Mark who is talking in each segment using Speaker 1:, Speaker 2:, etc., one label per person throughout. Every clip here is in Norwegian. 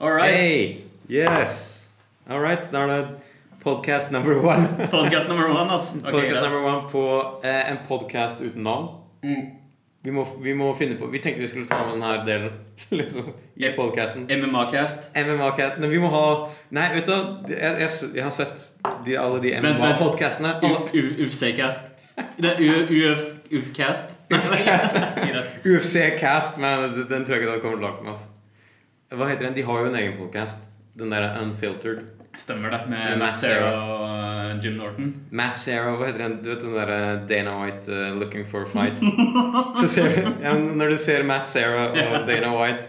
Speaker 1: All right.
Speaker 2: Hey! Yes! All right, da er det podcast number one.
Speaker 1: Podcast number one, ass. Ok,
Speaker 2: podcast
Speaker 1: greit.
Speaker 2: number one på eh, en podcast uten navn.
Speaker 1: Mm.
Speaker 2: Vi må, vi må finne på Vi tenkte vi skulle ta med denne delen liksom, i
Speaker 1: Yep.
Speaker 2: podcasten.
Speaker 1: MMA-cast.
Speaker 2: MMA-cat Nei, vi må ha Nei, vet du jeg, jeg, jeg har sett de, alle de
Speaker 1: Vent, vent.
Speaker 2: MMA-podcastene.
Speaker 1: U- U- UFC-cast. Det er U- UF... UF-cast.
Speaker 2: Ufcast.
Speaker 1: Greit.
Speaker 2: UFC-cast, men den- den tror jeg ikke det hadde kommet langt med. Altså. Hva heter den? De har jo en egen podcast. Den der Unfiltered.
Speaker 1: Stemmer det, med
Speaker 2: Med
Speaker 1: Matt
Speaker 2: Matt
Speaker 1: Serra og Jim Norton.
Speaker 2: Matt Sarah, hva heter den? Du vet den der eh, Dana White eh, 'Looking for a Fight'? Så ser du, ja, men når du ser Matt Sarah og Dana White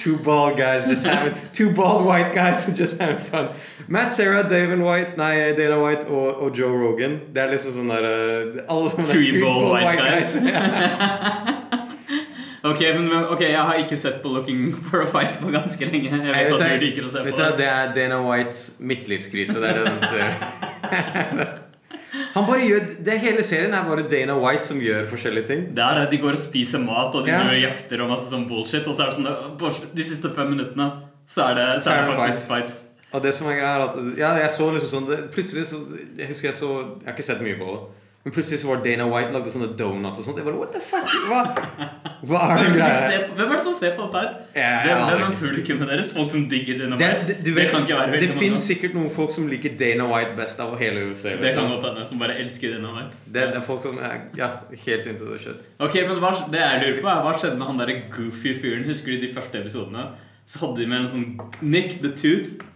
Speaker 2: Two bald guys just having Two bald white guys just having fun. Matt Sarah, David White, nei, Dana White og, og Joe Rogan. Det er liksom sånn der eh, alle sånne
Speaker 1: Three bald white guys.
Speaker 2: Ja.
Speaker 1: Ok, men hvem- ok, jeg har ikke sett på Looking for a Fight på ganske lenge. Jeg
Speaker 2: Nei,
Speaker 1: vet
Speaker 2: vet
Speaker 1: at
Speaker 2: du-
Speaker 1: du liker å se på
Speaker 2: Vet du,
Speaker 1: det.
Speaker 2: Det er Dana Whites midtlivskrise. Det er det den ser. Han bare gjør, det Hele serien er bare Dana White som gjør forskjellige ting.
Speaker 1: Det er det, De går og spiser mat, og de
Speaker 2: Ja.
Speaker 1: driver og jakter og masse sånn bullshit. Og så er det sånn på de siste fem minuttene så er det, så er det faktisk fights.
Speaker 2: Og det som er greia er at Ja, jeg så liksom sånn det, Plutselig så Jeg husker jeg så Jeg har ikke sett mye på det. Men plutselig så var Dana White lagde sånne donuts og sånt. Jeg bare What the fuck? Hva, hva er
Speaker 1: Hvem,
Speaker 2: det
Speaker 1: som
Speaker 2: greia
Speaker 1: ser på, hvem er det som ser på dette her?
Speaker 2: Jeg
Speaker 1: Hvem,
Speaker 2: aner
Speaker 1: hvem er
Speaker 2: ikke.
Speaker 1: publikummet deres? Folk sånn som digger denne
Speaker 2: Det,
Speaker 1: fight?
Speaker 2: det, du vet,
Speaker 1: kan ikke være
Speaker 2: det
Speaker 1: veldig mange.
Speaker 2: finnes sikkert noen folk som liker Dana White best av hele UFC.
Speaker 1: Det kan
Speaker 2: Liksom.
Speaker 1: godt hende, som bare elsker denne fight.
Speaker 2: Det, det er folk som er ja, helt into the shit.
Speaker 1: Ok, men hva, det jeg lurer på er, hva skjedde med han der goofy fyren? Husker du de første episodene? Så hadde de med en sånn Nick the Tooth.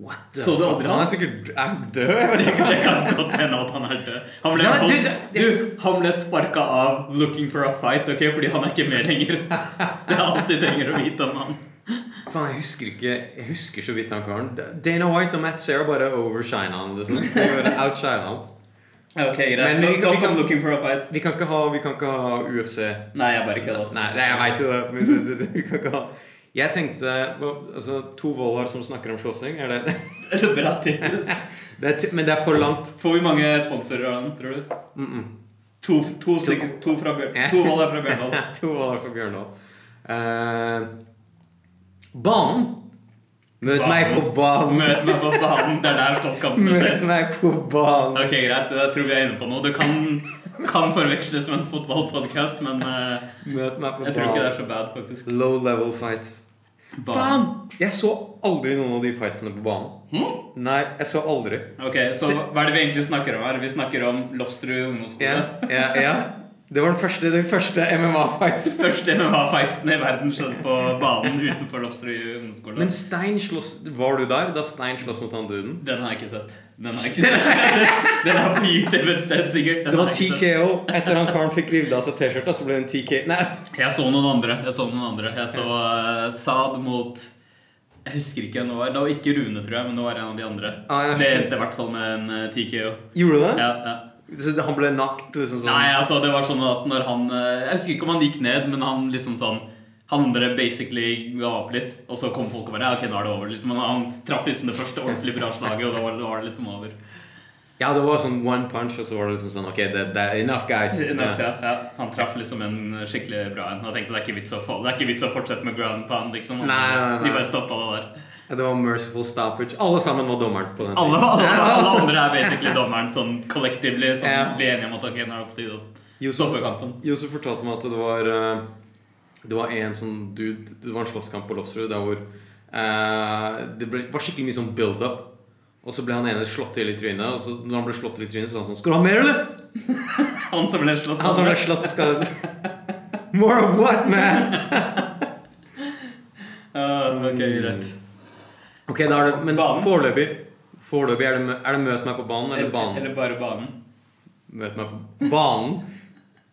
Speaker 2: What
Speaker 1: Så du aldri han?
Speaker 2: Han er sikkert er han død. jeg vet
Speaker 1: Det,
Speaker 2: ikke.
Speaker 1: det kan godt hende at han er død. Han ble,
Speaker 2: Ja,
Speaker 1: han,
Speaker 2: du,
Speaker 1: du,
Speaker 2: det- det-
Speaker 1: han ble sparka av Looking for a Fight, ok, fordi han er ikke med lenger. Det er alt de trenger å vite om han.
Speaker 2: Faen, jeg husker ikke Jeg husker så vidt han karen. Dana White og Matt Sarah bare overshine han. Liksom. De bare outshine han.
Speaker 1: Ok, greit.
Speaker 2: Men vi-
Speaker 1: Da- da
Speaker 2: vi kan-
Speaker 1: kom Looking for a Fight.
Speaker 2: Vi kan ikke ha, vi kan ikke ha UFC
Speaker 1: Nei, jeg bare kødda. altså.
Speaker 2: Nei, nei, jeg veit jo det. Men det, det, det kan ikke ha Jeg tenkte hva- altså, To Volvar som snakker om slåssing. Er det,
Speaker 1: Det er bra tittel.
Speaker 2: det er, ti- men det er for langt.
Speaker 1: Får vi mange sponsorer av den, tror du?
Speaker 2: Mm -mm.
Speaker 1: To, to, stykker, to fra Bjørn- to valg er fra Bjørndal.
Speaker 2: to Volvar fra Bjørndal. Eh, banen! Møt meg på banen!
Speaker 1: Møt meg på banen, det er der slåsskampen
Speaker 2: Møt
Speaker 1: skjer.
Speaker 2: meg på banen!
Speaker 1: Ok, greit, jeg tror vi er inne på noe. Det kan, kan forveksles med en fotballpodkast, men eh,
Speaker 2: Møt meg på
Speaker 1: jeg tror ikke det er
Speaker 2: banen.
Speaker 1: så bad, faktisk.
Speaker 2: Low level fights. Faen! Jeg så aldri noen av de fightsene på banen.
Speaker 1: Hm?
Speaker 2: Nei, jeg så aldri.
Speaker 1: Ok, så hva er det vi egentlig snakker om her? Vi snakker om Lofsrud ungdomsskole.
Speaker 2: Ja, ja, ja. Det var den første, den første MMA-fights
Speaker 1: Første MMA-fightsen i verden skjedde på banen utenfor Lofsrud ungdomsskole.
Speaker 2: Men Stein slåss Var du der da Stein slåss mot han duden?
Speaker 1: den har jeg ikke sett. Den har jeg ikke sett. Den er på YouTube et sted, sikkert. Den
Speaker 2: Det
Speaker 1: har
Speaker 2: var
Speaker 1: jeg ikke sett.
Speaker 2: TKO. Etter han karen fikk revet av seg T-skjorta, så ble det en TK... Nei.
Speaker 1: Jeg så noen andre. Jeg så noen andre Jeg så eh, Saad mot Jeg husker ikke hvem det var. Det var ikke Rune, tror jeg, men det var en av de andre.
Speaker 2: Ah, ja,
Speaker 1: det
Speaker 2: shit.
Speaker 1: endte i hvert fall med en eh, TKO.
Speaker 2: Gjorde du det?
Speaker 1: Ja, ja.
Speaker 2: Så han ble nakt, liksom sånn?
Speaker 1: Nei, altså, det var sånn at når han eh, Jeg husker ikke om han gikk ned, men han liksom sånn han andre basically ga opp litt, og så kom folk og bare ja, ok, nå er det over. Liksom. Men han traff liksom det første ordentlig bra slaget, og da var, da var det liksom over.
Speaker 2: Ja, det var sånn one punch, og så var det liksom sånn Ok, det, det er enough, guys.
Speaker 1: Enough, ja. Ja. Han traff liksom en skikkelig bra en. Jeg tenkte det er ikke vits å, få- det er ikke vits å fortsette med ground pound, liksom.
Speaker 2: Nei, nei, nei.
Speaker 1: De bare stoppa det der.
Speaker 2: Ja, Det var merciful stoppage. Alle sammen var dommeren på den.
Speaker 1: Alle, alle,
Speaker 2: Ja.
Speaker 1: alle andre er basically dommeren sånn collectively sånn,
Speaker 2: Ja.
Speaker 1: blir enige om at ok, nå er det på tide å
Speaker 2: Josef,
Speaker 1: stoppe kampen.
Speaker 2: Josef fortalte meg at det var eh, Det var en sånn dude Det var en slåsskamp på Lofsrud der hvor eh, det ble, var skikkelig mye sånn build-up. Og så ble han ene slått i hele trynet, og så når han ble slått i trynet, så sa han sånn Skal du ha mer, eller?
Speaker 1: Han som ble slått
Speaker 2: Han sånn som ble
Speaker 1: sammen.
Speaker 2: slått, skal More of what, man?
Speaker 1: Ah, ok, greit.
Speaker 2: Ok, da er det Men
Speaker 1: Banen.
Speaker 2: foreløpig Foreløpig er det, mø- er det møt meg på banen eller banen?
Speaker 1: Eller bare banen.
Speaker 2: Møt meg på banen?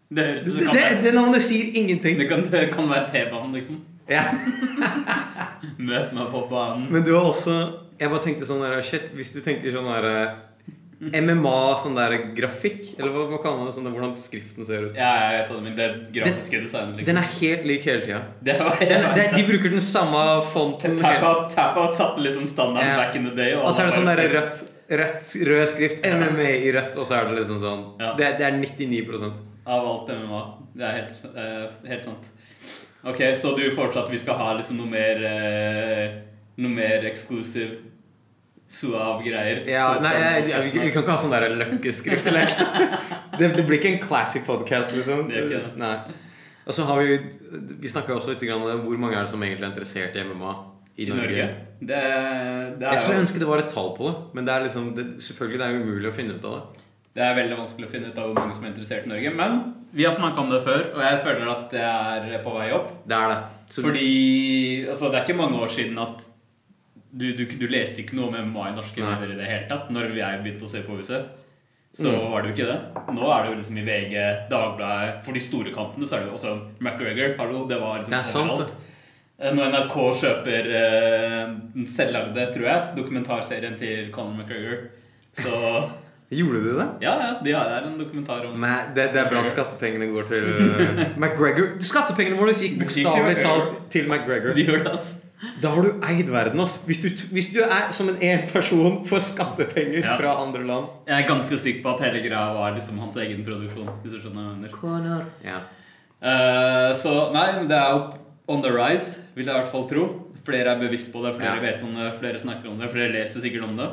Speaker 1: Det, høres ut som det,
Speaker 2: Det, det,
Speaker 1: kan,
Speaker 2: det navnet sier
Speaker 1: være-
Speaker 2: ingenting.
Speaker 1: det, kan, det kan være T-banen, liksom.
Speaker 2: Ja.
Speaker 1: Møt meg på banen.
Speaker 2: Men du har også Jeg bare tenkte sånn der Shit, hvis du tenker sånn der eh, MMA, sånn der grafikk Eller hva, hva kaller man det? Sånn der, hvordan skriften ser ut.
Speaker 1: Ja, jeg vet hva du mener. Det grafiske designet, liksom.
Speaker 2: Den er helt lik hele tida.
Speaker 1: det var
Speaker 2: De bruker den samme fonten.
Speaker 1: Tap
Speaker 2: hele-
Speaker 1: out, tap out satte liksom standarden
Speaker 2: Ja.
Speaker 1: back in the day.
Speaker 2: Og så er det sånn
Speaker 1: alle
Speaker 2: der
Speaker 1: bare-
Speaker 2: rødt, rødt, rød skrift. MMA i rødt, og så er det liksom sånn.
Speaker 1: Ja.
Speaker 2: Det, er- det er 99
Speaker 1: Av alt MMA. Det er helt, eh, helt sant. Ok, så du foreslår at vi skal ha liksom noe mer eh, noe mer exclusive, suave greier.
Speaker 2: Ja, nei, jeg, jeg, vi, vi kan ikke ha sånn der løkkeskrift. Eller. Det, det blir ikke en classy podcast, liksom.
Speaker 1: Det er ikke det.
Speaker 2: Nei. Og så har vi Vi snakka også litt grann om det, hvor mange er det som egentlig er interessert i MMA i
Speaker 1: I Norge. Det, det,
Speaker 2: Jeg
Speaker 1: er
Speaker 2: skulle
Speaker 1: jo,
Speaker 2: ønske det var et tall på det, men det er liksom, det, selvfølgelig det er jo umulig å finne ut av det.
Speaker 1: det er veldig vanskelig å finne ut av hvor mange som er interessert i Norge. Men vi har snakka om det før, og jeg føler at det er på vei opp.
Speaker 2: Det er det. Så
Speaker 1: Fordi altså, det er ikke mange år siden at du, du, du leste ikke noe om MMA i norske
Speaker 2: Nei.
Speaker 1: medier i det hele tatt. Når jeg begynte å se på huset, så
Speaker 2: Mm.
Speaker 1: var det jo ikke det. Nå er det jo liksom i VG, Dagbladet For de store kampene så er det jo også McGregor. Hallo, det var liksom
Speaker 2: Det er sant,
Speaker 1: overalt. Eh, Når NRK kjøper eh, den selvlagde, tror jeg, dokumentarserien til Conor McGregor, så
Speaker 2: gjorde du det?
Speaker 1: Ja, ja, de har det er en dokumentar om
Speaker 2: Nei, det, det er bra at skattepengene går til øh, McGregor. Skattepengene våre gikk
Speaker 1: Gikk til
Speaker 2: bokstavelig
Speaker 1: McGregor.
Speaker 2: talt til McGregor.
Speaker 1: De gjør det, altså.
Speaker 2: Da har du eid verden, ass. Hvis du, hvis du er som en én person får skattepenger
Speaker 1: Ja.
Speaker 2: fra andre land.
Speaker 1: Jeg er ganske sikker på at hele greia var liksom hans egen produksjon. hvis du skjønner hva jeg mener.
Speaker 2: Ja.
Speaker 1: Eh, Så nei, men det er jo on the rise, vil jeg i hvert fall tro. Flere er bevisst på det, flere
Speaker 2: Ja. Mm.
Speaker 1: vet om det, flere snakker om det, flere leser sikkert om det.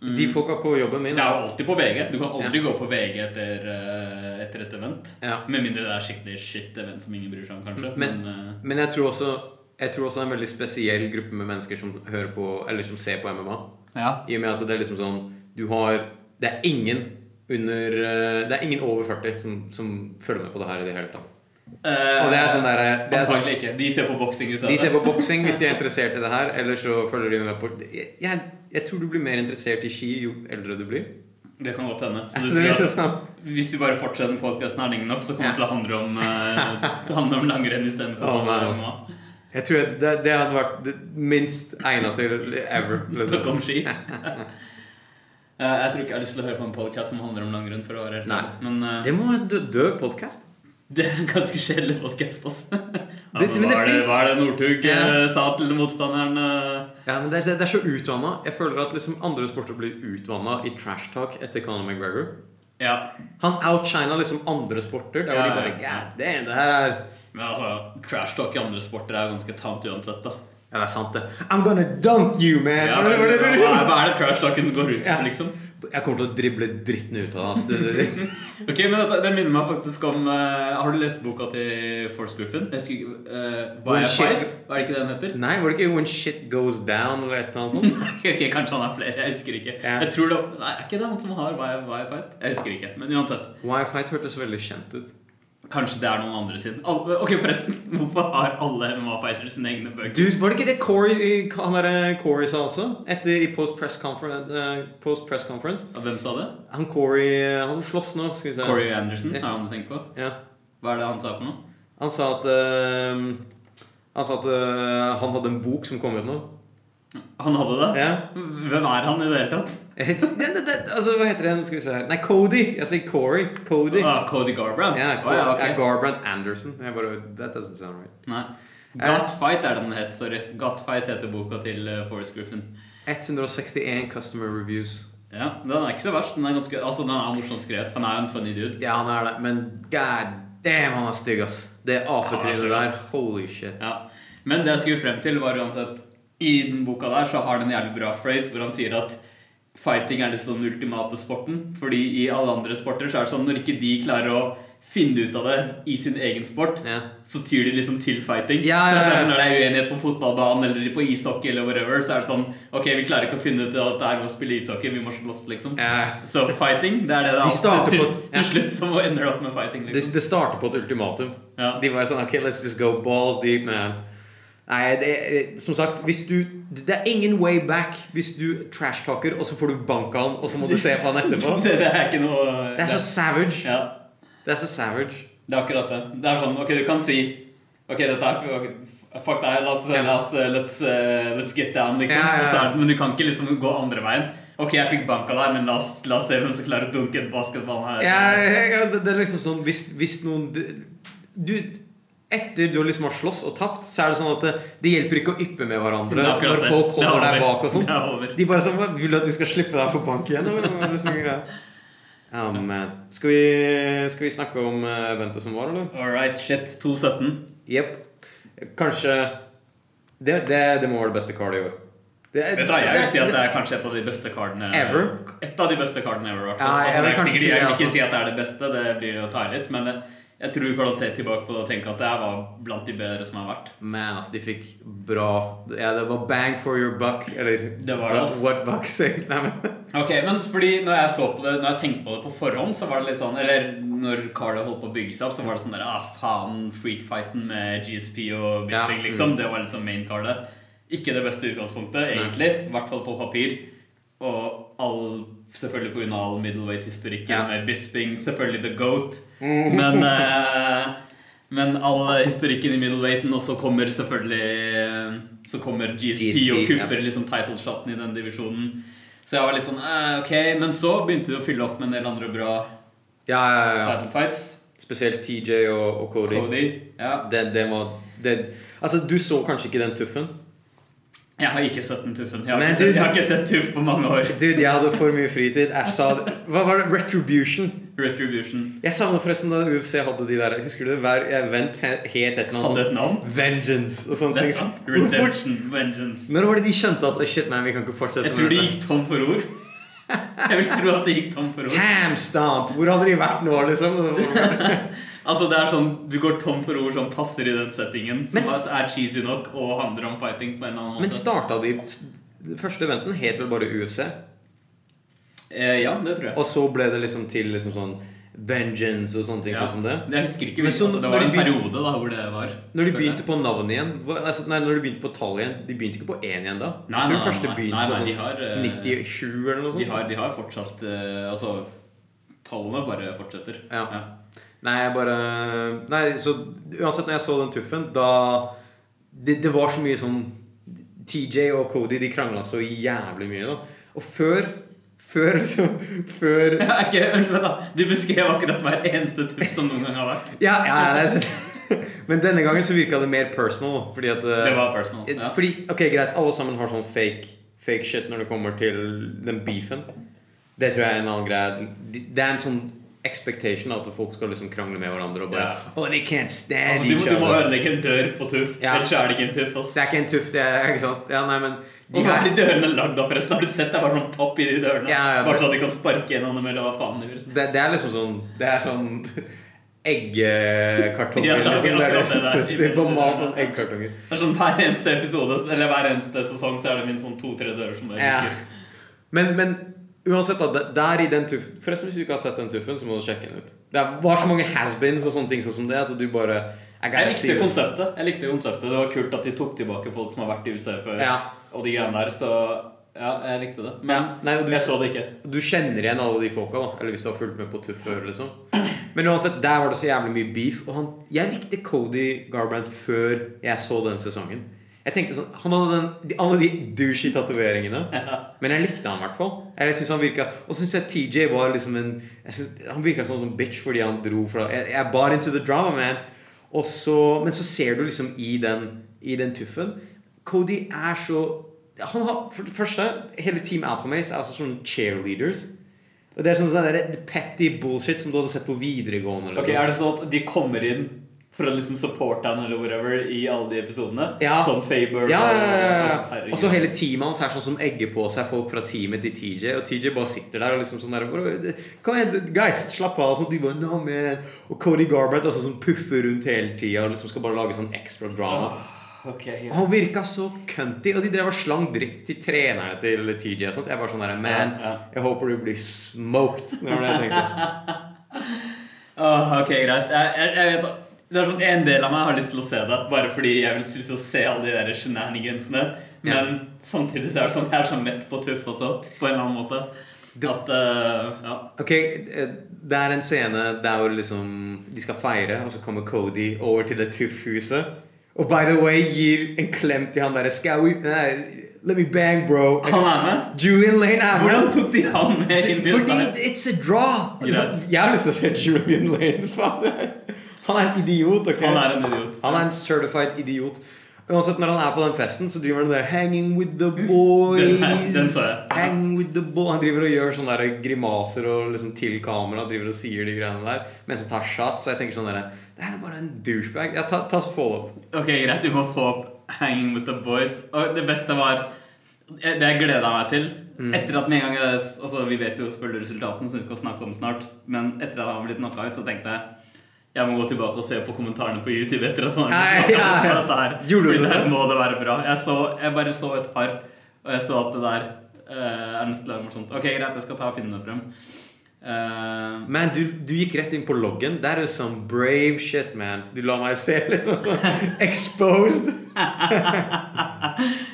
Speaker 2: De folka på jobben min
Speaker 1: Det er jo alltid på VG. Du kan aldri gå på VG etter, eh, etter et event.
Speaker 2: Ja.
Speaker 1: Med mindre det er skikkelig shit event som ingen bryr seg om, kanskje. Men, eh,
Speaker 2: Men- Men jeg tror også jeg tror også det er en veldig spesiell gruppe med mennesker som hører på Eller som ser på MMA.
Speaker 1: eh, ja.
Speaker 2: I og med at det er liksom sånn Du har Det er ingen under eh, Det er ingen over 40 som, som følger med på det her i det hele tatt. Og det er sånn der, eh, det er sånn,
Speaker 1: Antagelig ikke. De ser på boksing i stedet.
Speaker 2: De ser på boksing hvis de er interessert i det her, eller så følger de med på Jeg, jeg, jeg tror du blir mer interessert i ski jo eldre du blir.
Speaker 1: Det kan godt hende. Så du
Speaker 2: Det
Speaker 1: sier
Speaker 2: er
Speaker 1: at-
Speaker 2: liksom sånn
Speaker 1: Hvis vi bare fortsetter den podcasten her lenge nok, så kommer
Speaker 2: Ja.
Speaker 1: det til å handle om, eh, det handler om langrenn istedenfor
Speaker 2: Å, nei, altså. Jeg tror jeg- det, det hadde vært det minst egnet til ever.
Speaker 1: snakke om ski. Eh, jeg tror ikke jeg har lyst til å høre på en podcast som handler om langrenn. for å være helt
Speaker 2: Nei.
Speaker 1: ærlig. Men eh,
Speaker 2: Det må være en dø- døv podkast.
Speaker 1: det er en ganske kjedelig podcast, altså. Ja,
Speaker 2: Det-
Speaker 1: men
Speaker 2: men det
Speaker 1: hva, er det,
Speaker 2: finnes-
Speaker 1: hva er det Northug eh,
Speaker 2: Ja.
Speaker 1: sa til motstanderen? eh?
Speaker 2: Ja, men det, er- det er så utvanna. Jeg føler at liksom andre sporter blir utvanna i trash talk etter Conor McGregor.
Speaker 1: ja.
Speaker 2: Han outshina liksom andre sporter.
Speaker 1: Ja,
Speaker 2: Der hvor de
Speaker 1: ja,
Speaker 2: bare
Speaker 1: ja.
Speaker 2: God damn, det her er
Speaker 1: Men altså, trash talk i andre sporter er jo ganske tamt uansett, da.
Speaker 2: Ja, det er sant, det. I'm gonna dunk you, man!
Speaker 1: Ja, hva,
Speaker 2: Var det- var det- var det
Speaker 1: er-
Speaker 2: liksom-
Speaker 1: hva er det trash talken går ut på,
Speaker 2: Ja.
Speaker 1: liksom?
Speaker 2: Jeg kommer til å drible dritten ut av deg. ass. Du- du-
Speaker 1: Ok, men dette- Det minner meg faktisk om eh, Har du lest boka til Forsgruffen? Jeg husker ikke, eh, Why
Speaker 2: When
Speaker 1: I
Speaker 2: shit-
Speaker 1: Fight? Hva er det ikke det den heter?
Speaker 2: Nei, var det ikke When Shit Goes Down eller et eller annet sånt?
Speaker 1: ok, Kanskje han er flere. Jeg husker ikke.
Speaker 2: Ja.
Speaker 1: Jeg tror det Nei, Er ikke det han som har Why I, Why I Fight? Jeg husker ikke. Men uansett.
Speaker 2: Why Fight hørtes veldig kjent ut.
Speaker 1: Kanskje det er noen andre sin. Al ok, forresten. Hvorfor har alle MMA-fighters sine egne bøker?
Speaker 2: Du, var det ikke det Corey, han der, eh, Corey sa også? Etter i Post Press Conference, eh, post press conference.
Speaker 1: Og Hvem sa det?
Speaker 2: Han Corey, eh, han som slåss nå, skal vi se
Speaker 1: Corey Anderson? Er det han du tenker på?
Speaker 2: Ja.
Speaker 1: Hva er det han sa for noe?
Speaker 2: Han sa at eh, Han sa at eh, han hadde en bok som kom ut nå.
Speaker 1: Han hadde det?
Speaker 2: Ja.
Speaker 1: Hvem er han i det hele tatt?
Speaker 2: Et, det, det, det, altså, hva heter den? Skal vi se her Nei, Cody. Jeg sier Corey. Cody.
Speaker 1: Ah, Cody Garbrandt?
Speaker 2: Ja,
Speaker 1: Å,
Speaker 2: Cor
Speaker 1: ja, ok.
Speaker 2: ja, Garbrandt Anderson. Jeg bare, that doesn't sound right.
Speaker 1: Nei. Gut Fight er det den het. Sorry. Gut Fight heter boka til eh, Forrest Griffin.
Speaker 2: 161 customer reviews.
Speaker 1: Ja, Den er ikke så verst. Den er ganske, altså den er morsomt skrevet. Han er jo en funny dude.
Speaker 2: Ja, han er det, men god damn, han er stygg, ass. Det
Speaker 1: Ja, han
Speaker 2: apetrynet
Speaker 1: er stygg,
Speaker 2: der.
Speaker 1: ass.
Speaker 2: Holy shit.
Speaker 1: Ja. Men det jeg skulle frem til, var uansett I den boka der så har han en jævlig bra phrase hvor han sier at fighting er liksom den ultimate sporten. Fordi i alle andre sporter så er det sånn når ikke de klarer å finne ut av det i sin egen sport,
Speaker 2: Ja.
Speaker 1: så tyr de liksom til fighting.
Speaker 2: Ja, ja,
Speaker 1: Så
Speaker 2: ja.
Speaker 1: det er Når det er uenighet på fotballbanen eller på ishockey eller whatever, så er det sånn Ok, vi klarer ikke å finne ut av at det er ved å spille ishockey, vi må slåss, liksom.
Speaker 2: Ja.
Speaker 1: Så fighting, det er det det
Speaker 2: De starter
Speaker 1: til,
Speaker 2: på-
Speaker 1: til slutt så må- ender det opp med fighting.
Speaker 2: Det,
Speaker 1: Liksom.
Speaker 2: det starter på et ultimatum.
Speaker 1: Ja.
Speaker 2: De var sånn, ok, let's just go balls deep, man. Nei, det, som sagt, hvis du, det er ingen way back hvis du trash-talker, og så får du banka han, og så må du se på han etterpå.
Speaker 1: Det, det er ikke noe
Speaker 2: Det er så savage.
Speaker 1: ja,
Speaker 2: Det er så savage.
Speaker 1: det er akkurat det. Det er sånn, ok, du kan si Ok, dette er ok, Fuck deg, la oss,
Speaker 2: Ja.
Speaker 1: la oss eh, let's, eh, let's get down, liksom.
Speaker 2: Ja, ja, ja.
Speaker 1: Så er det- Men du kan ikke liksom gå andre veien. Ok, jeg fikk banka der, men la oss, la oss se hvem som klarer å dunke en basketball her.
Speaker 2: Ja, ja, ja, det, det er liksom sånn Hvis, hvis noen Du etter du liksom har slåss og tapt, så er det sånn at det, det hjelper ikke å yppe med hverandre
Speaker 1: Det er akkurat
Speaker 2: når
Speaker 1: det.
Speaker 2: folk
Speaker 1: Det er
Speaker 2: holder deg
Speaker 1: over.
Speaker 2: bak og sånt.
Speaker 1: Det er over.
Speaker 2: De bare sånn "Hva, Vil du at vi skal slippe deg for bank igjen? Eller hva er det som er greia? Ja, men skal vi, skal vi snakke om eh, eventet som var, eller?
Speaker 1: All right, shit. 2.17.
Speaker 2: Jepp. Kanskje det, det, det må være det beste kartet i år. Det er,
Speaker 1: Vet du hva, Jeg vil si at det er kanskje et av de beste cardene
Speaker 2: Ever?
Speaker 1: Et av de beste cardene ever. i hvert fall.
Speaker 2: Ja, jeg
Speaker 1: altså, det er
Speaker 2: vil
Speaker 1: sikkert,
Speaker 2: kanskje si det,
Speaker 1: jeg vil ikke
Speaker 2: altså.
Speaker 1: si at det er det beste, det blir å ta i litt. Men jeg, jeg tror vi kan se tilbake på det og tenke at det her var blant de bedre som har vært.
Speaker 2: Man, altså, de fikk bra Ja, det var bang for your buck. Eller
Speaker 1: Det var det,
Speaker 2: what,
Speaker 1: ass.
Speaker 2: what buck, sier jeg. Nei, men
Speaker 1: Ok, men fordi når jeg så på det Når jeg tenkte på det på forhånd, så var det litt sånn Eller når Carlo holdt på å bygge seg opp, så var det sånn der Ah, faen, freakfighten med GSP og Bisping,
Speaker 2: Ja, mm.
Speaker 1: liksom. Det var liksom maincardet. Ikke det beste utgangspunktet, egentlig. I hvert fall på papir. Og all Selvfølgelig pga. all middleweight-historikken
Speaker 2: Ja. Mm.
Speaker 1: med Bisping. Selvfølgelig the goat. Men eh, men all historikken i middleweighten, og så kommer selvfølgelig eh, Så kommer GSP,
Speaker 2: GSP,
Speaker 1: og kupper
Speaker 2: ja.
Speaker 1: liksom title-shoten i den divisjonen. Så jeg var litt sånn eh, ok, men så begynte de å fylle opp med en del andre bra
Speaker 2: Ja, ja, ja.
Speaker 1: title fights.
Speaker 2: Spesielt TJ og, og Cody.
Speaker 1: Cody. Ja.
Speaker 2: Den, den var den, Altså, du så kanskje ikke den tuffen?
Speaker 1: Jeg har ikke sett den tuffen. Jeg har,
Speaker 2: Men
Speaker 1: ikke sett,
Speaker 2: du-
Speaker 1: jeg har ikke sett tuff på mange år.
Speaker 2: Dude, jeg hadde for mye fritid. Jeg sa Hva var det? Retribution.
Speaker 1: Retribution
Speaker 2: Jeg savner forresten da UFC hadde de der Husker du det? Hver event he- het et eller
Speaker 1: hadde
Speaker 2: annet
Speaker 1: et navn.
Speaker 2: sånt sånn Vengeance og sånne
Speaker 1: Det er
Speaker 2: ting.
Speaker 1: sant.
Speaker 2: Hvorfor-
Speaker 1: Redemption. Vengeance.
Speaker 2: Når var det de skjønte at Shit, nei, vi kan ikke fortsette
Speaker 1: Jeg tror de
Speaker 2: dette?
Speaker 1: gikk tom for ord. Jeg vil tro at de gikk tom for ord.
Speaker 2: Tam stomp! Hvor hadde de vært nå, liksom?
Speaker 1: Altså det er sånn, Du går tom for ord som passer i den settingen, som er, er cheesy nok og handler om fighting. på en eller annen
Speaker 2: Men
Speaker 1: måte
Speaker 2: starta de Den første eventen het vel bare UFC?
Speaker 1: eh, Ja, det tror jeg.
Speaker 2: Og så ble det liksom til liksom sånn Vengeance og sånne ting
Speaker 1: Ja.
Speaker 2: sånn som det?
Speaker 1: Jeg husker ikke
Speaker 2: Men
Speaker 1: hvilken,
Speaker 2: så
Speaker 1: altså, Det
Speaker 2: når
Speaker 1: var
Speaker 2: de
Speaker 1: en
Speaker 2: begyn-
Speaker 1: periode da hvor det var.
Speaker 2: Når de
Speaker 1: føler jeg.
Speaker 2: begynte på navn igjen hva- altså, Nei, når de begynte på tall igjen De begynte ikke på én igjen da?
Speaker 1: Nei, nei,
Speaker 2: jeg tror de første
Speaker 1: nei, nei.
Speaker 2: begynte
Speaker 1: Nei, nei,
Speaker 2: på sånn
Speaker 1: de har, eh,
Speaker 2: 97 eller noe sånt.
Speaker 1: De har, de har fortsatt eh, Altså, tallene bare fortsetter.
Speaker 2: Ja. Nei, jeg bare Nei, så uansett, når jeg så den tuffen, da Det, det var så mye sånn TJ og Cody de krangla så jævlig mye, da. Og før Før liksom Før
Speaker 1: Er ikke, men da, Du beskrev akkurat hver eneste tips som noen gang har vært.
Speaker 2: Ja, ja, ja det, Men denne gangen så virka det mer personal. Fordi at eh,
Speaker 1: Det var personal. Ja.
Speaker 2: Fordi, ok, greit, alle sammen har sånn fake, fake shit når det kommer til den beefen. Det tror jeg er en annen greie. Det er en sånn expectation at folk skal liksom krangle med hverandre og bare
Speaker 1: Ja.
Speaker 2: Oh, they can't stand
Speaker 1: Altså, du, må-
Speaker 2: each
Speaker 1: du må
Speaker 2: other.
Speaker 1: ødelegge en dør på tuff,
Speaker 2: Ja.
Speaker 1: ellers er det ikke en tuff. ass.
Speaker 2: Så det er ikke en tuff det er, ikke sant? Ja, nei, men
Speaker 1: Og
Speaker 2: de
Speaker 1: hva er
Speaker 2: her,
Speaker 1: de dørene lagd da, forresten? Har du sett det er bare sånn papp i de dørene?
Speaker 2: Ja, ja,
Speaker 1: bare
Speaker 2: det-
Speaker 1: sånn at de kan sparke gjennom dem, eller hva faen de vil.
Speaker 2: det, det er liksom sånn Det er sånn eggekartonger.
Speaker 1: Ja, det er
Speaker 2: liksom. Det er
Speaker 1: akkurat
Speaker 2: liksom,
Speaker 1: det der.
Speaker 2: det er bare mat og eggkartonger.
Speaker 1: Det er sånn Hver eneste episode, eller hver eneste sesong så er det minst sånn to-tre dører som er
Speaker 2: Ja.
Speaker 1: like.
Speaker 2: Men, men uansett, da. det- Der i den tuffen Forresten, hvis du ikke har sett den tuffen, så må du sjekke den ut. Det var så mange has-beens og sånne ting sånn som det at du bare I gotta
Speaker 1: Jeg
Speaker 2: see
Speaker 1: likte
Speaker 2: this.
Speaker 1: konseptet. jeg likte konseptet Det var kult at de tok tilbake folk som har vært i UC før.
Speaker 2: Ja.
Speaker 1: Og de greiene der, så ja, jeg likte det. Men
Speaker 2: Ja, nei, og du-
Speaker 1: jeg så det ikke.
Speaker 2: Du kjenner igjen alle de folka, da. Eller hvis du har fulgt med på Tuff før, liksom. Men uansett, der var det så jævlig mye beef. Og han, jeg likte Cody Garbrandt før jeg så den sesongen. Jeg tenkte sånn, Han hadde den, de, alle de douchey tatoveringene. Men jeg likte han i hvert fall. Eller jeg synes han virka, Og så syns jeg TJ var liksom en jeg synes, Han virka som en sånn bitch fordi han dro fra Jeg, jeg bar into the drama, man. Og så, men så ser du liksom i den, i den tuffen Cody er så Han har For det første, hele Team Alpha Maze er altså sånne cheerleaders. Og det er sånn den der petty bullshit som du hadde sett på videregående. liksom.
Speaker 1: Ok, Er det sånn at de kommer inn for å liksom supporte han eller whatever i alle de episodene?
Speaker 2: Ja.
Speaker 1: Sånn Faber
Speaker 2: Ja, ja,
Speaker 1: og-
Speaker 2: ja, ja.
Speaker 1: herregud.
Speaker 2: Og så hele teamet hans er sånn som egger på seg folk fra teamet til TJ. Og TJ bare sitter der og liksom sånn der bare, Kom igjen, guys, slapp av. Og sånn, de bare, no man Og Cody Garbrandt altså, sånn, puffer rundt hele tida og liksom skal bare lage sånn ekstra drama.
Speaker 1: Ok,
Speaker 2: Og
Speaker 1: ja.
Speaker 2: Han virka så cunty, og de drev og slang dritt til trenerne til TJ. og sånt Jeg var sånn der, Man,
Speaker 1: Ja, ja.
Speaker 2: jeg håper du blir smoked. Det var det jeg tenkte.
Speaker 1: Åh, ok, greit. Jeg, jeg, jeg vet at- det er sånn, En del av meg har lyst til å se det, bare fordi jeg vil synes å se alle de der shenanigansene. Men
Speaker 2: Ja.
Speaker 1: samtidig så er det sånn, jeg er så mett på tuff også, på en eller annen måte.
Speaker 2: Du-
Speaker 1: At, eh, ja.
Speaker 2: Ok, eh, Det er en scene der hvor liksom de skal feire, og så kommer Cody over til det tuffhuset. Og by the way gir en klem til han derre Skal we Nei, Let me bang, bro.
Speaker 1: Han er med?
Speaker 2: Julian Lane er
Speaker 1: Hvordan
Speaker 2: med.
Speaker 1: tok de han med inn i
Speaker 2: Fordi
Speaker 1: dette?
Speaker 2: it's a draw!
Speaker 1: Greit.
Speaker 2: Jeg har lyst til å se Julian Lane. faen. Han er en idiot. ok?
Speaker 1: Han er en idiot.
Speaker 2: Han er en certified idiot. Uansett, når han er på den festen, så driver han der 'Hanging with the boys'.
Speaker 1: Den- den så jeg.
Speaker 2: Hanging with the bo Han driver og gjør sånne der grimaser og liksom til kamera driver og sier de greiene der mens han tar shots. Så jeg tenker sånn derre Det her er bare en douchebag. Ja, ta, ta så follow up.
Speaker 1: Ok, greit, vi må få opp Hanging with the Boys. Og det beste var eh, Det jeg gleda meg til
Speaker 2: Mm.
Speaker 1: Etter at med en gang jeg, altså, Vi vet jo selvfølgelig resultatene, som vi skal snakke om snart. Men etter at han var blitt knocka ut, så tenkte jeg jeg må gå tilbake og se på kommentarene på YouTube. etter at han
Speaker 2: Nei,
Speaker 1: ble knockout
Speaker 2: ja.
Speaker 1: for dette her.
Speaker 2: Gjorde
Speaker 1: Fordi
Speaker 2: du det?
Speaker 1: der må det være bra. Jeg, så, jeg bare så et par, og jeg så at det der eh, er nødt til å være morsomt. Ok, greit, jeg skal ta og finne det frem. Eh,
Speaker 2: Man, du, du gikk rett inn på loggen. That is some sånn brave shit, man. Du la meg se liksom sånn exposed.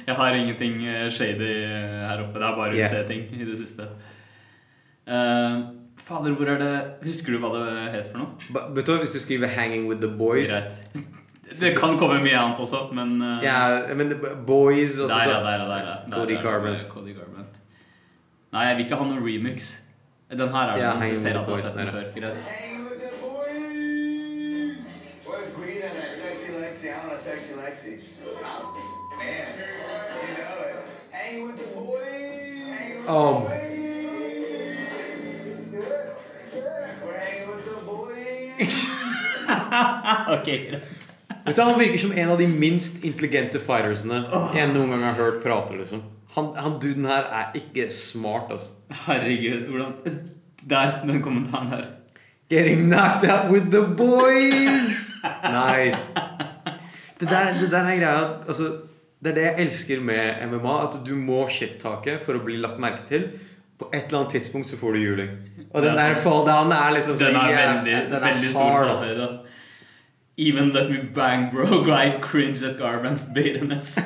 Speaker 1: jeg har ingenting eh, shady eh, her oppe. Det er bare å
Speaker 2: Yeah.
Speaker 1: se ting i det siste. Eh, fader, hvor er det Husker du hva det het for noe?
Speaker 2: Ba- Vet du hva, hvis du skriver 'hanging with the boys'
Speaker 1: Greit. Det kan komme mye annet også, men eh,
Speaker 2: Ja, men b- boys
Speaker 1: der,
Speaker 2: og
Speaker 1: ja, der, ja, der, ja, der, ja.
Speaker 2: Cody
Speaker 1: Der, ja,
Speaker 2: Garbrandt.
Speaker 1: Cody Garbrandt. Nei, jeg vil ikke ha noen remix. Den her er
Speaker 2: Ja,
Speaker 1: den, så
Speaker 2: Hanging
Speaker 1: jeg ser
Speaker 2: with
Speaker 1: at
Speaker 2: the
Speaker 1: jeg har sett den før.
Speaker 2: Boys,
Speaker 1: Greit.
Speaker 3: Hang with the boys. Where's Guido, that sexy Lexi? I want a sexy Lexi. Oh, man, you know it. Hang with the boys. Hang with
Speaker 2: Oh.
Speaker 3: the boys. We're hanging with the boys.
Speaker 1: ok, greit.
Speaker 2: Vet du, Han virker som en av de minst intelligente fightersene jeg noen gang har hørt prate. liksom Han, han duden her er ikke smart, altså.
Speaker 1: Herregud, hvordan Der, den kommentaren her.
Speaker 2: Getting knocked out with the boys! Nice. Det der, det der er greia at, altså, Det er det jeg elsker med MMA. At du må shit-take for å bli lagt merke til. På et eller annet tidspunkt så får du juling. Og
Speaker 1: Det er
Speaker 2: den der
Speaker 1: sant.
Speaker 2: fall-down er liksom så
Speaker 1: Den er
Speaker 2: jæv-
Speaker 1: veldig,
Speaker 2: den er
Speaker 1: veldig stor.
Speaker 2: hard, altså.
Speaker 1: Altså. Even let me bang, bro. Guy cringe at Garbrandts bitterness.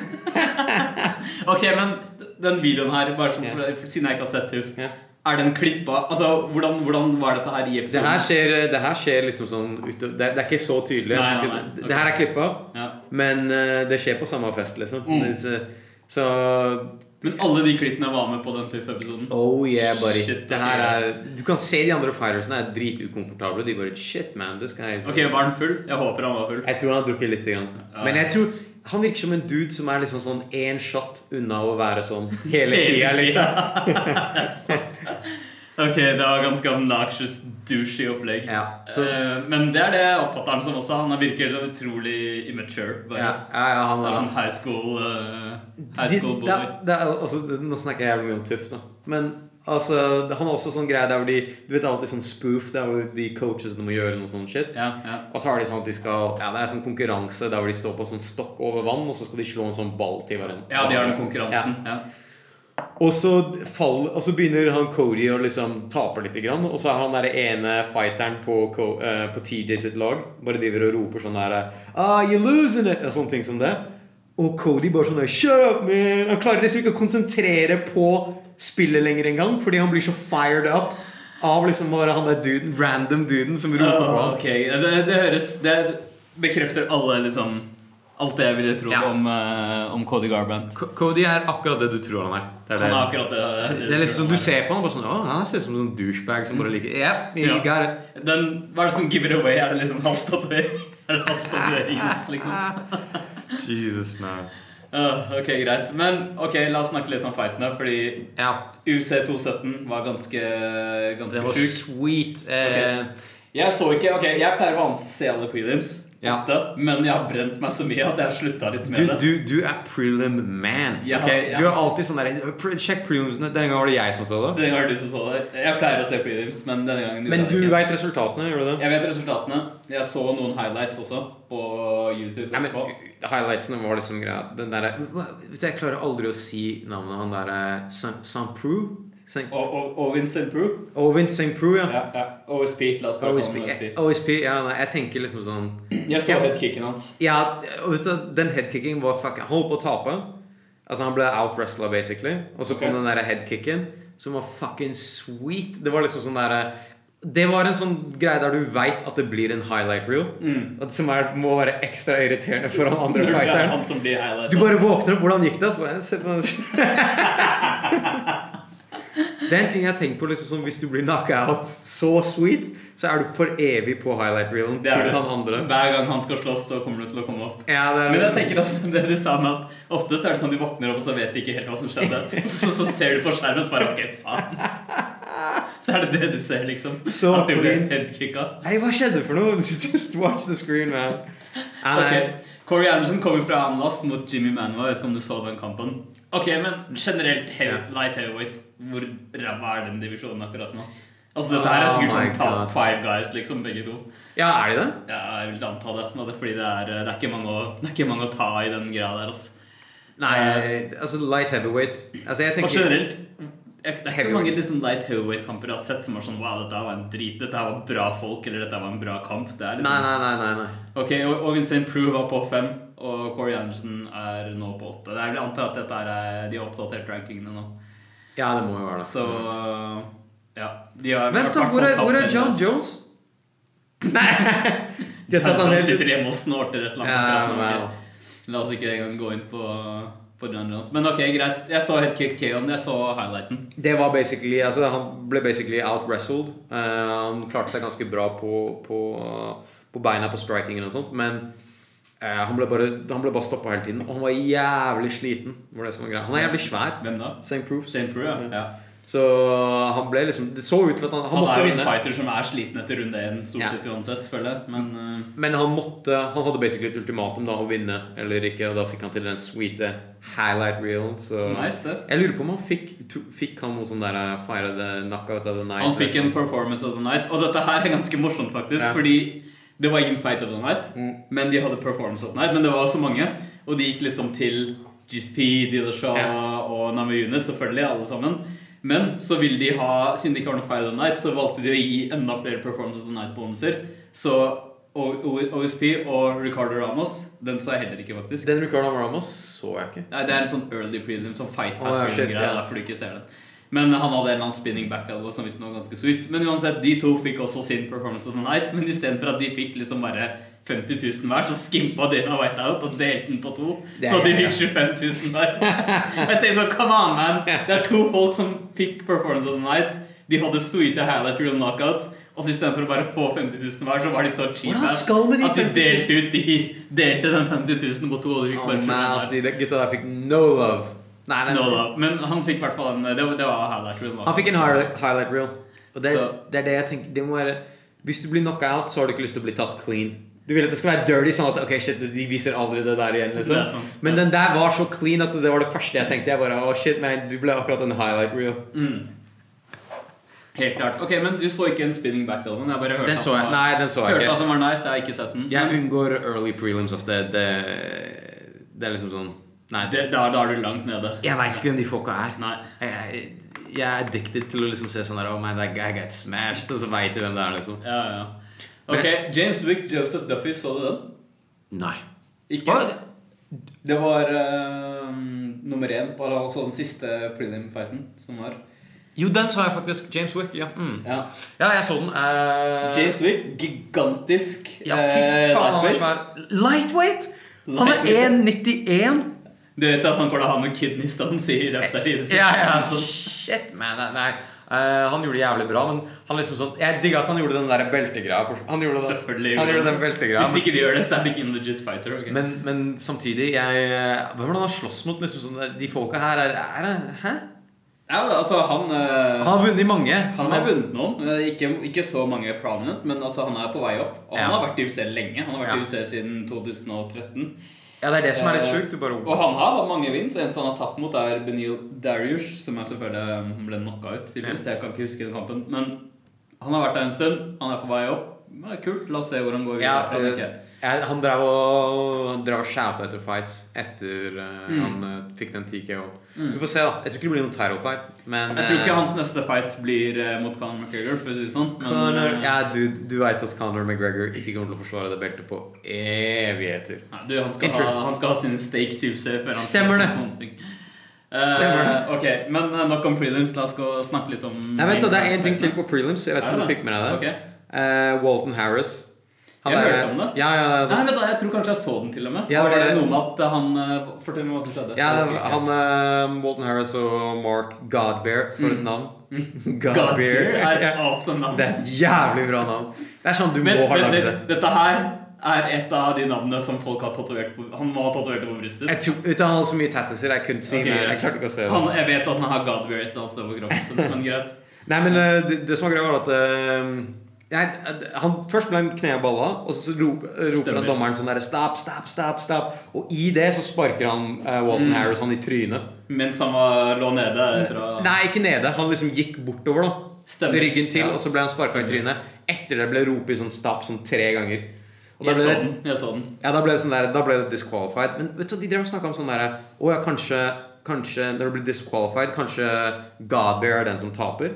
Speaker 1: ok, men den videoen her, bare som,
Speaker 2: Ja.
Speaker 1: for, siden jeg ikke har sett Tuff
Speaker 2: Ja.
Speaker 1: Er den klippa Altså, hvordan, hvordan var dette her i
Speaker 2: Det
Speaker 1: episoden?
Speaker 2: her skjer, det her skjer liksom sånn ute, det, det er ikke så tydelig.
Speaker 1: Nei, nei, nei.
Speaker 2: Det- Det her er klippa,
Speaker 1: Ja.
Speaker 2: men eh, det skjer på samme fest, liksom.
Speaker 1: Mm.
Speaker 2: Det- Så, så
Speaker 1: Men alle de klippene var med på den Tuff-episoden.
Speaker 2: Oh yeah, buddy.
Speaker 1: Shit,
Speaker 2: det her
Speaker 1: det er
Speaker 2: er Du kan se de andre firersene er dritukomfortable. De bare Shit, man. This guy is
Speaker 1: Ok, var han full? Jeg håper han var full.
Speaker 2: Jeg tror han har drukket litt. Grann.
Speaker 1: Ja.
Speaker 2: Men jeg tror han virker som en dude som er liksom sånn én shot unna å være sånn hele tida,
Speaker 1: Hele
Speaker 2: liksom.
Speaker 1: Ok, det var ganske obnoxious, douchey opplegg.
Speaker 2: Ja, så-
Speaker 1: Eh, men det er det jeg oppfatter han som også. Han virker utrolig immature. Bare.
Speaker 2: Ja, ja, ja, han,
Speaker 1: Det er sånn
Speaker 2: han,
Speaker 1: high school, eh, high
Speaker 2: De-
Speaker 1: school boy.
Speaker 2: det, det er, altså, det- nå snakker jeg jævlig mye om Tuff, da. Men altså, det- han har også sånn greie der hvor de Du vet alltid sånn spoof der hvor de coachesene må gjøre noe sånn shit.
Speaker 1: Ja, ja.
Speaker 2: Og så har de sånn at de skal Ja, det er sånn konkurranse der hvor de står på sånn stokk over vann, og så skal de slå en sånn ball til hverandre.
Speaker 1: ja, de har den konkurransen. Ja.
Speaker 2: Og så, fall, og så begynner han Cody å liksom tape litt, grann, og så er han der ene fighteren på, Co- eh, på TJ sitt lag bare driver og roper sånn der ah, you're losing it, og sånne ting som det. Og Cody bare sånn der, Shut up, man! Han klarer liksom ikke å konsentrere på spillet lenger engang, fordi han blir så fired up av liksom bare han der duden, random duden som roper på
Speaker 1: Åh,
Speaker 2: ham.
Speaker 1: ok, det, det høres Det bekrefter alle, liksom Alt det jeg ville trodd
Speaker 2: Ja.
Speaker 1: om, eh, om Cody Garbrandt.
Speaker 2: Cody er akkurat det du tror han er. Det er,
Speaker 1: Han er akkurat eh, det.
Speaker 2: det er liksom sånn, Du ser på han bare sånn Å, han ser ut som en sånn douchebag som bare liker Yeah, you
Speaker 1: Ja.
Speaker 2: got it.
Speaker 1: Den, hva er det som giver away? Er det liksom halstatuering? Er det halstatueringen hans, liksom?
Speaker 2: Jesus, man.
Speaker 1: Åh, ok, greit. Men ok, la oss snakke litt om fightene, fordi
Speaker 2: Ja,
Speaker 1: UC217 var ganske,
Speaker 2: det
Speaker 1: ganske
Speaker 2: var
Speaker 1: sjuk.
Speaker 2: sweet. Eh,
Speaker 1: Jeg så ikke Ok, jeg pleier å se alle prelims
Speaker 2: Ja.
Speaker 1: E ofte, men jeg har brent meg så mye at jeg har slutta litt med
Speaker 2: du,
Speaker 1: det.
Speaker 2: du, du er prelim man.
Speaker 1: Ja,
Speaker 2: ok?
Speaker 1: ja.
Speaker 2: Du er alltid sånn der "Pre- Sjekk prelimsene. Denne gangen var det jeg som så det.
Speaker 1: Den gangen du som så det. Jeg pleier å se prelims, men denne gangen gjorde
Speaker 2: Men
Speaker 1: jeg
Speaker 2: du
Speaker 1: ikke.
Speaker 2: veit resultatene, gjør du det?
Speaker 1: Jeg vet resultatene. Jeg så noen highlights også på YouTube.
Speaker 2: Nei, men
Speaker 1: etterpå.
Speaker 2: Highlightsene var liksom greia Den derre Hva- Vet du, Jeg klarer aldri å si navnet han derre Sampru? Saint-
Speaker 1: og, og, og Vincent Prue.
Speaker 2: Ovin St. Prue, ja.
Speaker 1: Ja, ja. OSP. La oss bare kalle
Speaker 2: OSP.
Speaker 1: ham
Speaker 2: eh,
Speaker 1: OSP.
Speaker 2: OSP ja, nei, jeg tenker liksom sånn
Speaker 1: Jeg så headkicken hans.
Speaker 2: Ja, og vet du, den headkicken var fucking Han holdt på å tape. Altså Han ble outwrestla, basically. Og så kom
Speaker 1: Ok.
Speaker 2: den der headkicken, som var fucking sweet. Det var liksom sånn derre Det var en sånn greie der du veit at det blir en highlight reel.
Speaker 1: Mm.
Speaker 2: At, som er, må være ekstra irriterende for han andre
Speaker 1: Det er
Speaker 2: fighteren.
Speaker 1: han som blir highlightet.
Speaker 2: Du bare våkner opp. Hvordan gikk det? Så bare, se på Det er en ting jeg har tenkt på liksom, som Hvis du blir knocka out så sweet, så er du for evig på highlight reelen
Speaker 1: Det er
Speaker 2: til
Speaker 1: det.
Speaker 2: han andre.
Speaker 1: Hver gang han skal slåss, så kommer det til å komme opp.
Speaker 2: Ja, det er
Speaker 1: Men jeg
Speaker 2: liksom-
Speaker 1: tenker også det du sa med at ofte så er det sånn du våkner opp, og så vet de ikke helt hva som skjedde. Så, så ser du på skjermen, så bare OK, faen. Så er det det du ser, liksom.
Speaker 2: Så
Speaker 1: At du blir
Speaker 2: clean.
Speaker 1: headkicka.
Speaker 2: Hei, hva skjedde for noe? Just watch the screen, man. Ja, Ah, nei.
Speaker 1: Ok, Corey Anderson kommer fra Anlas mot Jimmy Manuel. Jeg vet ikke om du så den kampen. Ok, men generelt heavy, light heavyweight, hvor ræva er den divisjonen akkurat nå? Altså Dette her er
Speaker 2: Oh
Speaker 1: sikkert
Speaker 2: my
Speaker 1: sånn top
Speaker 2: God.
Speaker 1: five guys, liksom, begge to.
Speaker 2: Ja, er de det?
Speaker 1: Ja, jeg vil anta det, og det er fordi det er, det er, ikke, mange å, det er ikke mange å ta i den greia der. Altså.
Speaker 2: Nei, altså light heavyweight Altså, jeg
Speaker 1: Og
Speaker 2: tenker
Speaker 1: generelt jeg- Det er ikke så mange liksom, light heavyweight-kamper jeg har sett som er sånn Wow, dette her var en drit. Dette her var bra folk, eller dette her var en bra kamp. Det er liksom
Speaker 2: Nei, nei, nei, nei, nei.
Speaker 1: Ok, og og Vincent Prue var på fem, og Corey Anderson er nå på åtte. Det er vel antatt at dette er de oppdaterte rankingene nå.
Speaker 2: Ja, det må jo være det.
Speaker 1: Så ja. De har
Speaker 2: Mm. Vent, da! Hvor er, hvor er John Jones? Nei! De har tatt han
Speaker 1: Han
Speaker 2: helt ut.
Speaker 1: sitter hjemme og snorter et eller
Speaker 2: Ja,
Speaker 1: annet.
Speaker 2: men-
Speaker 1: La oss ikke engang gå inn på, på John Jones. Men ok, greit. Jeg så Headkick K-on. Jeg så highlighten.
Speaker 2: Det var basically altså Han ble basically out-wrestled. Eh, han klarte seg ganske bra på, på, på beina på strikingen og sånt, men eh, han ble bare, han ble bare stoppa hele tiden. Og han var jævlig sliten. Var det som var greia. Han er jævlig svær.
Speaker 1: Hvem da?
Speaker 2: Same proof.
Speaker 1: St. Prue, ja.
Speaker 2: Mm.
Speaker 1: ja.
Speaker 2: Så han ble liksom Det så ut til at han, han
Speaker 1: Han er
Speaker 2: måtte
Speaker 1: jo en
Speaker 2: vinne.
Speaker 1: fighter som er sliten etter runde én stort
Speaker 2: Ja. Mm.
Speaker 1: sett uansett, føler jeg. Men eh,
Speaker 2: Men han måtte Han hadde basically et ultimatum da å vinne eller ikke, og da fikk han til den sweete highlight reelen. Så
Speaker 1: eh, nice, det.
Speaker 2: Jeg lurer på om han fikk to, Fikk han noe sånn der eh, Fire the knockout of the night?
Speaker 1: Han fikk en performance of the night, og dette her er ganske morsomt, faktisk.
Speaker 2: Ja.
Speaker 1: Fordi det var ingen fight of the night,
Speaker 2: Mm.
Speaker 1: men de hadde performance of the night. Men det var så mange, og de gikk liksom til GSP, Dillashaw
Speaker 2: Ja.
Speaker 1: og Nami Yunes, selvfølgelig, alle sammen. Men så vil de ha, siden de ikke har noe fight of the night, så valgte de å gi enda flere performance of the night-bonuser. Så O- O- OSP og Ricardo Ramos, den så jeg heller ikke, faktisk.
Speaker 2: Den Ricardo Ramos så jeg ikke.
Speaker 1: Nei, det er en sånn early prelim, sånn fight pass
Speaker 2: Å, ja, shit,
Speaker 1: prelim-greie.
Speaker 2: ja.
Speaker 1: Derfor du ikke ser den. Men han hadde en eller annen spinning back elbow som visstnok var ganske sweet. Men uansett, de to fikk også sin performance of the night. Men istedenfor at de fikk liksom bare 50 000 hver, så skimpa Dana White out og delte den på to.
Speaker 2: Det er-
Speaker 1: Så de fikk 25 000 hver. Jeg tenkte sånn, come on, man. Det er to folk som fikk performance of the night. De hadde sweete highlight real knockouts. Og så istedenfor å bare få 50 000 hver, så var de så cheap
Speaker 2: Hvordan
Speaker 1: ass
Speaker 2: skal med de
Speaker 1: at de
Speaker 2: 50 000?
Speaker 1: delte ut de Delte den 50 000 på to, og de fikk
Speaker 2: Oh,
Speaker 1: bare 25
Speaker 2: man,
Speaker 1: 000 hver.
Speaker 2: altså, de gutta der fikk no love. Nei, nei,
Speaker 1: No, da. Men han fikk i hvert fall en Det var, det var highlight reel. da.
Speaker 2: Han fikk en highlight, highlight reel. Og det,
Speaker 1: Så-
Speaker 2: det er det jeg tenker det må være, Hvis du blir knocka out, så har du ikke lyst til å bli tatt clean. Du vil at det skal være dirty, sånn at ok, shit, de viser aldri det der igjen.
Speaker 1: Det er
Speaker 2: liksom.
Speaker 1: sant.
Speaker 2: Men den der var så clean at det var det første jeg tenkte. Jeg bare, oh shit, man, Du ble akkurat en highlight reel.
Speaker 1: Mm. Helt klart. Ok, Men du så ikke en spinning back elbow? Jeg bare hørte
Speaker 2: Den så jeg.
Speaker 1: at, den var-
Speaker 2: Nei, den så jeg
Speaker 1: hørte altså- at
Speaker 2: ikke.
Speaker 1: den var nice. Jeg har ikke sett den.
Speaker 2: Jeg
Speaker 1: Men
Speaker 2: unngår early prelims. Altså, det, det, det er liksom sånn Nei,
Speaker 1: det, da, da er du langt nede.
Speaker 2: jeg veit ikke hvem de folka er.
Speaker 1: Nei.
Speaker 2: Jeg, jeg er addicted til å liksom se sånn der Oh man, that guy got smashed. Og så veit du hvem det er, liksom.
Speaker 1: Ja, ja. Ok, James Wick, Joseph Duffy, så du den?
Speaker 2: Nei.
Speaker 1: Ikke? Det var eh, nummer én på altså den siste prelim-fighten som var.
Speaker 2: Jo, den sa jeg faktisk. James Wick. Ja, mm.
Speaker 1: Ja.
Speaker 2: ja jeg så den. eh,
Speaker 1: James Wick, gigantisk
Speaker 2: Ja, fy
Speaker 1: eh,
Speaker 2: faen, han er
Speaker 1: lightweight.
Speaker 2: svær. Lightweight! Han er
Speaker 1: Lightweight.
Speaker 2: 1,91.
Speaker 1: Du vet at han kommer til å ha noen kidney stones i løpet av livet sitt?
Speaker 2: Ja, ja,
Speaker 1: Sånn.
Speaker 2: shit, man. Nei, nei. Eh, han gjorde det jævlig bra, men han liksom sånn Jeg digga at han gjorde den der beltegreia. på- Han gjorde den,
Speaker 1: Selvfølgelig.
Speaker 2: han gjorde den beltegreia.
Speaker 1: Hvis
Speaker 2: men-
Speaker 1: ikke de gjør det, så er det ikke en legit fighter. ok?
Speaker 2: Men, men samtidig jeg, eh, Hvordan han slåss mot liksom, sånn, der- de folka her er, er det- Hæ?
Speaker 1: ja, altså, han, eh,
Speaker 2: Han har vunnet mange.
Speaker 1: han
Speaker 2: men-
Speaker 1: har vunnet noen. eh, Ikke, ikke så mange prominent, men altså, han er på vei opp. Og han
Speaker 2: Ja.
Speaker 1: har vært i UFC lenge. Han har vært
Speaker 2: Ja.
Speaker 1: i UFC siden 2013.
Speaker 2: Ja, det er det som er litt
Speaker 1: Eh,
Speaker 2: sjukt. Du bare
Speaker 1: Og han har hatt mange wins. Eneste han har tatt mot, er Benil Darius, som jeg selvfølgelig eh, han ble knocka ut. til hvis Jeg kan ikke huske den kampen. Men han har vært der en stund. Han er på vei opp. Ja, Kult. La oss se hvor han går
Speaker 2: ja,
Speaker 1: videre. eller
Speaker 2: eh,
Speaker 1: ikke.
Speaker 2: jeg- han drev og han drev og shouta etter fights etter eh, han eh, fikk den TKO.
Speaker 1: Mm.
Speaker 2: Vi får se, da. Jeg tror ikke det blir noen title fight. Men
Speaker 1: Jeg tror
Speaker 2: eh,
Speaker 1: ikke hans neste fight blir eh, mot Conor McGregor, for å si det sånn. men,
Speaker 2: Conor,
Speaker 1: eh,
Speaker 2: ja, du, du veit at Conor McGregor ikke kommer til å forsvare det beltet på evigheter.
Speaker 1: Nei, du, han, skal
Speaker 2: Intro.
Speaker 1: ha, han skal ha sine stakes i UFC før han
Speaker 2: Stemmer det. Stemmer det.
Speaker 1: Uh, ok, Men eh, nok om prelims. La oss gå og snakke litt om
Speaker 2: Nei, vent da, Det
Speaker 1: Mm.
Speaker 2: er én ting til på prelims. Jeg vet
Speaker 1: Er
Speaker 2: ikke om du
Speaker 1: det?
Speaker 2: fikk med deg det.
Speaker 1: Ok.
Speaker 2: Eh, Walton Harris.
Speaker 1: Jeg
Speaker 2: er-
Speaker 1: hørte om det. Ah.
Speaker 2: Ja, ja, det-
Speaker 1: Nei, vent da, Jeg tror kanskje jeg så den, til og med.
Speaker 2: Ja,
Speaker 1: var
Speaker 2: det
Speaker 1: det,
Speaker 2: var
Speaker 1: noe
Speaker 2: det.
Speaker 1: med at eh, han eh, Fortell meg hva som skjedde.
Speaker 2: Ja,
Speaker 1: Jeg
Speaker 2: det
Speaker 1: husker
Speaker 2: var-
Speaker 1: ikke.
Speaker 2: han, eh, Walton Harris og Mark Godbear for
Speaker 1: Mm.
Speaker 2: et navn.
Speaker 1: Godbeer er et
Speaker 2: Ja,
Speaker 1: awesome navn.
Speaker 2: Det er et jævlig bra navn. Det er sånn du
Speaker 1: Vent,
Speaker 2: må ha
Speaker 1: vent
Speaker 2: lagd
Speaker 1: litt.
Speaker 2: det.
Speaker 1: Dette her er et av de navnene som folk har tatovert på Han må ha tatovert det på brystet.
Speaker 2: Jeg tror, uten han har så mye tattiser, jeg kunne si
Speaker 1: Ok,
Speaker 2: mer.
Speaker 1: greit.
Speaker 2: Jeg klarte ikke å se det.
Speaker 1: Han, jeg vet at han har Godbeer et eller annet sted på kroppen sin, men greit.
Speaker 2: Nei, men eh, det, det som var greia, var at eh, Nei, han, først ble han kneet i balla, og så rop, roper
Speaker 1: Stemmer.
Speaker 2: han dommeren sånn derre Stopp, stopp, stopp, stopp. Og i det så sparker han eh,
Speaker 1: Mm.
Speaker 2: Walton Harris han i trynet.
Speaker 1: Mens han var, lå nede etter å
Speaker 2: Nei, ikke nede. Han liksom gikk bortover, da.
Speaker 1: Stemmer.
Speaker 2: Ryggen til,
Speaker 1: Ja.
Speaker 2: og så ble han sparka i
Speaker 1: Stemmer.
Speaker 2: trynet. Etter det ble det ropet sånn stopp sånn tre ganger. Og da
Speaker 1: Jeg
Speaker 2: ble
Speaker 1: så
Speaker 2: det-
Speaker 1: den. jeg så den
Speaker 2: Ja, da ble det, sånn der, da ble det disqualified. Men vet du, hva, de drev og snakka om sånn derre Å ja, kanskje, kanskje når du blir disqualified, kanskje Godbear er den som taper?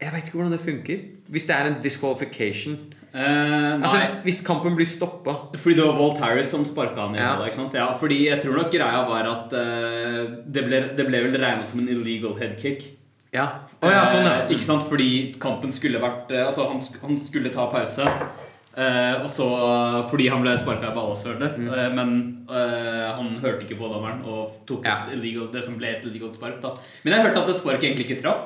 Speaker 2: Jeg veit ikke hvordan det funker. Hvis det er en disqualification
Speaker 1: Eh, Nei,
Speaker 2: Altså, Hvis kampen blir stoppa
Speaker 1: fordi det var Walt Harris som sparka han i
Speaker 2: Ja.
Speaker 1: hodet. ikke sant? Ja, fordi jeg tror nok greia var at eh, det, ble, det ble vel regna som en illegal headkick.
Speaker 2: Ja. Å ja, sånn,
Speaker 1: Eh, Ikke
Speaker 2: ja.
Speaker 1: sant? Fordi kampen skulle vært eh, Altså, han, sk han skulle ta pause. eh, og så eh, Fordi han ble sparka i ballashølet.
Speaker 2: Mm.
Speaker 1: eh, men eh, han hørte ikke på dommeren og tok
Speaker 2: Ja.
Speaker 1: et illegal, det som ble et illegal spark. da Men jeg hørte at det sparket egentlig ikke traff.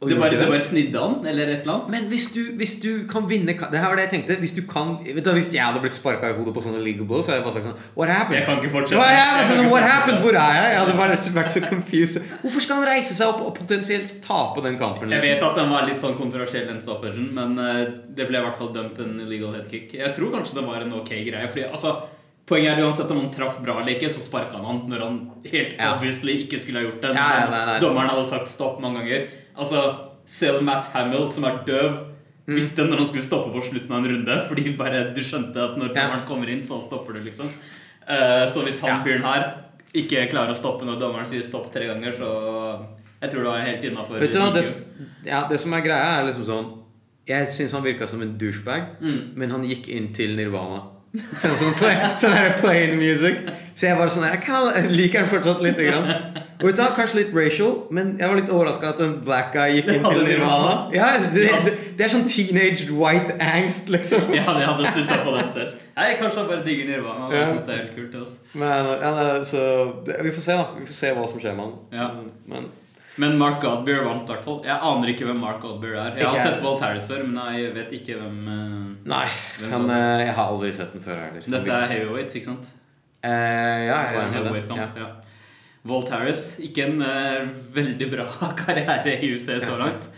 Speaker 2: Og
Speaker 1: Det
Speaker 2: gjorde
Speaker 1: bare,
Speaker 2: ikke
Speaker 1: det bare snidde han, eller et eller annet.
Speaker 2: Men hvis du, hvis du kan vinne ka- Det her var det jeg tenkte. Hvis du kan vet du, hva, Hvis jeg hadde blitt sparka i hodet på sånne legal blows, så hadde jeg bare sagt sånn What happened?
Speaker 1: Jeg kan ikke fortsette.
Speaker 2: What happened?
Speaker 1: Jeg kan
Speaker 2: Sånn,
Speaker 1: ikke
Speaker 2: what
Speaker 1: fortsette.
Speaker 2: happened? Hvor er jeg? Jeg hadde bare vært så confused. Hvorfor skal han reise seg opp og potensielt tape den kampen? liksom?
Speaker 1: Jeg vet at den var litt sånn kontroversiell, den stoppagen, men eh, det ble i hvert fall dømt en illegal headkick. Jeg tror kanskje det var en ok greie. Fordi, altså, poenget er uansett om han traff bra eller ikke, så sparka han han når han helt
Speaker 2: Ja.
Speaker 1: obviously ikke skulle ha gjort det.
Speaker 2: Ja,
Speaker 1: Men
Speaker 2: ja, nei, nei.
Speaker 1: Dommeren hadde sagt stopp mange ganger. Altså, selv Matt Hamill, som er døv,
Speaker 2: Mm.
Speaker 1: visste når han skulle stoppe på slutten av en runde. Fordi bare du skjønte at når
Speaker 2: Ja.
Speaker 1: dommeren kommer inn, så stopper du, liksom. Eh, så hvis han
Speaker 2: Ja.
Speaker 1: fyren her ikke klarer å stoppe når dommeren sier stopp tre ganger, så jeg tror det var helt innafor.
Speaker 2: Vet du hva, det, ja, det som er greia, er liksom sånn Jeg syns han virka som en douchebag,
Speaker 1: Mm.
Speaker 2: men han gikk inn til Nirvana. Sånn som play, sånn her plain music. Så jeg bare sånn her, jeg, kan, jeg liker han fortsatt lite grann. Og vet du hva, Kanskje litt racial, men jeg var litt overraska at en black guy gikk inn
Speaker 1: Ja,
Speaker 2: til
Speaker 1: det er
Speaker 2: Nirvana.
Speaker 1: Nirvana.
Speaker 2: Ja, det,
Speaker 1: Ja.
Speaker 2: det, det er sånn teenage white angst, liksom.
Speaker 1: Ja, jeg hadde stussa på den selv. Nei, Kanskje han bare digger Nirvana. Jeg
Speaker 2: Ja.
Speaker 1: synes det er helt kult det, altså.
Speaker 2: Men ja, nei, så det, Vi får se, da. Vi får se hva som skjer med han.
Speaker 1: Ja.
Speaker 2: Men
Speaker 1: Men Mark Godbeer vant i hvert fall. Jeg aner ikke hvem Mark Godbeer er. Jeg
Speaker 2: Ikke
Speaker 1: har
Speaker 2: jeg.
Speaker 1: sett Walt Harris før, men jeg vet ikke hvem eh,
Speaker 2: Nei.
Speaker 1: Hvem
Speaker 2: Han,
Speaker 1: var
Speaker 2: eh, jeg har aldri sett den før heller.
Speaker 1: Dette er heavyweights, ikke sant?
Speaker 2: Eh, ja,
Speaker 1: Det
Speaker 2: jeg
Speaker 1: var
Speaker 2: er
Speaker 1: en
Speaker 2: enig i det. Ja.
Speaker 1: heavyweight-kamp, ja. Walt Harris, ikke en eh, veldig bra karriere i UC så langt.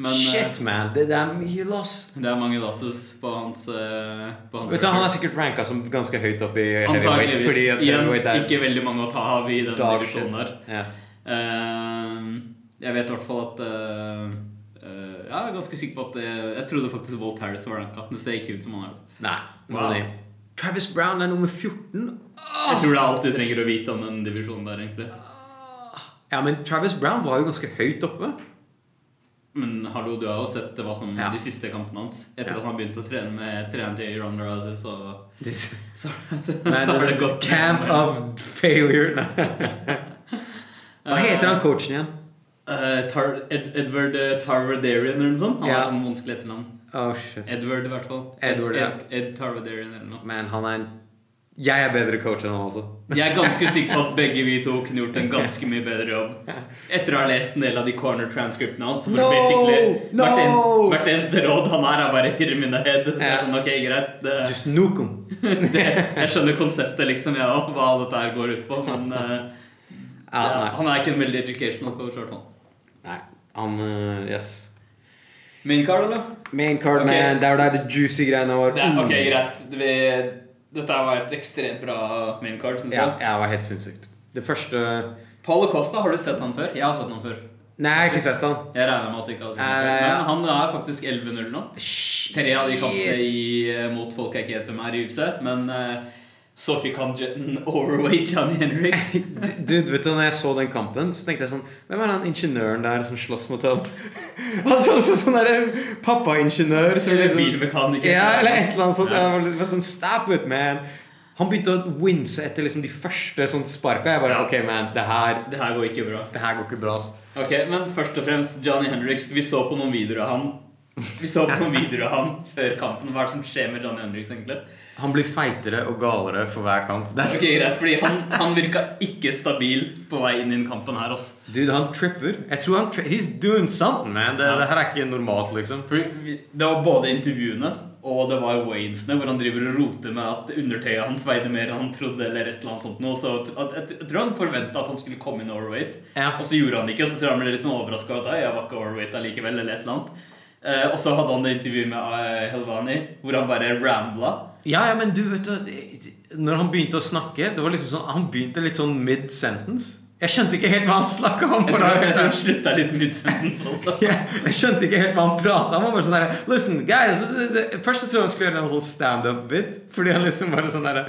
Speaker 1: Men eh,
Speaker 2: Shit, man. Det, det er mye loss.
Speaker 1: det er mange losses på hans, eh, på hans
Speaker 2: Vet du, Han er
Speaker 1: record.
Speaker 2: sikkert ranka som ganske høyt opp i heavyweight.
Speaker 1: Antakeligvis.
Speaker 2: Fordi at
Speaker 1: Igjen,
Speaker 2: heavyweight er
Speaker 1: ikke veldig mange å ta av i den
Speaker 2: dog
Speaker 1: divisjonen
Speaker 2: shit.
Speaker 1: der.
Speaker 2: Ja.
Speaker 1: Eh, jeg vet i hvert fall at eh, eh, Jeg er ganske sikker på at det, Jeg trodde faktisk Walt Harris var ranka. Det ser ikke ut som han er det.
Speaker 2: Nei.
Speaker 1: Wow.
Speaker 2: nei. Travis Brown er nummer 14. Åh!
Speaker 1: Jeg tror det er alt du trenger å vite om den divisjonen der, egentlig.
Speaker 2: Ja, men Travis Brown var jo ganske høyt oppe.
Speaker 1: Men hallo, du har jo sett hva som
Speaker 2: Ja.
Speaker 1: de siste kampene hans. Etter
Speaker 2: Ja.
Speaker 1: at han begynte å trene med treneren til Ron Rousey, så Så, så,
Speaker 2: Nei,
Speaker 1: så har det gått
Speaker 2: Camp of failure. Nei. Hva heter han coachen igjen?
Speaker 1: Eh, Tar Ed Edward eh, Tarvadarian eller noe sånt. Han
Speaker 2: Ja.
Speaker 1: har sånn vanskelig etternavn.
Speaker 2: Åh, Oh, shit.
Speaker 1: Edward, i hvert fall.
Speaker 2: Edward,
Speaker 1: Ed,
Speaker 2: ja.
Speaker 1: Ed, Ed Tarvadarian eller noe.
Speaker 2: Man, han er en Jeg er bedre coach enn han også.
Speaker 1: Jeg er ganske sikker på at begge vi to kunne gjort en ganske mye bedre jobb. Etter å ha lest en del av de corner transcriptene hans. hvor det
Speaker 2: No!
Speaker 1: basically-
Speaker 2: No!
Speaker 1: Hvert, eneste, hvert eneste råd han har, er bare 'here in the head'. Det
Speaker 2: Ja.
Speaker 1: er sånn, ok, greit det,
Speaker 2: Just nuke him.
Speaker 1: det, Jeg skjønner konseptet, liksom, jeg òg, hva dette her går ut på. Men eh,
Speaker 2: Ja,
Speaker 1: det er-
Speaker 2: nei.
Speaker 1: han er ikke en veldig educational coach. i hvert fall.
Speaker 2: nei. Han eh, Yes.
Speaker 1: Min Carl, eller?
Speaker 2: Main card,
Speaker 1: Ok.
Speaker 2: man. Det er jo der det juicy greiene var. Mm.
Speaker 1: Det er, ok, greit. Det, dette var et ekstremt bra main card, syns
Speaker 2: Ja,
Speaker 1: jeg.
Speaker 2: ja, det var helt sinnssykt. Det første
Speaker 1: Paulo Costa, har du sett han før? Jeg har sett han før.
Speaker 2: Nei, jeg har ikke sett han.
Speaker 1: Jeg regner med at du ikke har sett han
Speaker 2: Eh,
Speaker 1: før.
Speaker 2: ja.
Speaker 1: Men han er faktisk 11-0 nå. Tre av de kampene i, eh, mot folk jeg ikke vet hvem er i UFC, men eh, så fikk han Jetton overweight Johnny Henriks.
Speaker 2: Dude, vet du, når jeg så den kampen, så tenkte jeg sånn Hvem er han ingeniøren der som slåss mot han? Han så ut som sånn derre pappaingeniør som
Speaker 1: Eller
Speaker 2: liksom
Speaker 1: bilmekaniker.
Speaker 2: Ja, eller et eller annet sånt.
Speaker 1: Ja.
Speaker 2: Jeg var litt- var sånn Stop it, man! Han begynte å winse etter liksom de første sånn sparka. Jeg bare OK, man, det her,
Speaker 1: Det her går ikke bra.
Speaker 2: det her går ikke bra, ass.
Speaker 1: Ok, Men først og fremst, Johnny Henriks Vi så på noen videoer av han Vi så på noen videoer av han før kampen. Hva er det som skjer med Johnny Henriks, egentlig?
Speaker 2: Han blir feitere og galere for hver kamp. Det er
Speaker 1: Ok, greit, fordi han, han virka ikke stabil på vei inn i den kampen her. Også.
Speaker 2: Dude, han tripper. Jeg tror han tri He's doing something, man. Det, det her er ikke normalt, liksom.
Speaker 1: Fordi vi- Det var både intervjuene og det var Waynesene, hvor han driver og roter med at undertøyet hans veide mer enn han trodde. eller et eller annet sånt noe. Så t- at- jeg tror han forventa at han skulle komme inn overweight,
Speaker 2: Ja.
Speaker 1: og så gjorde han det ikke. Og så tror jeg han ble litt sånn overraska over at «Oi, jeg var ikke overweight allikevel, eller et eller annet. Eh, og så hadde han det intervjuet med eh, Helvani, hvor han bare rambla.
Speaker 2: Ja, ja, men du vet du, Når han begynte å snakke det var liksom sånn, Han begynte litt sånn mid-sentence. Jeg skjønte ikke helt hva han snakka om.
Speaker 1: Jeg tror
Speaker 2: for da-
Speaker 1: jeg tror han slutta litt midsentens også.
Speaker 2: jeg, jeg skjønte ikke helt hva han prata om. Han var sånn der, Listen, guys Først jeg trodde han skulle gjøre en sånn standup-bit. Fordi han liksom bare sånn der,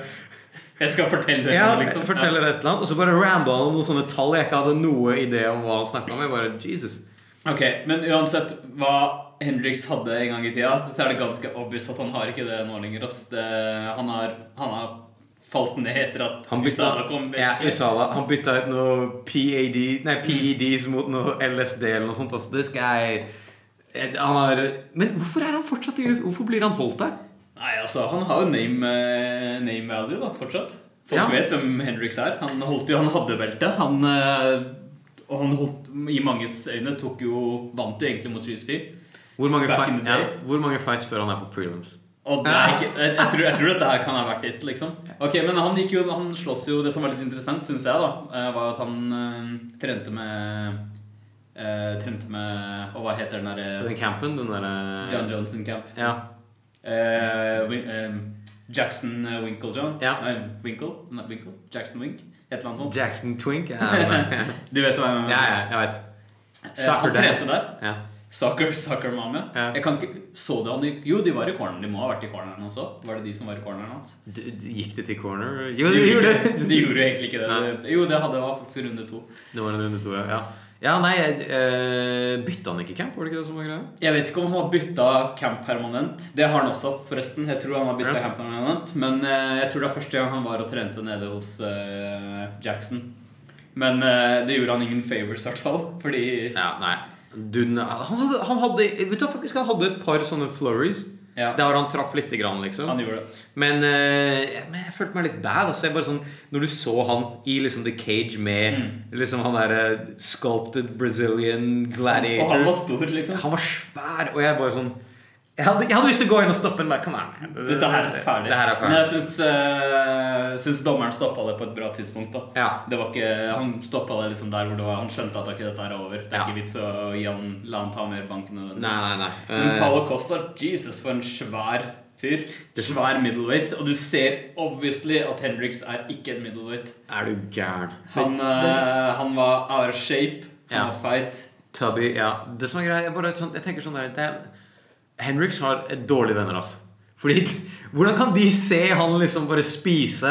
Speaker 1: Jeg skal fortelle dere
Speaker 2: Ja,
Speaker 1: noe, liksom.
Speaker 2: forteller et eller annet, og så bare rambla han om noen sånne tall jeg ikke hadde noe idé om hva han snakka om. Jeg bare, Jesus
Speaker 1: Ja. Ok, Men uansett hva Hendrix hadde en gang i tida, så er det ganske obvious at han har ikke det nå lenger. Ass. Det, han, har, han har falt ned etter at
Speaker 2: Han bytta,
Speaker 1: USADA kom.
Speaker 2: ja,
Speaker 1: basically.
Speaker 2: Usala, han bytta ut noe PAD, nei, PEDs mot noe LSD eller noe sånt. Altså, det skal jeg eh, han har, Men hvorfor er han fortsatt i UF? Hvorfor blir han holdt der?
Speaker 1: Nei, altså, han har jo name, eh, name value da, fortsatt. Folk
Speaker 2: Ja.
Speaker 1: vet hvem Henriks er. Han holdt jo, han hadde beltet. Han, eh, og han holdt, i manges øyne, tok jo, vant jo egentlig mot GSP.
Speaker 2: Hvor mange,
Speaker 1: Back
Speaker 2: fi-
Speaker 1: in the
Speaker 2: ja,
Speaker 1: day.
Speaker 2: hvor mange fights før han er på prelims?
Speaker 1: Og det er ikke, jeg, jeg, tror, jeg tror dette her kan ha vært it, liksom. Ok, Men han gikk jo, han slåss jo Det som var litt interessant, syns jeg, da, eh, var at han eh, trente med eh, Trente med Og hva heter den derre
Speaker 2: Den campen, den
Speaker 1: John
Speaker 2: derre
Speaker 1: Johnson Camp?
Speaker 2: ja.
Speaker 1: Eh, Win- eh, Jackson eh, Winklejohn?
Speaker 2: Ja.
Speaker 1: Nei, Winkle? Nei, Winkle? Jackson Wink? Et eller annet sånt.
Speaker 2: Jackson Twink? Ja, I don't know.
Speaker 1: Du vet hva jeg
Speaker 2: ja, ja, jeg veit.
Speaker 1: Eh, Han trente der.
Speaker 2: Ja.
Speaker 1: Soccer, soccer mom, ja.
Speaker 2: Ja.
Speaker 1: Jeg kan ikke, så du han i Jo, de var i corneren. De må ha vært i corneren også. Var det de som var i corneren hans?
Speaker 2: Du- du- Gikk det til corner? Jo,
Speaker 1: De
Speaker 2: det gjorde
Speaker 1: ikke-
Speaker 2: det!
Speaker 1: de gjorde jo egentlig ikke det.
Speaker 2: Nei.
Speaker 1: Det- Jo, det hadde var faktisk runde to.
Speaker 2: Det var en runde to, ja. ja. Ja, nei, eh, bytta han ikke camp? Var det ikke det som var greia?
Speaker 1: Jeg vet ikke om han har bytta camp permanent. Det har han også, forresten. Jeg tror han har bytta
Speaker 2: Ja.
Speaker 1: camp permanent. Men eh, jeg tror det er første gang han var og trente nede hos eh, Jackson. Men eh, det gjorde han ingen favors, i hvert fall. Fordi
Speaker 2: Ja, nei Dun, han, hadde, han hadde Vet du hva, faktisk han hadde et par sånne flurries
Speaker 1: Ja.
Speaker 2: Der han traff litt grann liksom
Speaker 1: han gjorde det.
Speaker 2: men, eh, men jeg følte meg litt bad altså. jeg bare sånn, Når du så han i liksom The Cage Med
Speaker 1: Mm.
Speaker 2: liksom han der eh, Sculpted Brazilian Gladiator
Speaker 1: Og han var stor, liksom.
Speaker 2: Han var svær Og jeg bare sånn Jeg hadde, jeg hadde lyst til å gå inn og stoppe den der Kom her
Speaker 1: Dette her er ferdig.
Speaker 2: Det her er
Speaker 1: Men
Speaker 2: ferdig
Speaker 1: jeg syns, eh, syns dommeren stoppa det på et bra tidspunkt. da
Speaker 2: Ja.
Speaker 1: Det var ikke, Han stoppa det liksom der hvor det var Han skjønte at ok, dette her er over. Det er
Speaker 2: Ja.
Speaker 1: ikke vits å gi han, la han ta mer bank enn nødvendig.
Speaker 2: Nei, nei, nei
Speaker 1: Men
Speaker 2: Eh,
Speaker 1: Paulo Costa, Jesus, for en svær fyr. Svær middleweight. Og du ser obviously at Hendrix er ikke en middleweight.
Speaker 2: Eh, Er du gæren
Speaker 1: Han, eh, han var out of shape. Han
Speaker 2: Ja.
Speaker 1: var fight.
Speaker 2: Tubby, ja. Det som er greia, jeg, bare, sånn, jeg tenker sånn der det, Henriks har et dårlig venner, altså. Fordi, hvordan kan de se han liksom bare spise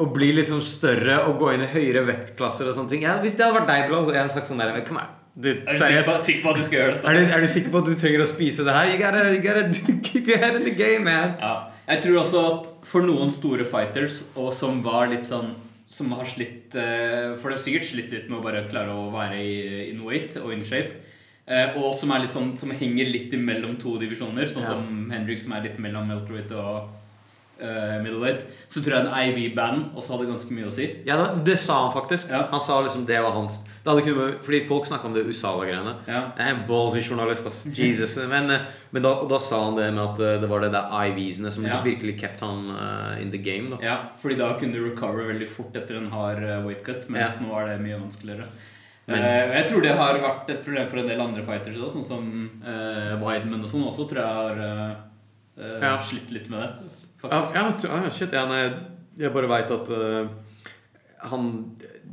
Speaker 2: og bli liksom større og gå inn i høyere vektklasser og sånne ting? Jeg, hvis det hadde vært deg, Blå, jeg hadde sagt sånn der Kom her. Du,
Speaker 1: Er du sikker på,
Speaker 2: seriøst.
Speaker 1: sikker på at du skal gjøre dette?
Speaker 2: Er du, er du sikker på at du trenger å spise det her? You gotta, you gotta keep your head in the game, man.
Speaker 1: Ja. Jeg tror også at for noen store fighters, og som var litt sånn Som har slitt eh, For de har sikkert slitt litt med å bare klare å være i, in weight og in shape. eh, Og som er litt sånn Som henger litt imellom to divisjoner, sånn
Speaker 2: Ja.
Speaker 1: som Henrik, som er litt mellom welterweight og eh, middleweight. Så tror jeg en IV-band også hadde ganske mye å si.
Speaker 2: Ja, da- det sa han faktisk.
Speaker 1: Ja.
Speaker 2: Han sa liksom det var hans. Det hadde kun, fordi folk snakka om det USA-greiene.
Speaker 1: Ja.
Speaker 2: Jeg er en ballsy journalist, ass. Jesus. Men, eh, men da, og da sa han det med at eh, det var det der IVs-ene som
Speaker 1: Ja.
Speaker 2: virkelig kept han eh, in the game, da.
Speaker 1: Ja, fordi da kunne du recover veldig fort etter en hard eh, weight cut, mens nå er det mye vanskeligere.
Speaker 2: Men-
Speaker 1: Eh, jeg tror det har vært et problem for en del andre fighters òg, sånn som uh, Weidman og sånn også, tror jeg har eh, eh,
Speaker 2: Ja.
Speaker 1: slitt litt med det.
Speaker 2: Ja,
Speaker 1: Faktisk.
Speaker 2: ja, t- ah, shit. Ja, nei, jeg bare veit at eh, han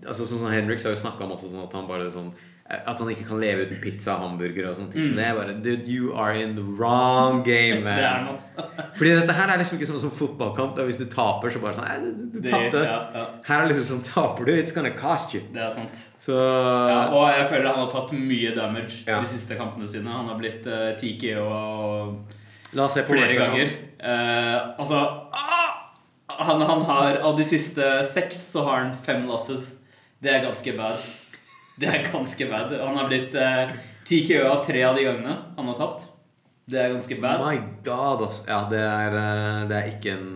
Speaker 2: Altså Sånn som Henrik har jo snakka om også sånn at han bare sånn at han ikke kan leve uten pizza og hamburgere og sånt. Så det er bare Dude, you are in the wrong game,
Speaker 1: Mm.
Speaker 2: man.
Speaker 1: Det er den, altså.
Speaker 2: Fordi dette her er liksom ikke sånn som fotballkamp. Der hvis du taper, så bare sånn «Nei, Du, du
Speaker 1: Det-
Speaker 2: tapte.
Speaker 1: Ja, ja,
Speaker 2: Her er liksom sånn Taper du, it's gonna cost you.
Speaker 1: det er sant.
Speaker 2: Så
Speaker 1: Ja, og jeg føler han har tatt mye damage
Speaker 2: Ja.
Speaker 1: de siste kampene sine. Han har blitt uh, TKO og
Speaker 2: la oss se på
Speaker 1: flere
Speaker 2: rekordet
Speaker 1: ganger.
Speaker 2: hans.
Speaker 1: Eh, altså ah! han, han har Av de siste seks så har han fem losses. Det er ganske bad. Det er ganske bad. Han har blitt eh, TKO av tre av de gangene han har tapt. Det er ganske bad.
Speaker 2: My god, altså. Ja, det er, eh, det er ikke en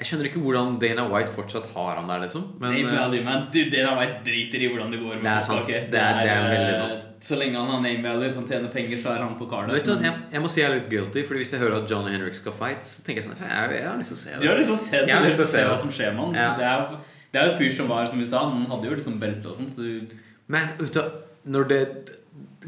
Speaker 2: Jeg skjønner ikke hvordan Dana White fortsatt har han der, liksom. Men
Speaker 1: Name
Speaker 2: eh,
Speaker 1: value, man. Du, det der meg driter i hvordan det går. med
Speaker 2: Det er
Speaker 1: folk,
Speaker 2: sant.
Speaker 1: ok?
Speaker 2: Det er- det er
Speaker 1: eh,
Speaker 2: veldig sant.
Speaker 1: Så lenge han har name value, kan tjene penger, så er han på kartet.
Speaker 2: vet du, jeg, jeg må si jeg er litt guilty, Fordi hvis jeg hører at John og Henrik skal fight, så tenker jeg sånn "Faen, Jeg, jeg har lyst til å se
Speaker 1: Du har
Speaker 2: det.
Speaker 1: lyst til å se det.
Speaker 2: Jeg har
Speaker 1: du har
Speaker 2: lyst til å se
Speaker 1: hva
Speaker 2: det.
Speaker 1: som skjer med han.
Speaker 2: Ja.
Speaker 1: Det er jo- Det er jo en fyr som var, som vi sa, han hadde jo liksom belte og sånn, så du
Speaker 2: Men vet du, når det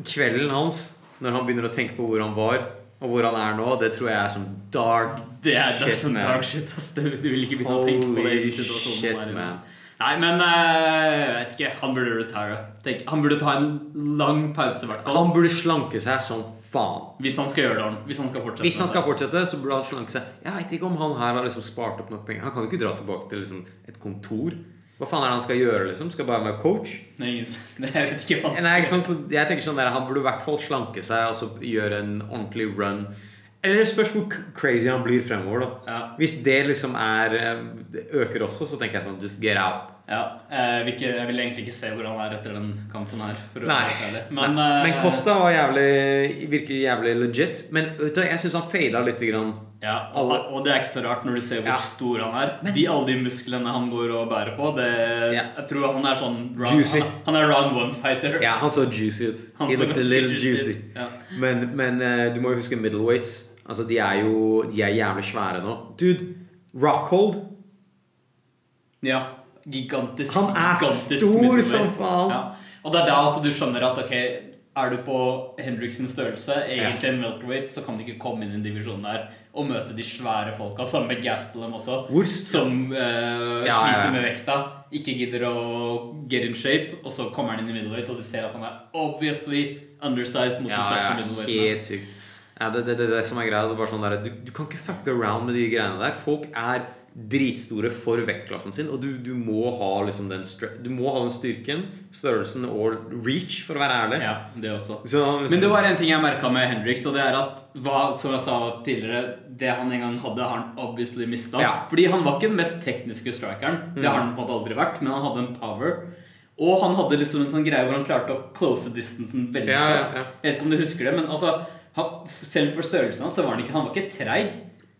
Speaker 2: Kvelden hans når han begynner å tenke på hvor han var, og hvor han er nå, det tror jeg er sånn dark
Speaker 1: Det er dark,
Speaker 2: Shit,
Speaker 1: sånn
Speaker 2: man.
Speaker 1: dark shit, ass. Det du vil ikke begynne å tenke på det.
Speaker 2: Holy
Speaker 1: i situasjonen
Speaker 2: shit,
Speaker 1: man er i nå.
Speaker 2: man.
Speaker 1: Nei, men eh, jeg vet ikke. Han burde retire. Tenk, han burde ta en lang pause, i hvert fall.
Speaker 2: Han burde slanke seg som faen.
Speaker 1: Hvis han skal gjøre det ordentlig. Hvis han skal fortsette.
Speaker 2: Hvis han
Speaker 1: med
Speaker 2: skal
Speaker 1: det.
Speaker 2: fortsette, så burde han slanke seg. Jeg veit ikke om han her har liksom spart opp nok penger. Han kan jo ikke dra tilbake til liksom et kontor. Hva faen er det han skal gjøre? liksom? Skal bare være coach?
Speaker 1: Nei, ingen- Nei, jeg vet ikke hva han
Speaker 2: Nei, ikke sant? Så jeg tenker sånn der, Han burde i hvert fall slanke seg og så gjøre en ordentlig run. Eller det spørs hvor k- crazy han blir fremover. da
Speaker 1: Ja,
Speaker 2: Hvis det liksom er eh, det øker også, så tenker jeg sånn Just get out.
Speaker 1: ja. Jeg, vil ikke, jeg vil egentlig ikke se hvor han er etter den kampen her. For å
Speaker 2: Nei.
Speaker 1: være helt ærlig.
Speaker 2: Men,
Speaker 1: eh,
Speaker 2: men Costa var jævlig, virker jævlig legit. Men vet du, hva, jeg syns han fada litt. Grann.
Speaker 1: Ja, og,
Speaker 2: Alle-
Speaker 1: og det er ikke så rart når du ser hvor
Speaker 2: Ja.
Speaker 1: stor han er. De, alle de musklene han går og bærer på, det,
Speaker 2: Ja.
Speaker 1: jeg tror han er sånn round,
Speaker 2: Juicy.
Speaker 1: Han, han er round one fighter.
Speaker 2: Ja, han så juicy ut.
Speaker 1: Han
Speaker 2: He
Speaker 1: så
Speaker 2: looked a
Speaker 1: ganske
Speaker 2: little
Speaker 1: juicy
Speaker 2: juicy.
Speaker 1: ut, ja.
Speaker 2: Men, men eh, du må jo huske middleweights. Altså, de er jo de er jævlig svære nå. Dude, Rockhold
Speaker 1: Ja, gigantisk.
Speaker 2: Han er
Speaker 1: gigantisk
Speaker 2: stor
Speaker 1: middleweight.
Speaker 2: som faen.
Speaker 1: Ja. Og det er da altså, du skjønner at ok, er du på Hendricks sin størrelse, egentlig en welterweight, så kan du ikke komme inn i den divisjonen der og møte de svære folka. Samme med Gastelum også,
Speaker 2: Hvor st-
Speaker 1: som eh,
Speaker 2: Ja, ja, ja.
Speaker 1: sliter med vekta. Ikke gidder å get in shape, og så kommer han inn i middleweight, og du ser at han er obviously undersized mot de
Speaker 2: Ja, ja,
Speaker 1: største middleweightene.
Speaker 2: helt sykt. Ja, det, det, det, det som er greia, det er bare sånn der, du, du kan ikke fucke around med de greiene der. Folk er dritstore for vektklassen sin, og du, du må ha liksom den stre- Du må ha den styrken, størrelsen og reach, for å være ærlig.
Speaker 1: Ja, det også.
Speaker 2: Så han liksom,
Speaker 1: Men det var en ting jeg merka med Henrik, og det er at hva, som jeg sa tidligere, det han en gang hadde, har han obviously mista.
Speaker 2: Ja. Mm.
Speaker 1: Fordi han var ikke den mest tekniske strikeren. Det har han på en måte aldri vært, men han hadde en power. Og han hadde liksom en sånn greie hvor han klarte å close distansen veldig
Speaker 2: Ja, ja,
Speaker 1: kjapt.
Speaker 2: ja.
Speaker 1: Jeg vet ikke om du husker det, men altså han, Selv for størrelsen hans så var han ikke Han var ikke treig.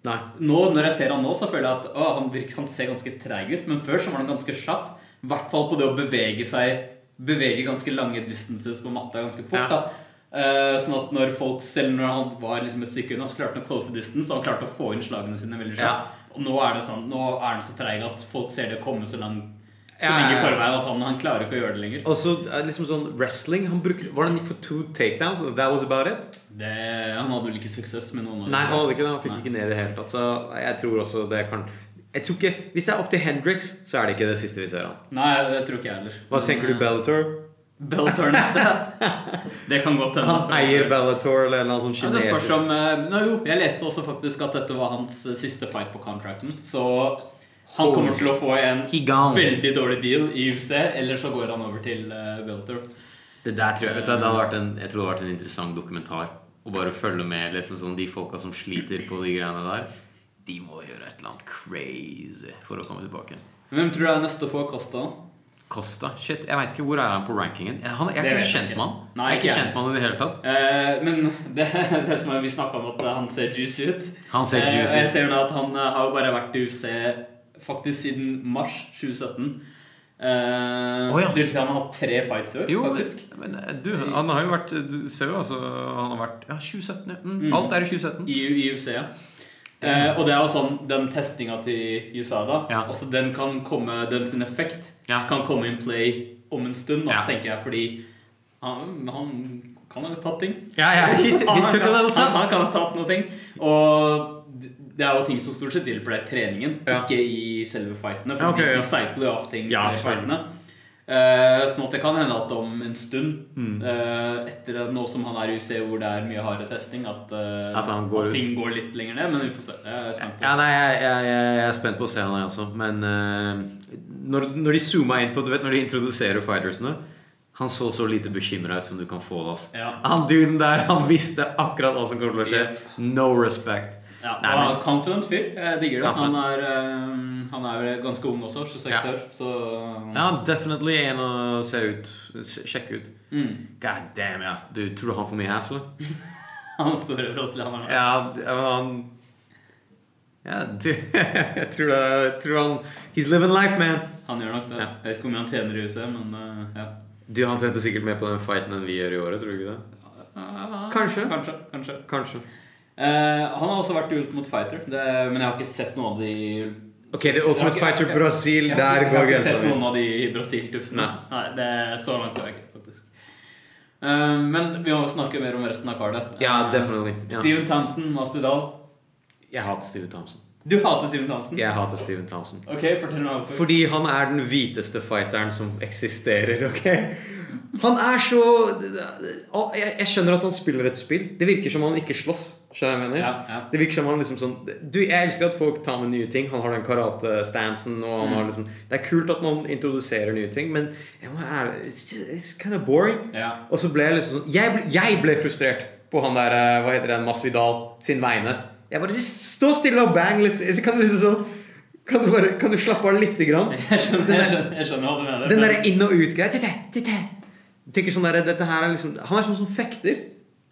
Speaker 2: Nei.
Speaker 1: Nå, Når jeg ser han nå, så føler jeg at å, han, virker, han ser ganske treig ut. Men før så var han ganske kjapp. I hvert fall på det å bevege seg Bevege ganske lange distances på matta ganske fort.
Speaker 2: Ja.
Speaker 1: da Eh, Sånn at når folk Selv når han var liksom et stykke unna, så klarte han å close distance og han klarte å få inn slagene sine veldig
Speaker 2: Ja.
Speaker 1: kjapt. Og nå er det sånn, nå er han så treig at folk ser det komme så langt så
Speaker 2: Ja,
Speaker 1: lenge i
Speaker 2: ja, ja.
Speaker 1: forveien at han, han klarer ikke å gjøre det lenger.
Speaker 2: Og så eh, liksom sånn wrestling Han brukte, Var det han gikk for two takedowns? and That was about it?
Speaker 1: Det, han hadde vel ikke suksess med noen av
Speaker 2: Nei, han hadde ikke det. Han fikk
Speaker 1: Nei.
Speaker 2: ikke ned i det hele tatt. Så jeg tror også det kan Jeg tror ikke, Hvis det er opp til Hendrix, så er det ikke det siste vi ser han.
Speaker 1: Nei, det tror ikke jeg heller.
Speaker 2: Hva tenker
Speaker 1: eh,
Speaker 2: du, Bellator?
Speaker 1: Bellator neste? Det kan godt hende.
Speaker 2: Han
Speaker 1: for-
Speaker 2: eier Bellator eller noe sånt
Speaker 1: Ja, det spørs
Speaker 2: kinesisk.
Speaker 1: om eh, Nå jo, jeg leste også faktisk at dette var hans eh, siste fight på contracten. Så han
Speaker 2: Holy
Speaker 1: kommer til å få en
Speaker 2: He gone.
Speaker 1: veldig dårlig deal i UFC, eller så går han over til uh, Belter.
Speaker 2: Det der tror jeg vet du, det hadde vært en, Jeg tror det hadde vært en interessant dokumentar. Å bare følge med liksom sånn de folka som sliter på de greiene der. De må gjøre et eller annet crazy for å komme tilbake.
Speaker 1: Hvem tror du er neste for Costa?
Speaker 2: Costa, shit, Jeg veit ikke hvor er han på rankingen. Han, jeg er
Speaker 1: Det
Speaker 2: ikke
Speaker 1: vet
Speaker 2: så
Speaker 1: jeg
Speaker 2: kjent
Speaker 1: ikke.
Speaker 2: med han.
Speaker 1: Nei,
Speaker 2: Jeg er
Speaker 1: ikke
Speaker 2: ikke
Speaker 1: jeg.
Speaker 2: kjent med han i det hele tatt.
Speaker 1: Eh, men det, det som er- vi snakka om, at han ser juicy ut.
Speaker 2: Han ser
Speaker 1: Eh, og
Speaker 2: juicy
Speaker 1: jeg
Speaker 2: ut.
Speaker 1: ser nå at han eh, har jo bare vært i UFC faktisk siden mars 2017. Eh,
Speaker 2: Å, ja.
Speaker 1: Det vil si han har hatt tre fights i år,
Speaker 4: Jo,
Speaker 1: faktisk.
Speaker 4: men, men du, han har jo vært Du ser jo altså Han har vært Ja, 2017, ja. Mm,
Speaker 1: Mm.
Speaker 4: Alt er i 2017.
Speaker 1: I, i UFC, ja. Eh, og det er jo sånn, den testinga til USADA
Speaker 4: Ja.
Speaker 1: altså den kan komme, den sin effekt
Speaker 4: Ja.
Speaker 1: kan komme in play om en stund, da,
Speaker 4: Ja.
Speaker 1: tenker jeg, fordi han, han kan ha tatt ting.
Speaker 2: Ja, ja, he, he
Speaker 1: Han
Speaker 2: took altså. a
Speaker 1: kan-
Speaker 2: little
Speaker 1: han,
Speaker 2: shot.
Speaker 1: han kan ha tatt noe ting. Og d- det er jo ting som stort sett gjelder for deg i treningen,
Speaker 2: Ja.
Speaker 1: ikke i selve fightene. For
Speaker 2: Ja, ok,
Speaker 1: hvis
Speaker 2: ja.
Speaker 1: du cycler jo av ting
Speaker 2: Ja,
Speaker 1: før
Speaker 2: selvfølgelig.
Speaker 1: fightene. Eh, sånn at det kan hende at om en stund,
Speaker 2: Mm.
Speaker 1: eh, etter at- nå som han er i UC hvor det er mye hardere testing, at, eh,
Speaker 2: At han går ut.
Speaker 1: ting går litt lenger ned. Men vi får se. Jeg er spent på
Speaker 2: Ja, nei, jeg, jeg, jeg jeg er spent på å se han, jeg også. Men eh, når, når de zooma inn på Du vet, når de introduserer fightersene Han så så lite bekymra ut som du kan få det. Altså.
Speaker 1: Ja.
Speaker 2: Han duden der, han visste akkurat hva som kom til å skje. No respect.
Speaker 1: Ja,
Speaker 2: Nei,
Speaker 1: og
Speaker 2: men-
Speaker 1: han er confident fyr. Jeg digger det. Han
Speaker 2: Confident.
Speaker 1: er, eh, han er jo ganske ung også, 26
Speaker 2: Ja.
Speaker 1: år. Så
Speaker 2: Ja, definitely en å se ut se- Sjekke ut.
Speaker 1: mm.
Speaker 2: God damn, ja. Du, tror du han får mye hassle?
Speaker 1: han er store brasilianeren.
Speaker 2: Ja, d- ja, men han Ja, du Jeg tror, det, jeg tror han He's living life, man.
Speaker 1: Han gjør nok det.
Speaker 2: Ja.
Speaker 1: Jeg vet ikke hvor mye han tjener i huset, men eh, ja.
Speaker 2: Du, han tjente sikkert mer på den fighten enn vi gjør i året, tror du ikke det? Kanskje.
Speaker 1: Kanskje, kanskje.
Speaker 2: Kanskje.
Speaker 1: Eh, han har også vært i Ultimate Fighter, det, men jeg har ikke sett noen av de
Speaker 2: Ok, The Ultimate
Speaker 1: Jeg har ikke-
Speaker 2: Fighter Brasil,
Speaker 1: Jeg har
Speaker 2: der
Speaker 1: ikke-
Speaker 2: går
Speaker 1: Jeg har ikke
Speaker 2: grensa
Speaker 1: sett
Speaker 2: mi.
Speaker 1: noen av de Brasil-tufsene.
Speaker 2: Nei.
Speaker 1: Nei, det er så langt har jeg ikke, faktisk. Eh, men vi må snakke mer om resten av kartet.
Speaker 2: Yeah,
Speaker 1: Eh,
Speaker 2: definitely. Yeah.
Speaker 1: Steven Thompson, Mastudal.
Speaker 2: Jeg hater Steven Thompson.
Speaker 1: Du hater Steven Thompson?
Speaker 2: Jeg hater Steven Thompson.
Speaker 1: Ok, fortell meg hvorfor.
Speaker 2: Fordi han er den hviteste fighteren som eksisterer, ok? Han er så Jeg jeg skjønner at han spiller et spill. Det virker som han ikke slåss. Skjønner du hva jeg mener?
Speaker 1: Ja, ja.
Speaker 2: Det virker som han liksom sånn Du, Jeg elsker at folk tar med nye ting. Han har den karate-stansen. og han
Speaker 1: Mm.
Speaker 2: har liksom Det er kult at man introduserer nye ting, men jeg må ærlig, it's, just- it's kind of boring.
Speaker 1: Ja.
Speaker 2: Og så ble jeg liksom sånn Jeg ble, jeg ble frustrert på han der eh, Hva heter den? Masvidal sin vegne. Jeg bare Stå stille og bang litt. Så Kan du liksom sånn Kan du bare Kan du slappe av lite grann?
Speaker 1: Jeg skjønner, jeg, skjønner, jeg skjønner hva du mener.
Speaker 2: Den
Speaker 1: men
Speaker 2: derre inn og ut-greia. titte, titte. Jeg Tenker sånn der, dette her er liksom Han er sånn som fekter.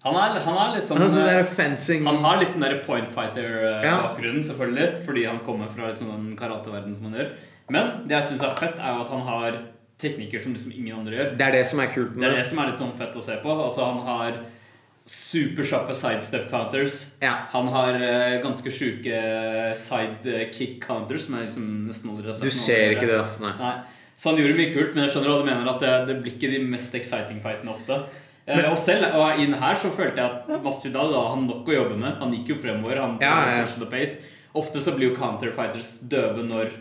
Speaker 1: han, er, han er litt sånn
Speaker 2: Han er sånn der
Speaker 1: eh,
Speaker 2: fencing
Speaker 1: Han har litt den der point
Speaker 2: Ja.
Speaker 1: fighter-bakgrunnen, selvfølgelig. Fordi han kommer fra liksom, den karateverden som han gjør. Men det jeg syns er fett, er jo at han har teknikker som liksom ingen andre gjør.
Speaker 2: Det er det som er kult
Speaker 1: Det
Speaker 2: med
Speaker 1: er det som er litt sånn fett å se på. Altså, han har superkjappe sidestep counters.
Speaker 2: Ja.
Speaker 1: Han har eh, ganske sjuke sidekick counters, som er liksom nesten aldri har sett
Speaker 2: Du
Speaker 1: noen
Speaker 2: ser
Speaker 1: andre
Speaker 2: ikke det,
Speaker 1: gjøre.
Speaker 2: altså. Nei.
Speaker 1: Nei. Så han gjorde mye kult, men jeg skjønner hva du mener at det, det blir ikke de mest exciting fightene ofte. Eh, og selv og inn her så følte jeg at Masvidal da, han nok å jobbe med. Han gikk jo fremover. han
Speaker 2: Ja, ja, ja.
Speaker 1: pushet the pace. Ofte så blir jo counterfighters døve når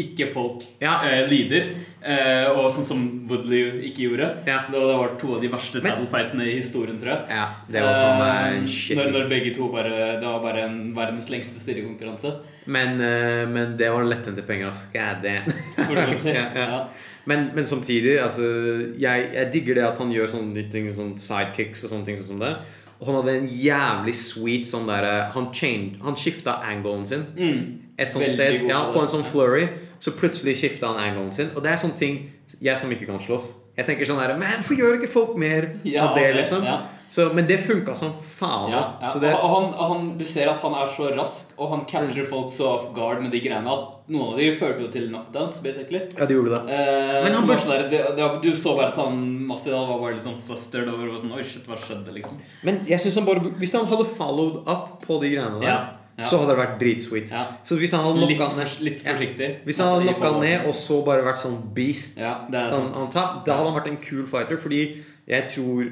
Speaker 1: ikke folk
Speaker 2: Ja.
Speaker 1: eh, lider. Eh, og sånn som Woodley ikke gjorde.
Speaker 2: Ja.
Speaker 1: Det, det var to av de verste
Speaker 2: Men-
Speaker 1: tattlefightene i historien, tror jeg.
Speaker 2: Ja, det var for meg
Speaker 1: Eh,
Speaker 2: en
Speaker 1: når,
Speaker 2: shitty
Speaker 1: når begge to bare Det var bare en verdens lengste stirrekonkurranse.
Speaker 2: men, eh, men det var lettente penger, altså. God damn.
Speaker 1: Forhåpentlig.
Speaker 2: ja, ja.
Speaker 1: Ja.
Speaker 2: Men, men samtidig, altså jeg, jeg digger det at han gjør sånne nytt ting, sånn sidekicks og sånne ting sånn som det. Og han hadde en jævlig sweet sånn derre Han, changed- han skifta anglen sin.
Speaker 1: Mm.
Speaker 2: Et sånt
Speaker 1: Veldig
Speaker 2: sted,
Speaker 1: god
Speaker 2: ja,
Speaker 1: på
Speaker 2: På
Speaker 1: det.
Speaker 2: en sånn flurry. Så plutselig skifta han anglen sin. Og det er sånne ting jeg som ikke kan slåss. Jeg tenker sånn derre Man, hvorfor gjør ikke folk mer
Speaker 1: Ja,
Speaker 2: av det,
Speaker 1: det-
Speaker 2: liksom?
Speaker 1: ja.
Speaker 2: Så, men det funka som faen.
Speaker 1: Ja, ja.
Speaker 2: Så det,
Speaker 1: Og han, og han, du ser at han er så rask, og han catcher folk så off guard med de greiene at noen av de førte jo til knockdowns, basically.
Speaker 2: ja, det gjorde det.
Speaker 1: Eh,
Speaker 2: Men han
Speaker 1: som
Speaker 2: bør-
Speaker 1: var sånn der, det, det, du så bare at han Masvidal var bare litt sånn flustered over og var sånn, Oi, shit, hva skjedde, liksom?
Speaker 2: Men jeg synes han bare hvis han hadde followed up på de greiene der,
Speaker 1: Ja, ja.
Speaker 2: så hadde det vært dritsweet.
Speaker 1: Ja.
Speaker 2: Så hvis han hadde
Speaker 1: Litt,
Speaker 2: knocka han ned
Speaker 1: fors- litt
Speaker 2: Ja.
Speaker 1: forsiktig.
Speaker 2: Hvis han hadde
Speaker 1: At de
Speaker 2: knocka han
Speaker 1: får-
Speaker 2: ned og så bare vært sånn beast
Speaker 1: Ja, det er
Speaker 2: sånn,
Speaker 1: sant.
Speaker 2: on top, Da hadde han vært en kul fighter, fordi jeg tror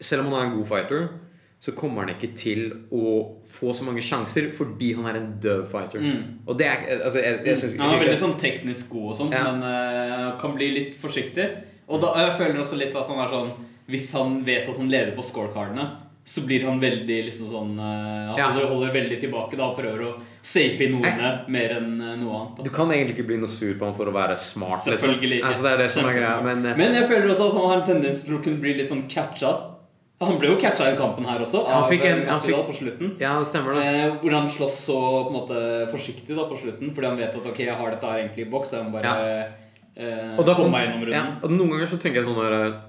Speaker 2: Selv om han er en god fighter, så kommer han ikke til å få så mange sjanser fordi han er en døv fighter.
Speaker 1: Mm.
Speaker 2: Og det er altså, jeg, jeg synes,
Speaker 1: Han er
Speaker 2: jeg
Speaker 1: veldig
Speaker 2: synes
Speaker 1: sånn teknisk god og sånn,
Speaker 2: Ja.
Speaker 1: men eh, kan bli litt forsiktig. Og da, jeg føler også litt at han er sånn Hvis han vet at han leder på scorecardene, så blir han veldig liksom sånn eh, Han
Speaker 2: Ja.
Speaker 1: holder, holder veldig tilbake da og prøver å safe inn ordene mer enn eh, noe annet. Da.
Speaker 2: Du kan egentlig ikke bli noe sur på ham for å være smart. Liksom.
Speaker 1: Selvfølgelig ikke.
Speaker 2: Altså, det er det som er greia.
Speaker 1: Kjempesmart.
Speaker 2: Men, eh,
Speaker 1: Men jeg føler også at han har en tendens til å kunne bli litt sånn catcha. Han ble jo catcha i den kampen her også,
Speaker 2: Han
Speaker 1: av
Speaker 2: fikk en-
Speaker 1: eh,
Speaker 2: han
Speaker 1: Masvidal
Speaker 2: fikk-
Speaker 1: på slutten.
Speaker 2: ja, det stemmer det.
Speaker 1: Eh, hvor han slåss så på en måte forsiktig da på slutten, fordi han vet at ok, jeg har dette her egentlig i boks. Jeg må bare eh,
Speaker 2: Og, da
Speaker 1: komme
Speaker 2: kom,
Speaker 1: meg gjennom
Speaker 2: ja,
Speaker 1: runden.
Speaker 2: og noen ganger så tenker jeg sånn der, eh,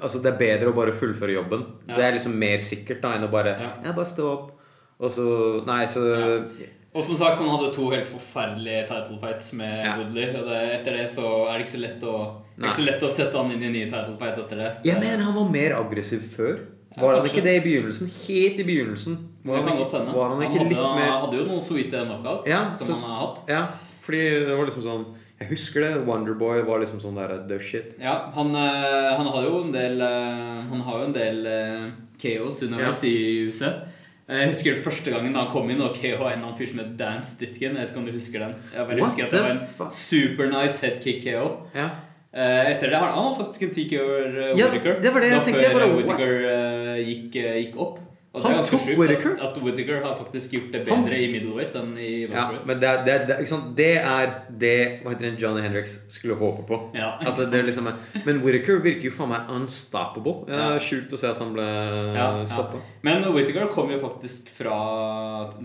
Speaker 2: Altså Det er bedre å bare fullføre jobben.
Speaker 1: Ja.
Speaker 2: Det er liksom mer sikkert da enn å bare Ja,
Speaker 1: Ja.
Speaker 2: bare stå opp. Og så Nei, så
Speaker 1: Og som sagt, han hadde to helt forferdelige title fights med
Speaker 2: Ja.
Speaker 1: Woodley. Og det, etter det så er det ikke så lett å det er ikke så lett å sette han inn i en ny title fight etter det.
Speaker 2: Jeg mener han var mer aggressiv før. Var han
Speaker 1: kanskje.
Speaker 2: ikke det i begynnelsen? Helt i begynnelsen.
Speaker 1: det
Speaker 2: Var han
Speaker 1: kan godt
Speaker 2: ikke,
Speaker 1: hende.
Speaker 2: var han ikke
Speaker 1: hadde,
Speaker 2: litt mer
Speaker 1: hadde jo noen sweete knockouts
Speaker 2: Ja,
Speaker 1: som
Speaker 2: så-
Speaker 1: han har hatt.
Speaker 2: Ja, fordi det var liksom sånn Jeg husker det. Wonderboy var liksom sånn der the shit.
Speaker 1: Ja, han, eh, han har jo en del eh, Han har jo en del eh, KOs underveis i huset. Eh, Jeg husker første gangen da han kom inn og KO en annen fyr som het Dan Stitkin. Jeg vet ikke om du husker den. Jeg bare
Speaker 2: What
Speaker 1: husker at det
Speaker 2: the
Speaker 1: var en
Speaker 2: fuck?
Speaker 1: super nice headkick KO.
Speaker 2: Ja.
Speaker 1: Eh, etter det har han, han har faktisk en TKR uh,
Speaker 2: Ja,
Speaker 1: Whittaker.
Speaker 2: det var det jeg
Speaker 1: da
Speaker 2: tenkte, jeg bare,
Speaker 1: før
Speaker 2: what?
Speaker 1: Whittaker eh, gikk, eh, gikk opp. Og det
Speaker 2: Han
Speaker 1: er ganske
Speaker 2: tok
Speaker 1: sjukt
Speaker 2: Whittaker?
Speaker 1: At, at Whittaker har faktisk gjort det bedre
Speaker 2: Han-
Speaker 1: i middleweight enn i
Speaker 2: Ja,
Speaker 1: welterweight.
Speaker 2: men det, er- det, er- det, er- ikke sant? det er det hva heter den, Johnny Hendricks skulle håpe på.
Speaker 1: Ja,
Speaker 2: at
Speaker 1: ikke
Speaker 2: det, det er liksom, men Whittaker virker jo faen meg unstoppable. Det
Speaker 1: Ja.
Speaker 2: er Sjukt å se at han ble
Speaker 1: Ja,
Speaker 2: stoppa.
Speaker 1: ja. Men Whittaker kom jo faktisk fra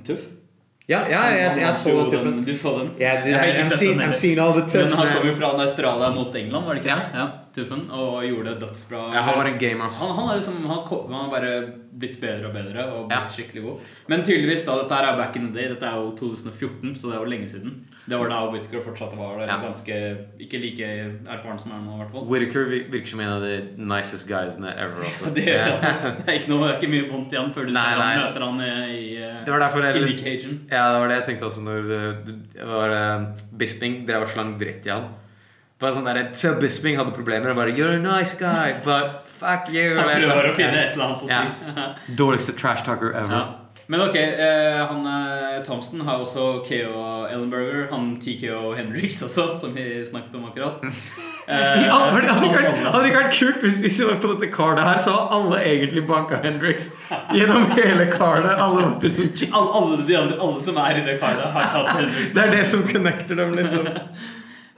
Speaker 1: Tuff.
Speaker 2: Ja, ja, jeg, jeg,
Speaker 1: Han
Speaker 2: så
Speaker 1: vant jo
Speaker 2: den tøffen.
Speaker 1: Du så den?
Speaker 2: Yeah,
Speaker 1: Jeg har ikke
Speaker 2: I'm,
Speaker 1: sett
Speaker 2: seen,
Speaker 1: den
Speaker 2: I'm
Speaker 1: heller.
Speaker 2: seen all the
Speaker 1: Men
Speaker 2: touch
Speaker 1: han kom
Speaker 2: now.
Speaker 1: jo fra Australia mot England, var det ikke det? Ja, Tuffen, og gjorde det dødsbra.
Speaker 2: Ja, han var en gamer, ass.
Speaker 1: Han, han, er liksom, han, kom, han har bare blitt bedre og bedre og blitt
Speaker 2: Ja.
Speaker 1: skikkelig god. Men tydeligvis, da, dette her er back in the day. Dette er jo 2014, så det er jo lenge siden. Det var da Whittaker fortsatt var
Speaker 2: Ja.
Speaker 1: ganske ikke like erfaren som han er nå, i hvert fall.
Speaker 2: Whittaker vir- virker som en av de nicest guysene ever. Også.
Speaker 1: Det, det er ikke noe, det er ikke mye vondt igjen før du
Speaker 2: Nei,
Speaker 1: ser han
Speaker 2: nei.
Speaker 1: møter han i, i, eh,
Speaker 2: Det var derfor jeg
Speaker 1: i Nick Cajun.
Speaker 2: Ja, det var det jeg tenkte også når eh, det var, eh, Bisping drev og slang dritt i han. Bare sånn der, Selv Bisping hadde problemer. Han bare You're a nice guy, but fuck you.
Speaker 1: Han prøver å finne
Speaker 2: Ja.
Speaker 1: et eller annet å si.
Speaker 5: Dårligste trash talker ever.
Speaker 1: Ja. Men ok, eh, han eh, Thompson har også KO Ellenberger, han TKO Henriks også, som vi snakket om akkurat. Eh,
Speaker 5: Ja, for det hadde ikke vært,
Speaker 1: han-
Speaker 5: hadde ikke vært kult hvis, hvis det var på dette kartet her, så hadde alle egentlig banka Hendrix gjennom hele kartet. Alle var sånn, "Shit."
Speaker 1: alle, alle de andre, alle som er i det kartet, har tatt Henriks.
Speaker 5: det er det som connecter dem, liksom.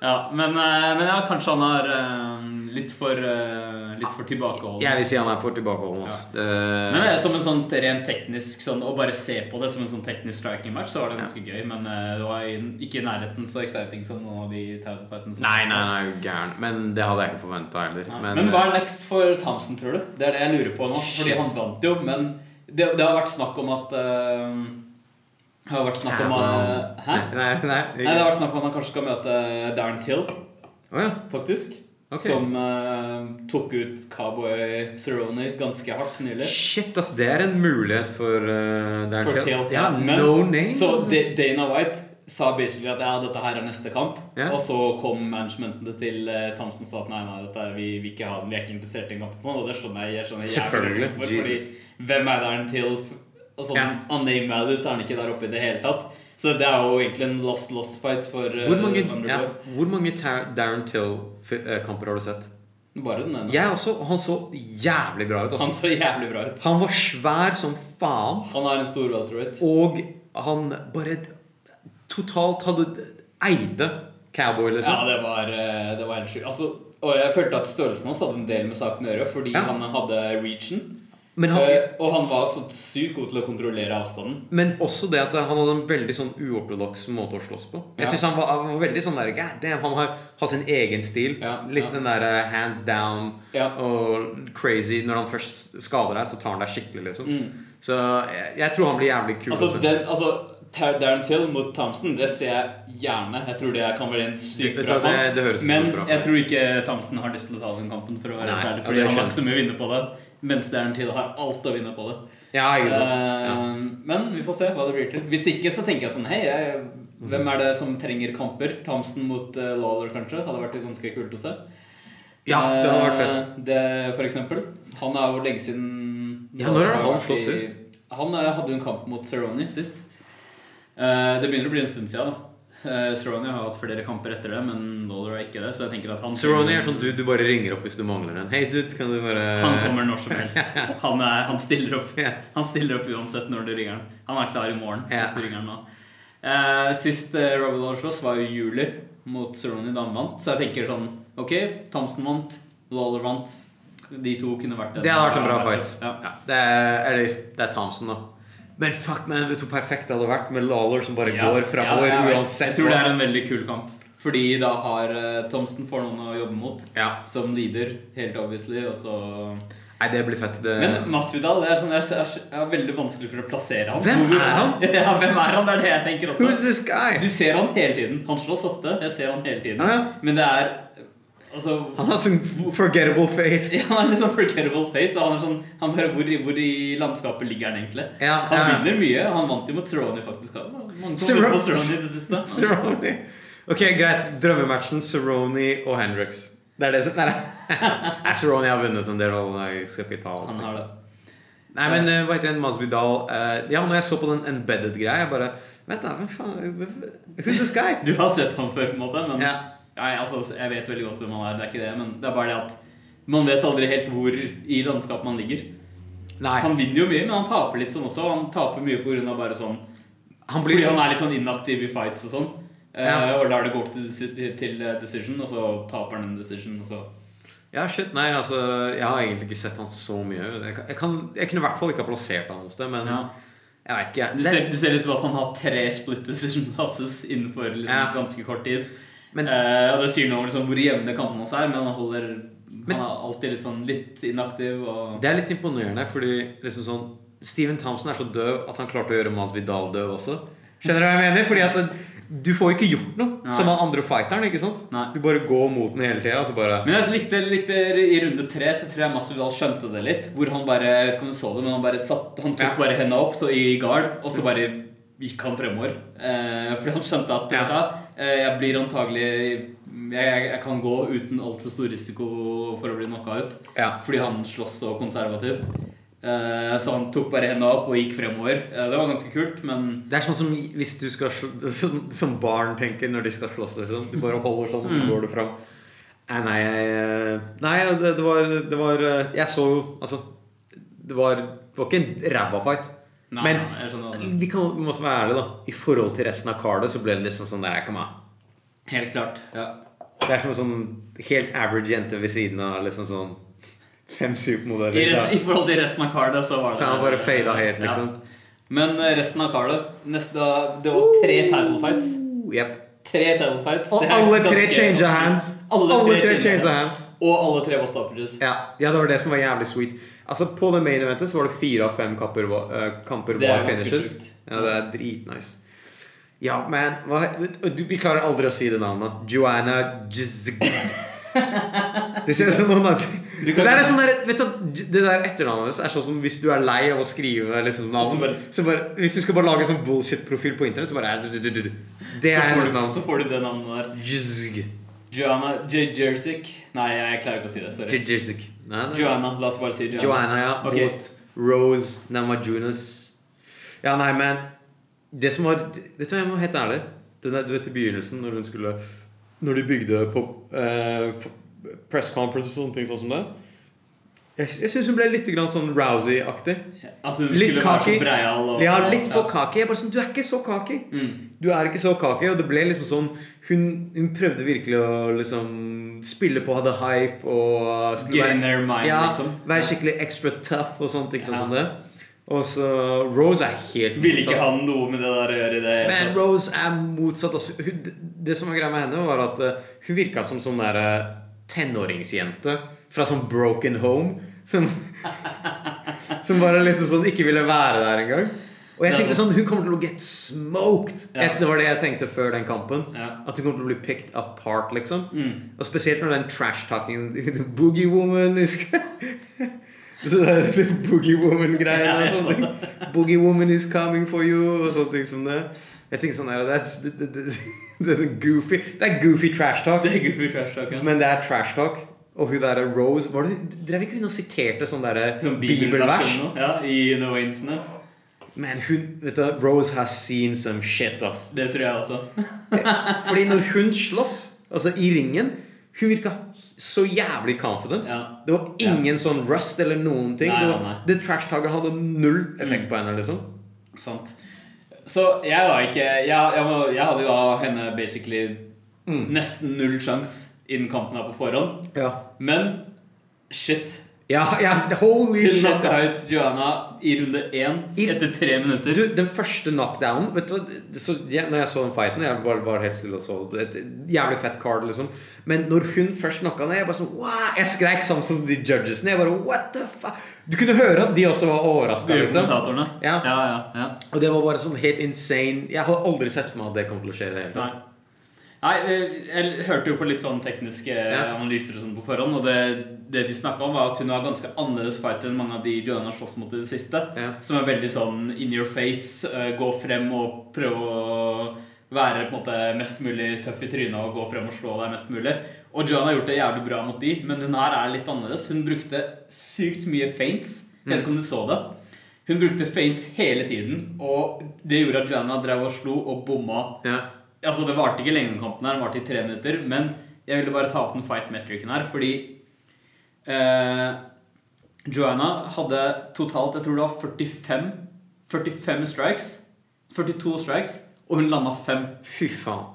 Speaker 1: Ja, men, eh, men ja, kanskje han er eh, litt for, eh, litt for tilbakeholden.
Speaker 2: Jeg vil si han er for tilbakeholden. ass. Det-
Speaker 1: Men eh, som en sånn rent teknisk sånn, Å bare se på det som en sånn teknisk striking match, så var det ganske gøy. Men eh, det var i- ikke i nærheten så exciting som noen av de title fightene. som-
Speaker 2: Nei, nei, nei, er du gæren. Men det hadde jeg ikke forventa heller.
Speaker 1: Ja.
Speaker 2: Men, eh,
Speaker 1: Men, hva er next for Thompson, tror du? Det er det jeg lurer på nå. Fordi han vant jo, men det, det har vært snakk om at eh, Det har vært snakk om at Hæ?
Speaker 2: Nei, nei.
Speaker 1: Nei, det har vært snakk om at han kanskje skal møte Darren Till,
Speaker 2: Å ja.
Speaker 1: faktisk.
Speaker 2: Ok.
Speaker 1: Som eh, tok ut Cowboy Cerrone ganske hardt nylig.
Speaker 2: Shit, ass. Det er en mulighet for uh, det er
Speaker 1: For
Speaker 2: til-
Speaker 1: Till.
Speaker 2: Ja,
Speaker 1: Men-
Speaker 2: no name. altså.
Speaker 1: Så Da- Dana White sa basically at ja, dette her er neste kamp.
Speaker 2: Ja.
Speaker 1: Og så kom managementet til eh, Thompson og sa at nei, nei, dette er, vi, vi, ikke har den, vi er ikke interessert i den kampen. Sånn, og det skjønner jeg. jeg skjønner jævlig
Speaker 2: Selvfølgelig.
Speaker 1: godt hvorfor,
Speaker 2: Jesus.
Speaker 1: Fordi hvem er det han til? Og sånn,
Speaker 2: Ja.
Speaker 1: On name value så er han ikke der oppe i det hele tatt. Så det er jo egentlig en lost lost fight for eh,
Speaker 2: Hvor mange, ja,
Speaker 1: Underdog.
Speaker 2: hvor mange Tar- Darren Till-kamper har du sett?
Speaker 1: Bare den ene.
Speaker 2: Jeg også. Han så jævlig bra ut.
Speaker 1: Han
Speaker 2: Altså.
Speaker 1: så jævlig bra ut.
Speaker 2: Han var svær som faen,
Speaker 1: Han er en stor welterweight.
Speaker 2: og han bare totalt hadde eide cowboy,
Speaker 1: Ja,
Speaker 2: liksom.
Speaker 1: det var, eh, det var helt sjukt. Altså, og jeg følte at størrelsen hans hadde en del med saken å gjøre, fordi
Speaker 2: Ja.
Speaker 1: han hadde reachen.
Speaker 2: Men,
Speaker 1: Eh,
Speaker 2: han,
Speaker 1: og han var så sykt god til å kontrollere avstanden.
Speaker 2: men også det at han hadde en veldig sånn uortodoks måte å slåss på.
Speaker 1: Ja.
Speaker 2: Jeg synes han var, han var veldig sånn der God damn, Han har, har sin egen stil.
Speaker 1: Ja,
Speaker 2: Litt
Speaker 1: ja.
Speaker 2: den der eh, hands down
Speaker 1: Ja.
Speaker 2: og crazy. Når han først skader deg, så tar han deg skikkelig, liksom.
Speaker 1: Mm.
Speaker 2: Så jeg, jeg tror han blir jævlig kul.
Speaker 1: Altså,
Speaker 2: også.
Speaker 1: den, altså Tar- Darren Till mot Thompson, det ser jeg gjerne. Jeg tror det kan være en sykt
Speaker 2: Vet du
Speaker 1: bra
Speaker 2: hva, det-
Speaker 1: kamp.
Speaker 2: det høres
Speaker 1: Men
Speaker 2: ut som bra.
Speaker 1: jeg tror ikke Thompson har lyst til å ta den kampen, for å være
Speaker 2: Nei,
Speaker 1: rettferdig.
Speaker 2: ja,
Speaker 1: Fordi han
Speaker 2: det
Speaker 1: har
Speaker 2: skjønner.
Speaker 1: ikke så mye å vinne på det. Mens Darren Till har alt å vinne på det.
Speaker 2: Ja, ikke sant. Ja.
Speaker 1: Eh, Men vi får se hva det blir til. Hvis ikke, så tenker jeg sånn Hei, jeg, hvem er det som trenger kamper? Thompson mot eh, Lawler, kanskje? Hadde vært ganske kult å se.
Speaker 2: Ja, det hadde vært fett.
Speaker 1: Eh, Det, for eksempel. Han er jo lenge siden
Speaker 2: Ja, når er det han
Speaker 1: vært
Speaker 2: sloss
Speaker 1: i-
Speaker 2: sist?
Speaker 1: Han eh, hadde en kamp mot Cerrone sist. Eh, Det begynner å bli en stund siden, da. Eh, Cerrone har hatt flere kamper etter det, men Lawler er ikke det. Så jeg tenker at han
Speaker 2: Så Ronny er sånn dude du bare ringer opp hvis du mangler en. Hei, dude, kan du bare
Speaker 1: Han kommer når som helst. Han, er, han, stiller opp.
Speaker 2: Eh. Ja.
Speaker 1: han stiller opp uansett når du ringer han. Han er klar i morgen.
Speaker 2: Ja.
Speaker 1: hvis du ringer han nå. Eh, sist uh, Robert Lawlers var jo i juli mot Cerrone da han vant. Så jeg tenker sånn Ok, Thompson vant, Lawler vant. De to kunne vært
Speaker 2: Det hadde vært en bra fight.
Speaker 1: Ja.
Speaker 2: Ja. Det er, eller det er Thompson, da. Men fuck, man, vet du hvor perfekt det hadde vært med Lawler som bare går framover
Speaker 1: jeg vet.
Speaker 2: uansett.
Speaker 1: Jeg tror det er en veldig kul kamp. Fordi da har eh, Thompson får noen å jobbe mot.
Speaker 2: Ja.
Speaker 1: Som leader, helt obviously. Og så
Speaker 2: Nei, det blir fett. Det...
Speaker 1: Men Masvidal det er sånn, jeg er- jeg er veldig vanskelig for å plassere han.
Speaker 2: Hvem
Speaker 1: Hvor
Speaker 2: er han?
Speaker 1: Ja, hvem er han? Det er det jeg tenker
Speaker 2: Who's
Speaker 1: også.
Speaker 2: this guy?
Speaker 1: Du ser han hele tiden. Han slåss ofte. Jeg ser han hele tiden.
Speaker 2: Ja, ja.
Speaker 1: Men det er Altså
Speaker 2: Han har sånn forgettable face.
Speaker 1: ja, han er litt sånn forgettable face. Og han er sånn han bare, hvor, i- hvor i landskapet ligger han egentlig?
Speaker 2: Ja,
Speaker 1: han
Speaker 2: ja.
Speaker 1: vinner mye. Han vant jo mot Cerrone, faktisk. Han- Mange som vinner
Speaker 2: Cerrone-
Speaker 1: på Cerrone i det siste.
Speaker 2: Cerrone. Ok, greit. Drømmematchen Cerrone og Hendrix. Det er det som Nei, nei. Cerrone har vunnet en del, og jeg skal ikke ta
Speaker 1: Han har det.
Speaker 2: Nei, men eh, hva heter den Masvidal eh, Ja, når jeg så på den embedded-greia, jeg bare Vent da, hvem faen Who's this guy?
Speaker 1: Du har sett ham før, på en måte? Men,
Speaker 2: Ja.
Speaker 1: Nei, altså, jeg vet veldig godt hvem han er, det er ikke det. Men det er bare det at man vet aldri helt hvor i landskapet man ligger.
Speaker 2: Nei.
Speaker 1: Han vinner jo mye, men han taper litt sånn også. Han taper mye på grunn av bare sånn
Speaker 2: Han blir
Speaker 1: Fordi han
Speaker 2: sånn
Speaker 1: er litt sånn inaktiv i fights og sånn. Eh,
Speaker 2: Ja.
Speaker 1: Og lar det gå til, desi- til eh, decision, og så taper han en decision, og så
Speaker 2: Ja, shit, nei, altså Jeg har egentlig ikke sett han så mye. Jeg, kan, jeg, kan, jeg kunne i hvert fall ikke ha plassert han noe sted, men
Speaker 1: ja.
Speaker 2: jeg veit ikke.
Speaker 1: Mm. Du
Speaker 2: jeg.
Speaker 1: ser, du ser liksom at han har tre split decision passes innenfor liksom
Speaker 2: Ja.
Speaker 1: ganske kort tid.
Speaker 2: Men-
Speaker 1: eh, og det sier noe om liksom hvor jevne kampene hans er, men han holder
Speaker 2: Men-
Speaker 1: Han er alltid litt sånn litt inaktiv og
Speaker 2: Det, det er litt imponerende, fordi liksom sånn Steven Thompson er så døv at han klarte å gjøre Masvidal døv også. Skjønner du hva jeg mener? Fordi at det, du får jo ikke gjort noe
Speaker 1: Nei.
Speaker 2: som han andre fighteren. ikke sant?
Speaker 1: Nei.
Speaker 2: Du bare går mot den hele tida, og så bare
Speaker 1: Men jeg likte, likte i runde tre så tror jeg Masvidal skjønte det litt. Hvor han bare jeg vet ikke om du så det, men han bare satt Han tok
Speaker 2: Ja.
Speaker 1: bare henda opp så i guard, og så bare gikk han fremover. Eh, fordi han skjønte at
Speaker 2: Ja.
Speaker 1: vet du hva, eh, jeg blir antagelig jeg, jeg, jeg kan gå uten altfor stor risiko for å bli knocka ut.
Speaker 2: Ja.
Speaker 1: Fordi han slåss så konservativt. Eh, så han tok bare henda opp og gikk fremover. Eh, det var ganske kult, men
Speaker 2: Det er sånn som hvis du skal slå, som, som barn tenker når de skal slåss. Liksom. Du bare holder sånn, og
Speaker 1: Mm.
Speaker 2: så går du fram. Nei, nei, jeg- nei det, det, var, det var Jeg så jo Altså, det var, det var ikke en ræva fight.
Speaker 1: Nei,
Speaker 2: Men
Speaker 1: jeg skjønner hva du
Speaker 2: vi, kan, vi må også være ærlige, da. I forhold til resten av cardet så ble det liksom sånn der, come on.
Speaker 1: Helt klart. Ja.
Speaker 2: Det er som en sånn helt average jente ved siden av liksom sånn fem
Speaker 1: I,
Speaker 2: supermodeller.
Speaker 1: rest, I
Speaker 2: da.
Speaker 1: forhold til resten av Cardet, så var det
Speaker 2: Så han bare fada helt, liksom.
Speaker 1: Ja. Men eh, resten av Cardet neste, da- Det var tre title fights.
Speaker 2: Yep.
Speaker 1: Tre title fights.
Speaker 2: Og
Speaker 1: Det er
Speaker 2: alle tre
Speaker 1: ganske-
Speaker 2: change of hands.
Speaker 1: Alle tre change
Speaker 2: change
Speaker 1: of
Speaker 2: of hands.
Speaker 1: Og alle tre var stoppages.
Speaker 2: Ja, ja, det var det som var jævlig sweet. Altså På det main eventet så var det fire av fem kamper, var- eh, kamper
Speaker 1: Det er
Speaker 2: var
Speaker 1: ganske
Speaker 2: finishes.
Speaker 1: sjukt.
Speaker 2: Ja, det er dritnice. Ja, man hva, du, Vi klarer aldri å si det navnet. Joanna Jizzig... Det ser ut som noen at
Speaker 1: Du
Speaker 2: det,
Speaker 1: kan-
Speaker 2: der er sånn der, vet du, hva, det der etternavnet hennes er sånn som hvis du er lei av å skrive liksom, navn
Speaker 1: Så
Speaker 2: så
Speaker 1: bare-
Speaker 2: bare, Hvis du skal bare lage en sånn bullshit-profil på internett, så bare er det- det- det- det- Det
Speaker 1: Så
Speaker 2: er
Speaker 1: får
Speaker 2: hennes
Speaker 1: du- Så
Speaker 2: navn.
Speaker 1: får du det navnet der.
Speaker 2: Jizzig.
Speaker 1: Joanna J. Jersic Nei, jeg klarer ikke å si det. Sorry.
Speaker 2: Jizzig. Nei, nei.
Speaker 1: Joanna. La oss bare si Joanna.
Speaker 2: Joanna, ja.
Speaker 1: Ok.
Speaker 2: Mot Rose Namajunas. Ja, nei, men Det som var Vet du hva, jeg må være helt ærlig. Den der, du vet i begynnelsen, når hun skulle Når de bygde på eh, f- press conference og sånne ting sånn som det Jeg, jeg syns hun ble litt grann sånn Rousey-aktig.
Speaker 1: At hun
Speaker 2: Litt
Speaker 1: Altså, skulle være
Speaker 2: cocky.
Speaker 1: så breial. og-
Speaker 2: Ja, litt for kaki. Jeg bare sånn, Du er ikke så kaki.
Speaker 1: Mm.
Speaker 2: Du er ikke så kaki. Og det ble liksom sånn Hun, hun prøvde virkelig å liksom spille på, hadde hype og skulle
Speaker 1: Get
Speaker 2: være-
Speaker 1: in their mind,
Speaker 2: ja,
Speaker 1: liksom.
Speaker 2: Være skikkelig extra tough og sånne ting. Sånn
Speaker 1: Ja.
Speaker 2: som det Og så Rose er helt
Speaker 1: Ville ikke
Speaker 2: motsatt.
Speaker 1: han noe med det der å gjøre i det hele
Speaker 2: Men
Speaker 1: tatt.
Speaker 2: Rose er motsatt. Altså, hun, det som var greia med henne, var at eh, hun virka som sånn der eh, tenåringsjente fra sånn broken home. Som, som bare liksom sånn ikke ville være der engang. Og jeg
Speaker 1: Nei,
Speaker 2: tenkte sånn, hun kommer til å get smoked!
Speaker 1: Ja.
Speaker 2: Et- Det var det jeg tenkte før den kampen.
Speaker 1: Ja.
Speaker 2: At hun kommer til å bli picked apart, liksom.
Speaker 1: Mm.
Speaker 2: Og spesielt når den trash-talking Boogie woman husker jeg. Så det er litt Boogie woman-greiene
Speaker 1: Ja, jeg
Speaker 2: og
Speaker 1: så
Speaker 2: sånne ting. Boogie woman is coming for you og sånne ting som det. Jeg tenker sånn her, det er, det, det, det, det er sånn goofy Det er goofy trash talk,
Speaker 1: Det er goofy trash talk, ja.
Speaker 2: men det er trash talk. Og hun derre Rose var det, Drev ikke hun og siterte sånn derre
Speaker 1: Sånn
Speaker 2: bibelvers?
Speaker 1: bibelversjon nå, Ja, i The Wainsene.
Speaker 2: Men hun Vet du, Rose has seen some shit, ass.
Speaker 1: Det tror jeg også.
Speaker 2: Fordi når hun slåss, altså i ringen Hun virka så jævlig confident.
Speaker 1: Ja.
Speaker 2: Det var ingen sånn rust eller noen ting.
Speaker 1: Nei,
Speaker 2: det
Speaker 1: nei, Mm. nei.
Speaker 2: var- det trash-taget hadde null effekt på henne. liksom
Speaker 1: Sant. Så jeg var ikke Jeg, jeg, var, jeg hadde ga henne basically nesten null sjanse innen kampen her på forhånd.
Speaker 2: Ja,
Speaker 1: Men shit.
Speaker 2: ja, ja holy
Speaker 1: Hun
Speaker 2: shit!
Speaker 1: knocka
Speaker 2: da.
Speaker 1: ut Joanna i runde én
Speaker 2: I-
Speaker 1: etter tre minutter.
Speaker 2: Du, den første knockdownen vet du, hva, så, ja, Når jeg så den fighten Jeg bare var helt stille og så det. Et jævlig fett card, liksom. Men når hun først knocka ned, jeg bare sånn wow! Jeg skrek sammen som de judgesene. Jeg bare, What the fuck? Du kunne høre at de også var overraska.
Speaker 1: De
Speaker 2: Liksom.
Speaker 1: kommentatorene.
Speaker 2: Ja.
Speaker 1: ja, ja, ja.
Speaker 2: Og det var bare sånn helt insane. Jeg hadde aldri sett for meg at det kom til å skje. i det hele tatt.
Speaker 1: Nei. Nei, eh, jeg hørte jo på litt sånn tekniske
Speaker 2: Ja.
Speaker 1: analyser og sånn på forhånd, og det, det de snakka om, var at hun var ganske annerledes fighter enn mange av de Joanna slåss mot i det siste.
Speaker 2: Ja.
Speaker 1: Som er veldig sånn in your face, eh, gå frem og prøve å være på en måte mest mulig tøff i trynet og gå frem og slå deg mest mulig. Og Joanna har gjort det jævlig bra mot de, men hun her er litt annerledes. Hun brukte sykt mye feints. Jeg vet ikke om du så det. Hun brukte feints hele tiden, og det gjorde at Joanna drev og slo og bomma
Speaker 2: Ja.
Speaker 1: Altså, Det varte ikke lenge, den kampen her. Den varte i tre minutter. Men jeg ville bare ta opp den fight metricen her, fordi eh, Joanna hadde totalt jeg tror det var 45 45 strikes. 42 strikes, og hun landa fem.
Speaker 2: Fy faen.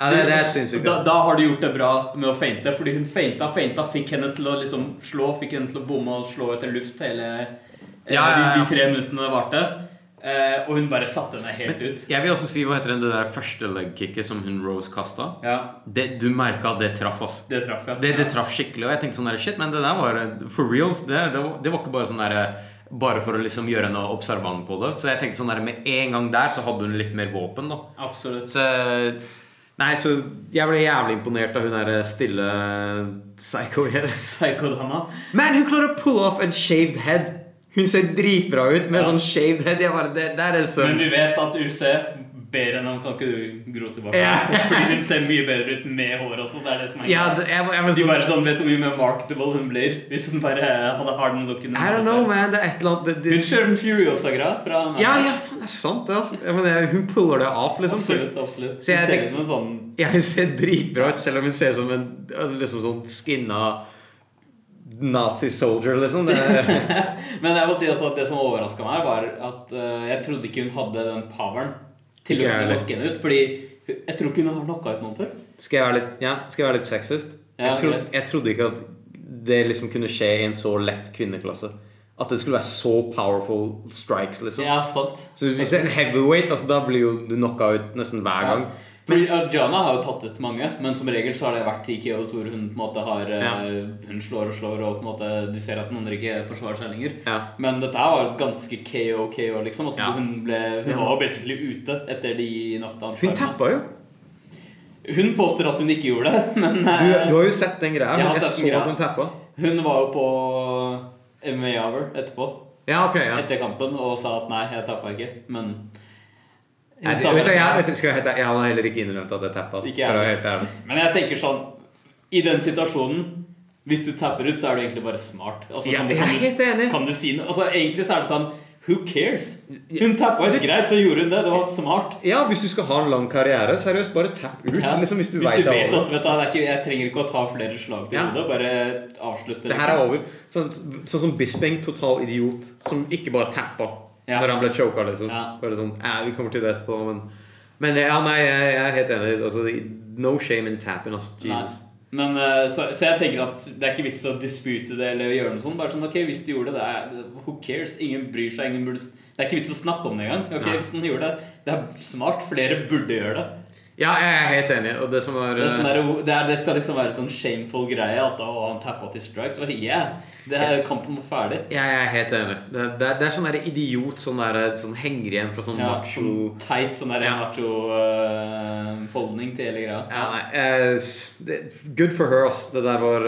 Speaker 2: Ja, det, det er sinnssykt.
Speaker 1: Da,
Speaker 2: bra.
Speaker 1: da har du gjort det bra med å feinte, fordi hun feinta, feinta, fikk henne til å liksom slå, fikk henne til å bomme og slå etter luft hele eh,
Speaker 2: Ja,
Speaker 1: De,
Speaker 2: ja, ja.
Speaker 1: de tre minuttene det varte. Eh, og hun bare satte henne helt ut.
Speaker 2: Jeg vil også si hva heter den, det der første leg-kicket som hun Rose kasta.
Speaker 1: Ja,
Speaker 2: Det, du merka at det traff, altså.
Speaker 1: det traff jeg.
Speaker 2: Det, det traff skikkelig. Og jeg tenkte sånn der, shit, men det der var for reals. Det, det, var, det var ikke bare sånn der, bare for å liksom gjøre noe observant på det. Så jeg tenkte sånn der, med en gang der så hadde hun litt mer våpen, da.
Speaker 1: Absolutt.
Speaker 2: Så, nei, så jeg ble jævlig imponert av hun der stille psycho
Speaker 1: Psykodama.
Speaker 2: Men hun klarer å pull off en shaved head. Hun ser dritbra ut med sånn shaved head. Jeg bare, det, der er
Speaker 1: Men
Speaker 2: sånn
Speaker 1: vi vet at UC bedre enn han kan ikke du gro tilbake.
Speaker 2: Ja.
Speaker 1: Fordi hun ser mye bedre ut med hår også. Det er det som er
Speaker 2: Ja, det, jeg, jeg, var
Speaker 1: De
Speaker 2: sånn-
Speaker 1: bare sånn vet du hvor mye mer marketable hun blir hvis hun bare hadde har den looken. hun
Speaker 2: I don't
Speaker 1: hadde
Speaker 2: know,
Speaker 1: før.
Speaker 2: man. Det er et eller annet det,
Speaker 1: Hun
Speaker 2: det,
Speaker 1: kjører den Furiosa-greia fra
Speaker 2: Ja, ja, faen, det er sant, det. Altså. Jeg mener, hun puller det av, liksom. Så,
Speaker 1: Absolutt. absolutt.
Speaker 2: Så jeg
Speaker 1: Hun ser
Speaker 2: tenker-
Speaker 1: ut som en sånn
Speaker 2: ja, hun ser dritbra ut, selv om hun ser ut som en liksom sånn skinna nazi-soldier, liksom. Det er,
Speaker 1: Men jeg må si altså at det som overraska meg, var at eh, jeg trodde ikke hun hadde den poweren til å
Speaker 2: Ikke jeg
Speaker 1: kunne
Speaker 2: heller.
Speaker 1: locke henne ut. Fordi hun- jeg tror ikke hun har knocka ut noen før.
Speaker 2: skal, jeg være litt, ja, skal jeg være litt sexist?
Speaker 1: Ja,
Speaker 2: Jeg, tro,
Speaker 1: greit.
Speaker 2: jeg trodde ikke at det liksom kunne skje i en så lett kvinneklasse. At det skulle være så powerful strikes, liksom.
Speaker 1: Ja, sant.
Speaker 2: Så hvis det er en heavyweight, altså, da blir jo du knocka ut nesten hver gang.
Speaker 1: Fordi uh, Jana har jo tatt ut mange, men som regel så har det vært TKOs hvor hun på en måte har eh, Hun slår og slår, og på en måte du ser at noen ikke forsvarer seg lenger.
Speaker 2: Ja.
Speaker 1: Men dette her var ganske KO-KO, liksom. Altså,
Speaker 2: Ja.
Speaker 1: Hun, ble, hun var jo basically ute etter de nakta
Speaker 2: Hun tappa jo.
Speaker 1: Hun påstår at hun ikke gjorde det, men
Speaker 2: Du,
Speaker 1: eh,
Speaker 2: du har jo sett den greia.
Speaker 1: Jeg
Speaker 2: men
Speaker 1: har
Speaker 2: Jeg,
Speaker 1: sett den
Speaker 2: så
Speaker 1: greia.
Speaker 2: at hun tappa.
Speaker 1: hun var jo på MMA Hour etterpå.
Speaker 2: Ja, ok. ja
Speaker 1: Etter kampen og sa at nei, jeg tappa ikke. Men hun
Speaker 2: Nei,
Speaker 1: sa
Speaker 2: det- vet du,
Speaker 1: vel-
Speaker 2: jeg, vet du, skal jeg, være helt ærlig, jeg har heller ikke innrømt at jeg tappa. ass.
Speaker 1: Ikke jeg
Speaker 2: For å være
Speaker 1: heller.
Speaker 2: helt ærlig.
Speaker 1: Men jeg tenker sånn I den situasjonen Hvis du tapper ut, så er du egentlig bare smart. Altså,
Speaker 2: Ja,
Speaker 1: kan du-
Speaker 2: jeg er
Speaker 1: kan du-
Speaker 2: helt enig.
Speaker 1: Kan du si noe? Altså, egentlig så er det sånn Who cares? Hun tappa ut greit, så gjorde hun det. Det var smart.
Speaker 2: Ja, hvis du skal ha en lang karriere, seriøst, bare tapp ut.
Speaker 1: Ja.
Speaker 2: Liksom, hvis du
Speaker 1: hvis
Speaker 2: vet
Speaker 1: du
Speaker 2: det
Speaker 1: vet
Speaker 2: er over.
Speaker 1: at vet du, det er ikke, Jeg trenger ikke å ta flere slag til
Speaker 2: Ja.
Speaker 1: hodet. Bare avslutte. liksom.
Speaker 2: Det her er over. Sånn, sånn som Bisping, total idiot, som ikke bare tappa
Speaker 1: Ja.
Speaker 2: når han ble choka, liksom.
Speaker 1: Ja.
Speaker 2: Bare sånn Ja, vi kommer til det etterpå, men Men ja, nei, jeg, jeg er helt enig. Altså, no shame in tapping, ass. Jesus.
Speaker 1: Nei. Men, eh, så, så jeg tenker at det er ikke vits å dispute det eller gjøre noe sånt. Bare sånn, ok, hvis de gjorde det, det er, who cares? Ingen bryr seg. ingen burde... s- Det er ikke vits å snakke om det engang. Ok,
Speaker 2: Nei.
Speaker 1: hvis den gjorde det, det er smart. Flere burde gjøre det.
Speaker 2: Ja, jeg er helt enig. Og det som var
Speaker 1: Det, er sånn der, det, er, det skal liksom være sånn shameful greie at da å, han tappa til strikes. Bare, yeah, det er kampen var ferdig.
Speaker 2: Ja, jeg er helt enig. Det, det, det er sånn der idiot sånn, der, sånn henger igjen fra sånn
Speaker 1: Ja, sånn
Speaker 2: macho
Speaker 1: teit sånn der
Speaker 2: Ja.
Speaker 1: macho-holdning til hele greia.
Speaker 2: Ja, nei, eh, s- det- Good for her, ass. Det der var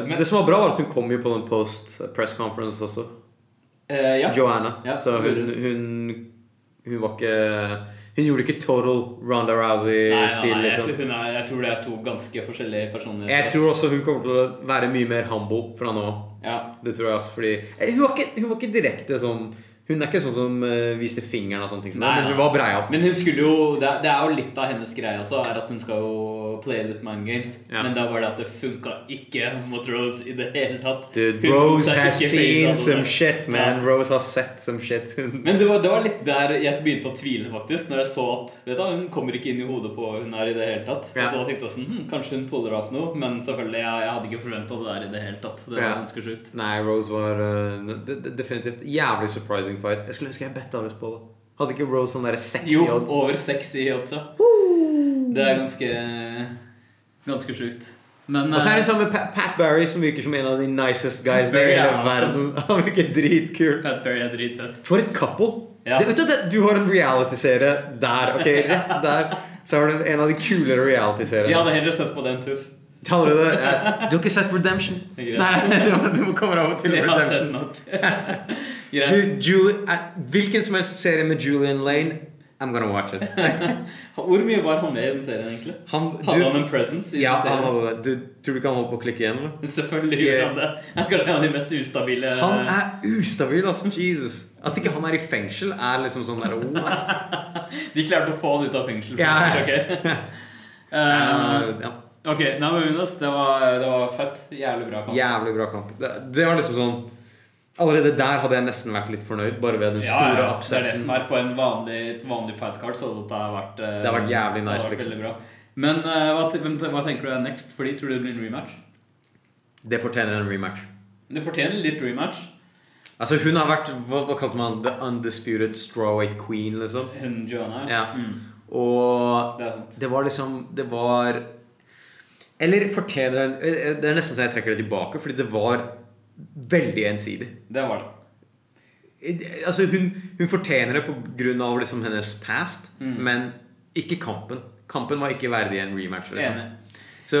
Speaker 2: eh,
Speaker 1: Men-
Speaker 2: Det som var bra, var at hun kom jo på den post eh, press conference også.
Speaker 1: Eh, ja.
Speaker 2: Joanna.
Speaker 1: Ja,
Speaker 2: så hun,
Speaker 1: burde-
Speaker 2: hun Hun var ikke Hun gjorde ikke total Ronda
Speaker 1: Nei, nei,
Speaker 2: Rousey-stil,
Speaker 1: nei, jeg,
Speaker 2: liksom.
Speaker 1: tror hun er, jeg tror det er to ganske forskjellige personligheter.
Speaker 2: Jeg
Speaker 1: ass.
Speaker 2: tror også hun kommer til å være mye mer humble fra nå av.
Speaker 1: ja.
Speaker 2: Det tror jeg, altså. Fordi eh, hun var, ikke, hun var ikke direkte sånn Hun er ikke sånn som eh, viste fingeren og sånne ting, som
Speaker 1: Nei, nei.
Speaker 2: det, men hun var breial.
Speaker 1: Men hun skulle jo Det er, det er jo litt av hennes greie også, er at hun skal jo playe litt mind games.
Speaker 2: Ja.
Speaker 1: Men da var det at det funka ikke mot Rose i det hele tatt.
Speaker 2: Dude,
Speaker 1: Hun
Speaker 2: Rose
Speaker 1: motsatte
Speaker 2: has
Speaker 1: ikke altså.
Speaker 2: seen
Speaker 1: face
Speaker 2: some
Speaker 1: out.
Speaker 2: shit, man. Rose har sett some shit.
Speaker 1: Men det var, det var litt der jeg begynte å tvile, faktisk. Når jeg så at vet du, hva, hun kommer ikke inn i hodet på hun her i det hele tatt.
Speaker 2: Ja.
Speaker 1: Så da tenkte jeg sånn hm, Kanskje hun puller av noe. Men selvfølgelig, jeg, jeg hadde ikke forventa det der i det hele tatt. Det var
Speaker 2: Ja.
Speaker 1: ganske sjukt.
Speaker 2: Nei, Rose var eh, de- de- definitivt jævlig surprising fight. Jeg skulle ønske jeg betta Rose på det. Hadde ikke Rose sånn derre sexy
Speaker 1: Jo,
Speaker 2: odds?
Speaker 1: over seks i odds, ja. Det er ganske Ganske sjukt. Men
Speaker 2: Og så er
Speaker 1: eh,
Speaker 2: det samme Pat, Pat Barry, som virker som en av de nicest guys
Speaker 1: Barry
Speaker 2: there i
Speaker 1: er
Speaker 2: hele verden.
Speaker 1: awesome.
Speaker 2: Han virker dritkul.
Speaker 1: eh, Pat Perry er dritfett.
Speaker 2: For et couple!
Speaker 1: Ja.
Speaker 2: Det, vet du, det, du har en reality-serie der. ok, Rett der så har du en av de kulere
Speaker 1: Jeg
Speaker 2: reality-seriene.
Speaker 1: hadde heller sett på den tuff.
Speaker 2: Tar du det? Eh, Du har ikke sett Redemption?
Speaker 1: Det altså, er greit.
Speaker 2: Nei, du, må- du må komme av og til.
Speaker 1: Jeg har
Speaker 2: Redemption.
Speaker 1: sett nok. Greit.
Speaker 2: Du, Julie, eh, hvilken som helst serie med Julian Lane, I'm gonna watch it.
Speaker 1: Hvor mye var han med i den serien, egentlig?
Speaker 2: Han,
Speaker 1: Hadde
Speaker 2: du,
Speaker 1: han en presence i
Speaker 2: ja,
Speaker 1: den
Speaker 2: han
Speaker 1: serien?
Speaker 2: hadde det. Du tror du ikke han holdt på å klikke igjen? Eller?
Speaker 1: Selvfølgelig gjorde han det. Han er kanskje en av de mest ustabile
Speaker 2: Han er ustabil, altså. Jesus. At ikke han er i fengsel, er liksom sånn der what?
Speaker 1: De klarte å få han ut av fengsel.
Speaker 2: Ja.
Speaker 1: Ok, Eh,
Speaker 2: Eh, ja.
Speaker 1: ok, nei, men Jonas, det var, det var fett. Jævlig bra kamp.
Speaker 2: Jævlig bra kamp. Det, det var liksom sånn Allerede der hadde jeg nesten vært litt fornøyd, bare ved den
Speaker 1: Ja,
Speaker 2: store
Speaker 1: ja, det er det
Speaker 2: upseten.
Speaker 1: som er på en vanlig, et vanlig fightcard, så dette har vært eh,
Speaker 2: Det har vært jævlig
Speaker 1: det har
Speaker 2: nice,
Speaker 1: vært
Speaker 2: liksom.
Speaker 1: veldig bra. Men eh, hva, te- hvem te- hva tenker du er next? Fordi tror du det blir en rematch?
Speaker 2: Det fortjener en rematch.
Speaker 1: Det fortjener litt rematch.
Speaker 2: Altså, hun har vært Hva, hva kalte man The Undisputed Strawweight Queen, liksom.
Speaker 1: Hun Joanna.
Speaker 2: Ja.
Speaker 1: Mm,
Speaker 2: Og
Speaker 1: det er sant.
Speaker 2: Det var liksom Det var Eller fortjener den eh, Det er nesten så jeg trekker det tilbake, fordi det var veldig ensidig.
Speaker 1: Det var det.
Speaker 2: Altså, hun, hun fortjener det pga. Liksom hennes past,
Speaker 1: Mm.
Speaker 2: men ikke kampen. Kampen var ikke verdig en rematch. Liksom.
Speaker 1: Enig.
Speaker 2: Så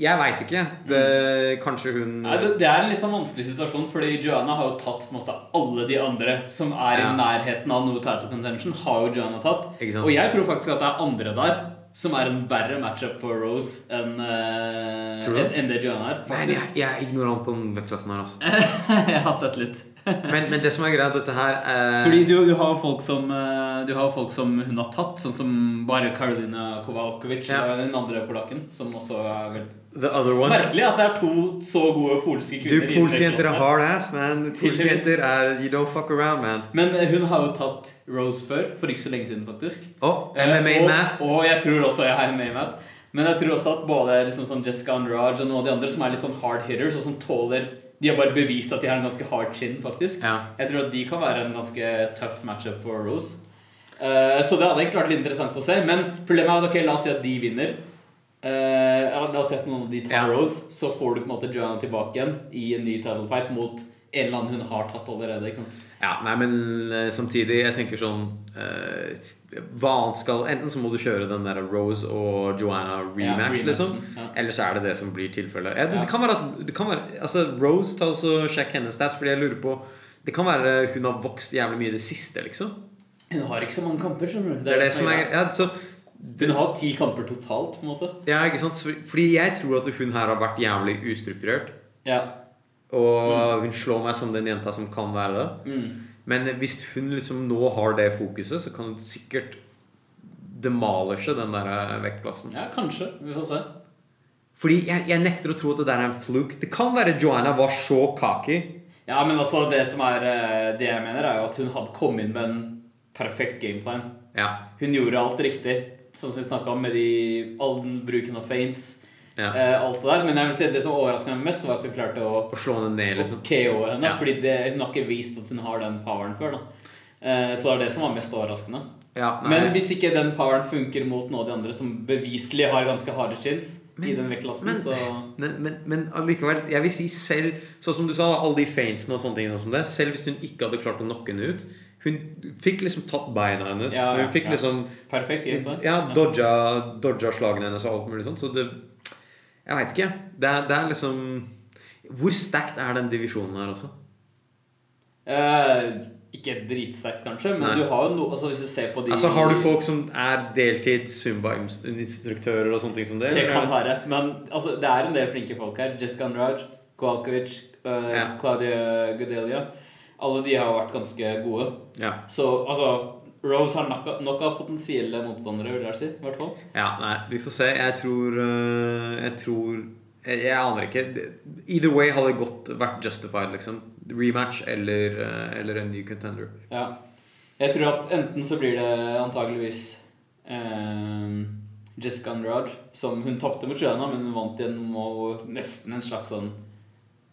Speaker 2: jeg veit ikke. Det, kanskje hun
Speaker 1: Mm. Nei, det, det er en litt sånn vanskelig situasjon, fordi Joanna har jo tatt på en måte, alle de andre som er
Speaker 2: Ja.
Speaker 1: i nærheten av noe title contention, har jo Joanna tatt.
Speaker 2: Ikke sant.
Speaker 1: Og jeg tror faktisk at det er andre der som er en verre matchup for Rose enn eh,
Speaker 2: Tror du?
Speaker 1: enn- enn det Joanna er.
Speaker 2: Nei, jeg,
Speaker 1: Faktisk.
Speaker 2: jeg er ignorant på den vektklassen her, altså.
Speaker 1: jeg har sett litt.
Speaker 2: Men, men det som er greit, dette her eh,
Speaker 1: Fordi du, du har jo folk som eh, Du har jo folk som hun har tatt, sånn som bare Karolina Kowalkiewicz,
Speaker 2: Ja.
Speaker 1: og den andre polakken, som også er vel
Speaker 2: The other one.
Speaker 1: Merkelig at det er to så gode polske
Speaker 2: Du,
Speaker 1: kvinner. i
Speaker 2: polske
Speaker 1: den
Speaker 2: jenter er
Speaker 1: klassen.
Speaker 2: hard ass, man. Polske
Speaker 1: Tydeligvis.
Speaker 2: jenter er You don't fuck around, man.
Speaker 1: Men eh, hun har jo tatt Rose før, for ikke så lenge siden, faktisk.
Speaker 2: Oh,
Speaker 1: Eh,
Speaker 2: MMA
Speaker 1: og,
Speaker 2: math.
Speaker 1: Og jeg tror også jeg har MMA math. Men jeg tror også at både liksom sånn Jessica Andrage og noen av de andre som er litt sånn hard hitters, og som tåler De har bare bevist at de har en ganske hard chin, faktisk.
Speaker 2: Ja.
Speaker 1: Jeg tror at de kan være en ganske tøff matchup for Rose. Eh, så det hadde egentlig vært litt interessant å se. Men problemet er at ok, la oss si at de vinner. Eh, ja, la oss si at noen av de tar
Speaker 2: Ja.
Speaker 1: Rose, så får du på en måte Joanna tilbake igjen i en ny title fight mot en eller annen hun har tatt allerede. ikke sant?
Speaker 2: Ja, nei, men eh, samtidig, jeg tenker sånn eh, Hva annet skal Enten så må du kjøre den der Rose og Joanna
Speaker 1: Ja,
Speaker 2: rematch,
Speaker 1: rematchen,
Speaker 2: liksom.
Speaker 1: ja.
Speaker 2: Eller så er det det som blir tilfellet. Ja, det,
Speaker 1: Ja.
Speaker 2: det kan være at det kan være, altså, Rose, ta også sjekk hennes stats, fordi jeg lurer på Det kan være hun har vokst jævlig mye i det siste, liksom.
Speaker 1: Hun har ikke så mange kamper, skjønner du.
Speaker 2: Det er det som er
Speaker 1: greia.
Speaker 2: ja, så,
Speaker 1: Hun har ti kamper totalt, på en måte.
Speaker 2: ja, ikke sant? Fordi jeg tror at hun her har vært jævlig ustrukturert.
Speaker 1: Ja.
Speaker 2: Og hun slår meg som den jenta som kan være det.
Speaker 1: Mm.
Speaker 2: Men hvis hun liksom nå har det fokuset, så kan hun sikkert demolishe den der eh, vektplassen.
Speaker 1: ja, kanskje. Vi får se.
Speaker 2: Fordi jeg, jeg nekter å tro at det der er en fluk. Det kan være Joanna var så cocky.
Speaker 1: Ja, men altså, det som er eh, Det jeg mener, er jo at hun hadde kommet inn med en perfekt gameplan.
Speaker 2: Ja.
Speaker 1: Hun gjorde alt riktig, sånn som vi snakka om med de, all den bruken av feints.
Speaker 2: Ja.
Speaker 1: Eh, alt det der. Men jeg vil si at det som overraska meg mest, var at hun klarte å
Speaker 2: Og slå henne ned, liksom.
Speaker 1: KO-e henne.
Speaker 2: Ja.
Speaker 1: Fordi det, hun har ikke vist at hun har den poweren før. da eh, Så det er det som var mest overraskende.
Speaker 2: Ja, nei.
Speaker 1: Men hvis ikke den poweren funker mot noen av de andre som beviselig har ganske harde chins i den vektklassen,
Speaker 2: men-
Speaker 1: så
Speaker 2: Men, men, men allikevel, jeg vil si selv Sånn som du sa, alle de feintsene og sånne ting sånn som det, Selv hvis hun ikke hadde klart å knocke henne ut Hun fikk liksom tatt beina hennes
Speaker 1: Ja,
Speaker 2: Hun fikk
Speaker 1: ja.
Speaker 2: liksom
Speaker 1: perfekt. gameplan.
Speaker 2: Ja, dodja, dodja slagene hennes og alt mulig sånt Så det Jeg veit ikke. Det er, det er liksom Hvor sterkt er den divisjonen her også?
Speaker 1: Eh, ikke dritsterkt, kanskje, men
Speaker 2: Nei.
Speaker 1: du har jo noe altså Hvis du ser på de
Speaker 2: Altså Har du folk som er deltids zumba-instruktører og sånne ting som det?
Speaker 1: Det
Speaker 2: eller er
Speaker 1: kan være. Men altså, det er en del flinke folk her. Jessica Andraj, Kowalkiewicz, eh,
Speaker 2: Ja.
Speaker 1: Claudia Gudelia. Alle de har vært ganske gode.
Speaker 2: Ja.
Speaker 1: Så altså Rose har nok av- nok av potensielle motstandere, vil jeg si. I hvert fall.
Speaker 2: ja. Nei, vi får se. Jeg tror øh, Jeg tror jeg, jeg aner ikke. Either way hadde det godt vært justified, liksom. Rematch eller, øh, eller en ny contender.
Speaker 1: Ja. Jeg tror at enten så blir det antageligvis eh, Jessica Andraj, som hun tapte mot Joanna, men hun vant igjen og nesten en slags sånn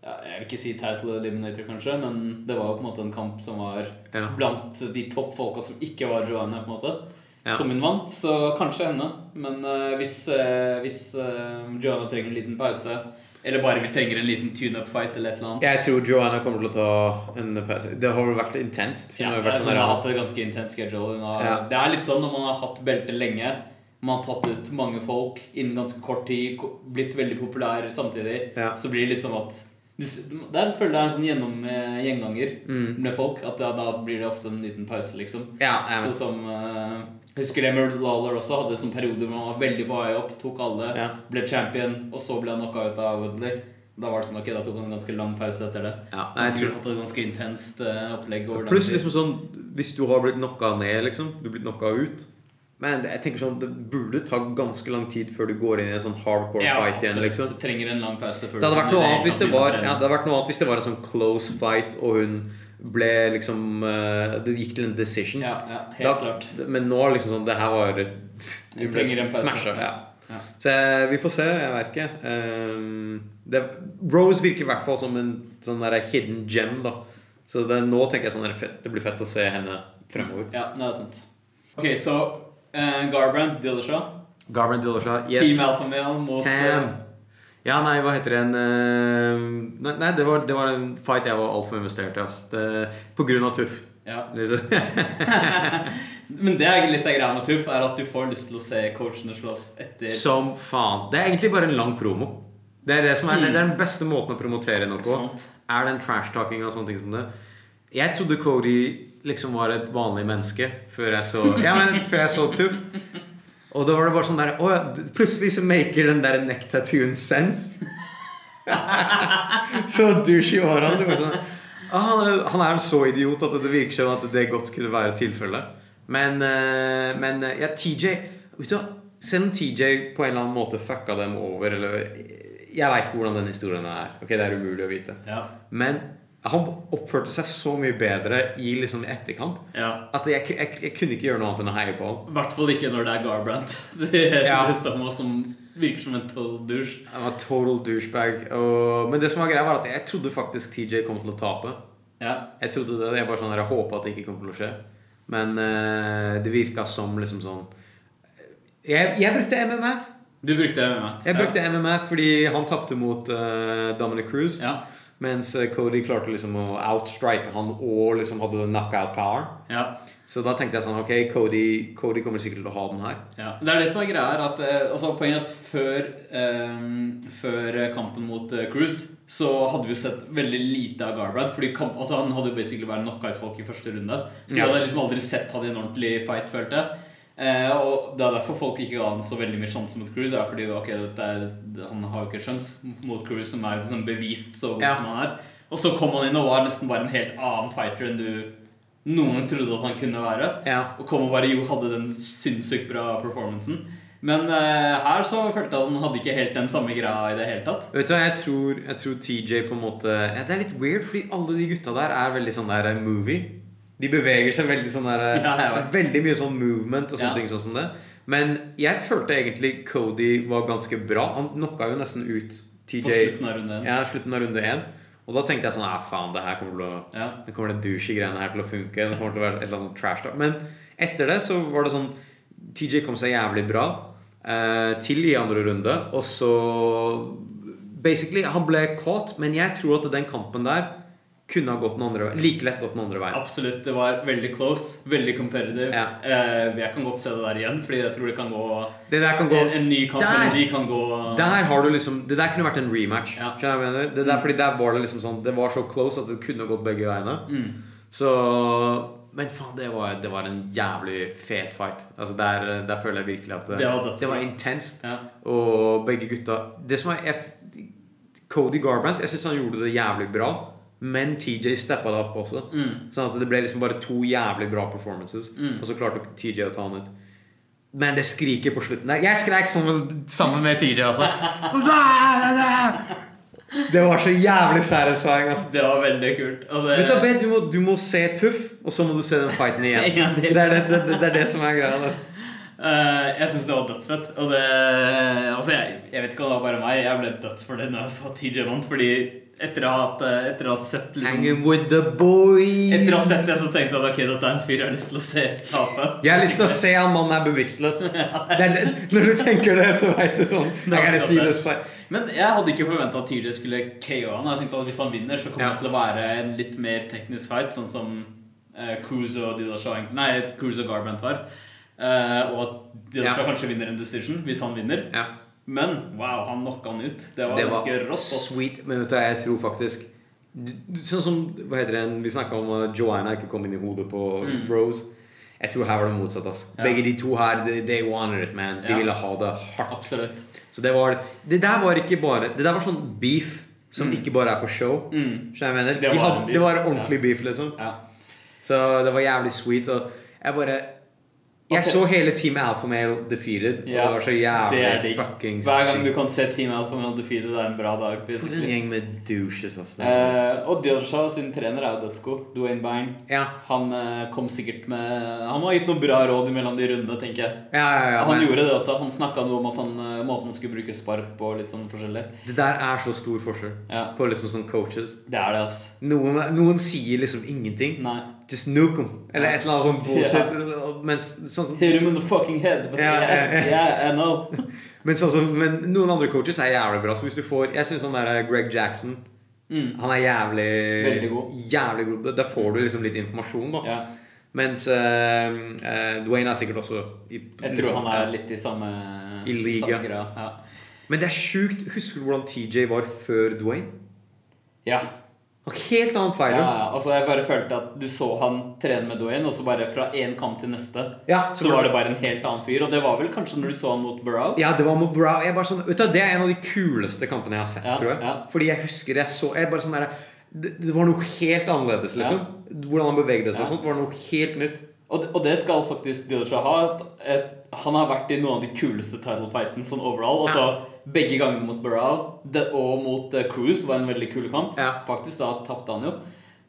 Speaker 1: ja, Jeg vil ikke si title eliminator, kanskje, men det var jo på en måte en kamp som var
Speaker 2: Ja.
Speaker 1: blant de toppfolka som ikke var Joanna, på en måte.
Speaker 2: Ja.
Speaker 1: Som hun vant, så kanskje henne. Men eh, hvis, eh, hvis eh, Joanna trenger en liten pause, eller bare vi trenger en liten tune-up-fight eller et eller annet
Speaker 2: Jeg tror Joanna kommer til å ta en pause. Det har vel vært intenst. Hun
Speaker 1: Ja,
Speaker 2: har jo
Speaker 1: jeg tror
Speaker 2: vært sånn
Speaker 1: hun
Speaker 2: der-
Speaker 1: har hatt et ganske intenst schedule. Hun har,
Speaker 2: Ja.
Speaker 1: Det er litt sånn når man har hatt belte lenge, man har tatt ut mange folk innen ganske kort tid, ko- blitt veldig populær samtidig,
Speaker 2: Ja.
Speaker 1: så blir det litt sånn at du, s- Der føler jeg det er en sånn gjennom, eh, gjenganger med folk, at da, da blir det ofte en liten pause, liksom.
Speaker 2: Mm. Ja, jeg
Speaker 1: Sånn
Speaker 2: vet.
Speaker 1: som eh, Husker Lemmer Lawler også hadde sånn periode hvor han var veldig på vei opp, tok alle,
Speaker 2: Ja.
Speaker 1: ble champion, og så ble han knocka ut av Woodley. Da var det sånn, ok, da tok han en ganske lang pause etter det.
Speaker 2: Ja,
Speaker 1: Han
Speaker 2: jeg
Speaker 1: har sikkert
Speaker 2: tror-
Speaker 1: hatt et ganske intenst eh, opplegg. over den
Speaker 2: Pluss
Speaker 1: tiden.
Speaker 2: liksom sånn Hvis du har blitt knocka ned, liksom. Du har blitt knocka ut. Men jeg tenker sånn, det burde ta ganske lang tid før du går inn i en sånn hardcore fight igjen.
Speaker 1: absolutt.
Speaker 2: liksom
Speaker 1: Så trenger en lang pause før
Speaker 2: Det hadde
Speaker 1: du
Speaker 2: vært
Speaker 1: kan-
Speaker 2: noe
Speaker 1: eller
Speaker 2: annet hvis det
Speaker 1: kan
Speaker 2: var
Speaker 1: begynne å
Speaker 2: ja, det
Speaker 1: trene.
Speaker 2: hadde vært noe annet hvis det var en sånn close fight, og hun ble liksom eh, Det gikk til en decision.
Speaker 1: Ja, ja, helt
Speaker 2: Da-
Speaker 1: klart.
Speaker 2: Men nå er det liksom sånn Det her var
Speaker 1: Vi
Speaker 2: Vi ble
Speaker 1: trenger en pause.
Speaker 2: smasha. Ja.
Speaker 1: Ja.
Speaker 2: Så jeg- vi får se. Jeg veit ikke. Ehm, det, Rose virker i hvert fall som en sånn der hidden gem, da. Så det, nå tenker jeg sånn der, fett, det blir fett å se henne fremover.
Speaker 1: Ja, det er sant. Ok, så eh, Garbrandt, Dillashaw.
Speaker 2: Garbrandt Dillashaw.
Speaker 1: Team Alpha Male mot
Speaker 2: Damn.
Speaker 1: eh,
Speaker 2: Ja, nei, hva heter ehm, det en eh, Nei, nei det, var, det var en fight jeg var altfor investert i. ass. Det, på grunn av Tuff.
Speaker 1: Ja, Ja.
Speaker 2: Liksom.
Speaker 1: Men det er litt av greia med Tuff, er at du får lyst til å se coachene slåss etter
Speaker 2: Som faen. Det er egentlig bare en lang promo. Det er, det som er, det er den beste måten å promotere noe på.
Speaker 1: Sant.
Speaker 2: Er den trash-talkinga og sånne ting som det. Jeg trodde Cody liksom var et vanlig menneske før jeg så Ja, men før jeg så Tuff. Og da var det bare sånn der åja, Plutselig så maker den der neck tattooen sense. så douche i åra. Det var sånn, ah, han er- han er så idiot at det virker som at det godt kunne være tilfellet. Men, eh, men eh, ja, TJ vet du, hva? Selv om TJ på en eller annen måte fucka dem over eller, eh, Jeg veit ikke hvordan den historien er. Ok, Det er umulig å vite.
Speaker 1: Ja.
Speaker 2: Men han oppførte seg så mye bedre i liksom etterkant
Speaker 1: ja.
Speaker 2: at jeg, ku- jeg, jeg kunne ikke gjøre noe annet enn å heie på han.
Speaker 1: I hvert fall ikke når det er Garbrandt. Det er
Speaker 2: Ja.
Speaker 1: det stemmer, som virker som en total douche.
Speaker 2: Han var total douchebag. Og, men det som var greia var at jeg trodde faktisk TJ kom til å tape.
Speaker 1: Ja.
Speaker 2: Jeg trodde det, jeg bare sånn der, jeg håpet at det ikke kom til å skje. Men eh, det virka som liksom sånn Jeg, jeg brukte MMF.
Speaker 1: Du brukte MMF.
Speaker 2: Jeg brukte MMF fordi han tapte mot eh, Dominic Cruz.
Speaker 1: ja.
Speaker 2: Mens eh, Cody klarte liksom å outstrike han og liksom hadde knockout power.
Speaker 1: Ja.
Speaker 2: Så da tenkte jeg sånn Ok, Cody, Cody kommer sikkert til å ha den her.
Speaker 1: Ja. Det er det som er greia her. At, eh, altså, poenget er at før, eh, før eh, kampen mot eh, Cruise så hadde vi jo sett veldig lite av Garbrandt. Fordi kamp, altså, han hadde jo basically bare knocka ut folk i første runde. Så jeg
Speaker 2: Ja.
Speaker 1: hadde liksom aldri sett han i en ordentlig fight, følte jeg. Eh, og Det er derfor folk ikke ga han så veldig mye sjanse mot Cruise. Er fordi ok, dette er, han har jo ikke sjans mot Cruise, som er liksom bevist så god
Speaker 2: Ja.
Speaker 1: som han er. Og så kom han inn og var nesten bare en helt annen fighter enn du noen gang trodde at han kunne være.
Speaker 2: Ja.
Speaker 1: Og kom og bare jo hadde den sinnssykt bra performancen. Men eh, her så følte jeg at han hadde ikke helt den samme greia i det hele tatt.
Speaker 2: Vet du hva, jeg tror, jeg tror TJ på en måte ja, Det er litt weird, fordi alle de gutta der er veldig sånn der eh, movie. De beveger seg veldig sånn der eh,
Speaker 1: Ja, jeg vet.
Speaker 2: Veldig mye sånn movement og sånne
Speaker 1: Ja.
Speaker 2: ting sånn som det. Men jeg følte egentlig Cody var ganske bra. Han knocka jo nesten ut TJ
Speaker 1: På slutten av runde én.
Speaker 2: Ja, slutten av runde én. Og da tenkte jeg sånn Ja, faen, det her kommer til å
Speaker 1: Ja.
Speaker 2: Det kommer den douchey greiene her til å funke. Det kommer til å være et eller annet sånn trash talk. Men etter det så var det sånn TJ kom seg jævlig bra eh, til i andre runde, og så Basically, han ble caught, men jeg tror at den kampen der kunne ha gått den andre veien. Like lett gått den andre veien.
Speaker 1: Absolutt. Det var veldig close. Veldig competitive.
Speaker 2: Ja.
Speaker 1: Eh, jeg kan godt se det der igjen, fordi jeg tror det kan gå
Speaker 2: Det der kan gå
Speaker 1: en, en ny kamp.
Speaker 2: Der!
Speaker 1: eller de kan gå
Speaker 2: Der har du liksom Det der kunne vært en rematch.
Speaker 1: Ja. Mm.
Speaker 2: Skjønner du hva jeg mener? Det der, fordi der var det liksom sånn Det var så close at det kunne gått begge veiene.
Speaker 1: Mm.
Speaker 2: Så Men faen, det var, det var en jævlig fet fight. Altså der, der føler jeg virkelig at
Speaker 1: Det var dødsbra.
Speaker 2: det var intenst.
Speaker 1: Ja.
Speaker 2: Og begge gutta Det som er jeg, Cody Garbrandt Jeg syns han gjorde det jævlig bra. Men TJ steppa det opp også.
Speaker 1: Mm.
Speaker 2: Sånn at det ble liksom bare to jævlig bra performances. Og så klarte TJ å ta han ut. Men det skriker på slutten der. Jeg skrek sammen, sammen med TJ, altså. Det var så jævlig satisfying. Altså.
Speaker 1: Det var veldig kult. Og det,
Speaker 2: Vet du, hva, Ben, du, må, du må se Tuff, og så må du se den fighten igjen.
Speaker 1: En gang til.
Speaker 2: Det er det, det, det, er det som er greia. da.
Speaker 1: Eh, jeg syns det var dødsfett. Og det, altså jeg, jeg vet ikke om det var bare meg, jeg ble dødsfornøyd når jeg sa TJ vant. Fordi etter å ha, hatt, eh, etter å ha sett liksom,
Speaker 2: Hanging with the boys.
Speaker 1: Etter å ha sett det, så tenkte jeg at ok, dette er en fyr jeg har lyst til å se tape.
Speaker 2: Jeg har lyst til å se han mannen er bevisstløs. Det er det, når du tenker det, så veit du sånn. I gotta see this fight.
Speaker 1: Men jeg hadde ikke forventa at TJ skulle KO han. Jeg tenkte at Hvis han vinner, så kommer
Speaker 2: Ja.
Speaker 1: det til å være en litt mer teknisk fight, sånn som eh, Cruz og Dida Shahing Nei, Cruz og Garbrandt var. Eh, og at Dida
Speaker 2: Ja.
Speaker 1: Shah kanskje vinner en decision, hvis han vinner.
Speaker 2: Ja,
Speaker 1: Men wow, han knocka han ut. Det var
Speaker 2: det
Speaker 1: ganske
Speaker 2: var
Speaker 1: rått. ass.
Speaker 2: sweet. Men vet du, hva, jeg tror faktisk du- du- Sånn som hva heter det, Vi snakka om at Joanna ikke kom inn i hodet på Rose. Jeg tror her var det motsatt. ass
Speaker 1: Mm. Ja.
Speaker 2: Begge de to her, they, they wanted it, man. De
Speaker 1: Ja.
Speaker 2: ville ha det hardt.
Speaker 1: Absolutt.
Speaker 2: Så det var Det der var ikke bare Det der var sånn beef som ikke bare er for show.
Speaker 1: Mm.
Speaker 2: Så jeg mener,
Speaker 1: Det
Speaker 2: de
Speaker 1: var en
Speaker 2: hadde,
Speaker 1: beef.
Speaker 2: det var ordentlig beef, liksom.
Speaker 1: Ja.
Speaker 2: Så det var jævlig sweet. Og jeg bare Jeg så hele Team Alpha Male defeated, og
Speaker 1: Ja,
Speaker 2: det var så
Speaker 1: det er digg.
Speaker 2: jævlig fuckings
Speaker 1: Hver gang du kan se Team Alpha Male defeated, det er en bra dag.
Speaker 2: For en gjeng med douches, ass. Det-
Speaker 1: Eh, og Dilshaw sin trener er jo dødsgod. Dwayne Byrne.
Speaker 2: Ja,
Speaker 1: Han eh, kom sikkert med Han har gitt noen bra råd mellom de rundene, tenker jeg.
Speaker 2: ja, ja, ja
Speaker 1: han
Speaker 2: men
Speaker 1: gjorde det også. Han snakka noe om at han, eh, måten han skulle bruke spark på. Litt sånn forskjellig.
Speaker 2: det der er så stor forskjell
Speaker 1: Ja.
Speaker 2: på liksom sånn coaches.
Speaker 1: Det er det, altså.
Speaker 2: Noen, noen sier liksom ingenting.
Speaker 1: Nei.
Speaker 2: Just nuke 'em. Eller et eller annet sånn bullshit. Mens sånn som
Speaker 1: Hit him in the fucking head. But
Speaker 2: Ja,
Speaker 1: yeah,
Speaker 2: ja, ja.
Speaker 1: yeah, I know.
Speaker 2: Men, sånn som- men noen andre coaches er jævlig bra. Så hvis du får Jeg syns han der eh, Greg Jackson
Speaker 1: Mm.
Speaker 2: Han er jævlig
Speaker 1: Veldig god.
Speaker 2: Jævlig god. Da- Der får du liksom litt informasjon, da.
Speaker 1: Ja.
Speaker 2: Mens eh, eh, Dwayne er sikkert også i,
Speaker 1: Jeg tror han er litt i samme
Speaker 2: I liga.
Speaker 1: samme greia,
Speaker 2: Men det er sjukt. Husker du hvordan TJ var før Dwayne?
Speaker 1: Ja. ja.
Speaker 2: Han var helt annet
Speaker 1: Ja,
Speaker 2: fighter.
Speaker 1: ja, altså jeg bare følte at du så han trene med Dwayne, og så bare fra én kamp til neste
Speaker 2: Ja,
Speaker 1: så, var det bare en helt annen fyr. Og det var vel kanskje når du så han mot Burrow?
Speaker 2: Ja, det var mot Brow. Jeg bare sånn, vet du, hva, det er en av de kuleste kampene jeg har sett,
Speaker 1: Ja,
Speaker 2: tror jeg.
Speaker 1: ja.
Speaker 2: Fordi jeg husker jeg så jeg bare sånn der, det, det var noe helt annerledes, liksom. Hvordan han bevegde seg og
Speaker 1: Ja.
Speaker 2: sånt, var noe helt nytt.
Speaker 1: Og, og det skal faktisk Dillashaw ha. at- at Han har vært i noen av de kuleste title fightene sånn overall. Altså Begge gangene mot Burrow det, og mot eh, Cruz var en veldig kul kamp.
Speaker 2: Ja.
Speaker 1: Faktisk da tapte han jo.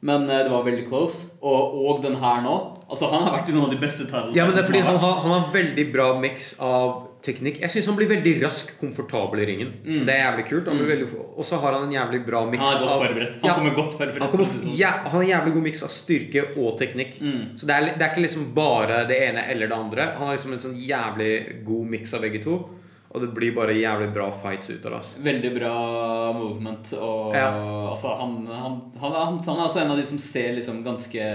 Speaker 1: Men eh, det var veldig close. Og, og den her nå. Altså Han har vært i noen av de beste title
Speaker 2: Ja, men det er
Speaker 1: fightene som har
Speaker 2: fordi han
Speaker 1: vært.
Speaker 2: har, han har veldig bra mix av teknikk. Jeg syns han blir veldig rask komfortabel i ringen. Det er jævlig kult. Han blir veldig, og så har han en jævlig bra mix
Speaker 1: Mm. han er godt
Speaker 2: av
Speaker 1: forberedt. Han
Speaker 2: Ja,
Speaker 1: kommer godt forberedt.
Speaker 2: han, kommer,
Speaker 1: for å si det sånn.
Speaker 2: ja, han har en jævlig god miks av styrke og teknikk. Så det er, li- det er ikke liksom bare det ene eller det andre. Han har liksom en sånn jævlig god miks av begge to. Og det blir bare jævlig bra fights ut av det. altså. ass.
Speaker 1: Veldig bra movement. Og
Speaker 2: Ja.
Speaker 1: altså, han, han, han, han, han er altså en av de som ser liksom ganske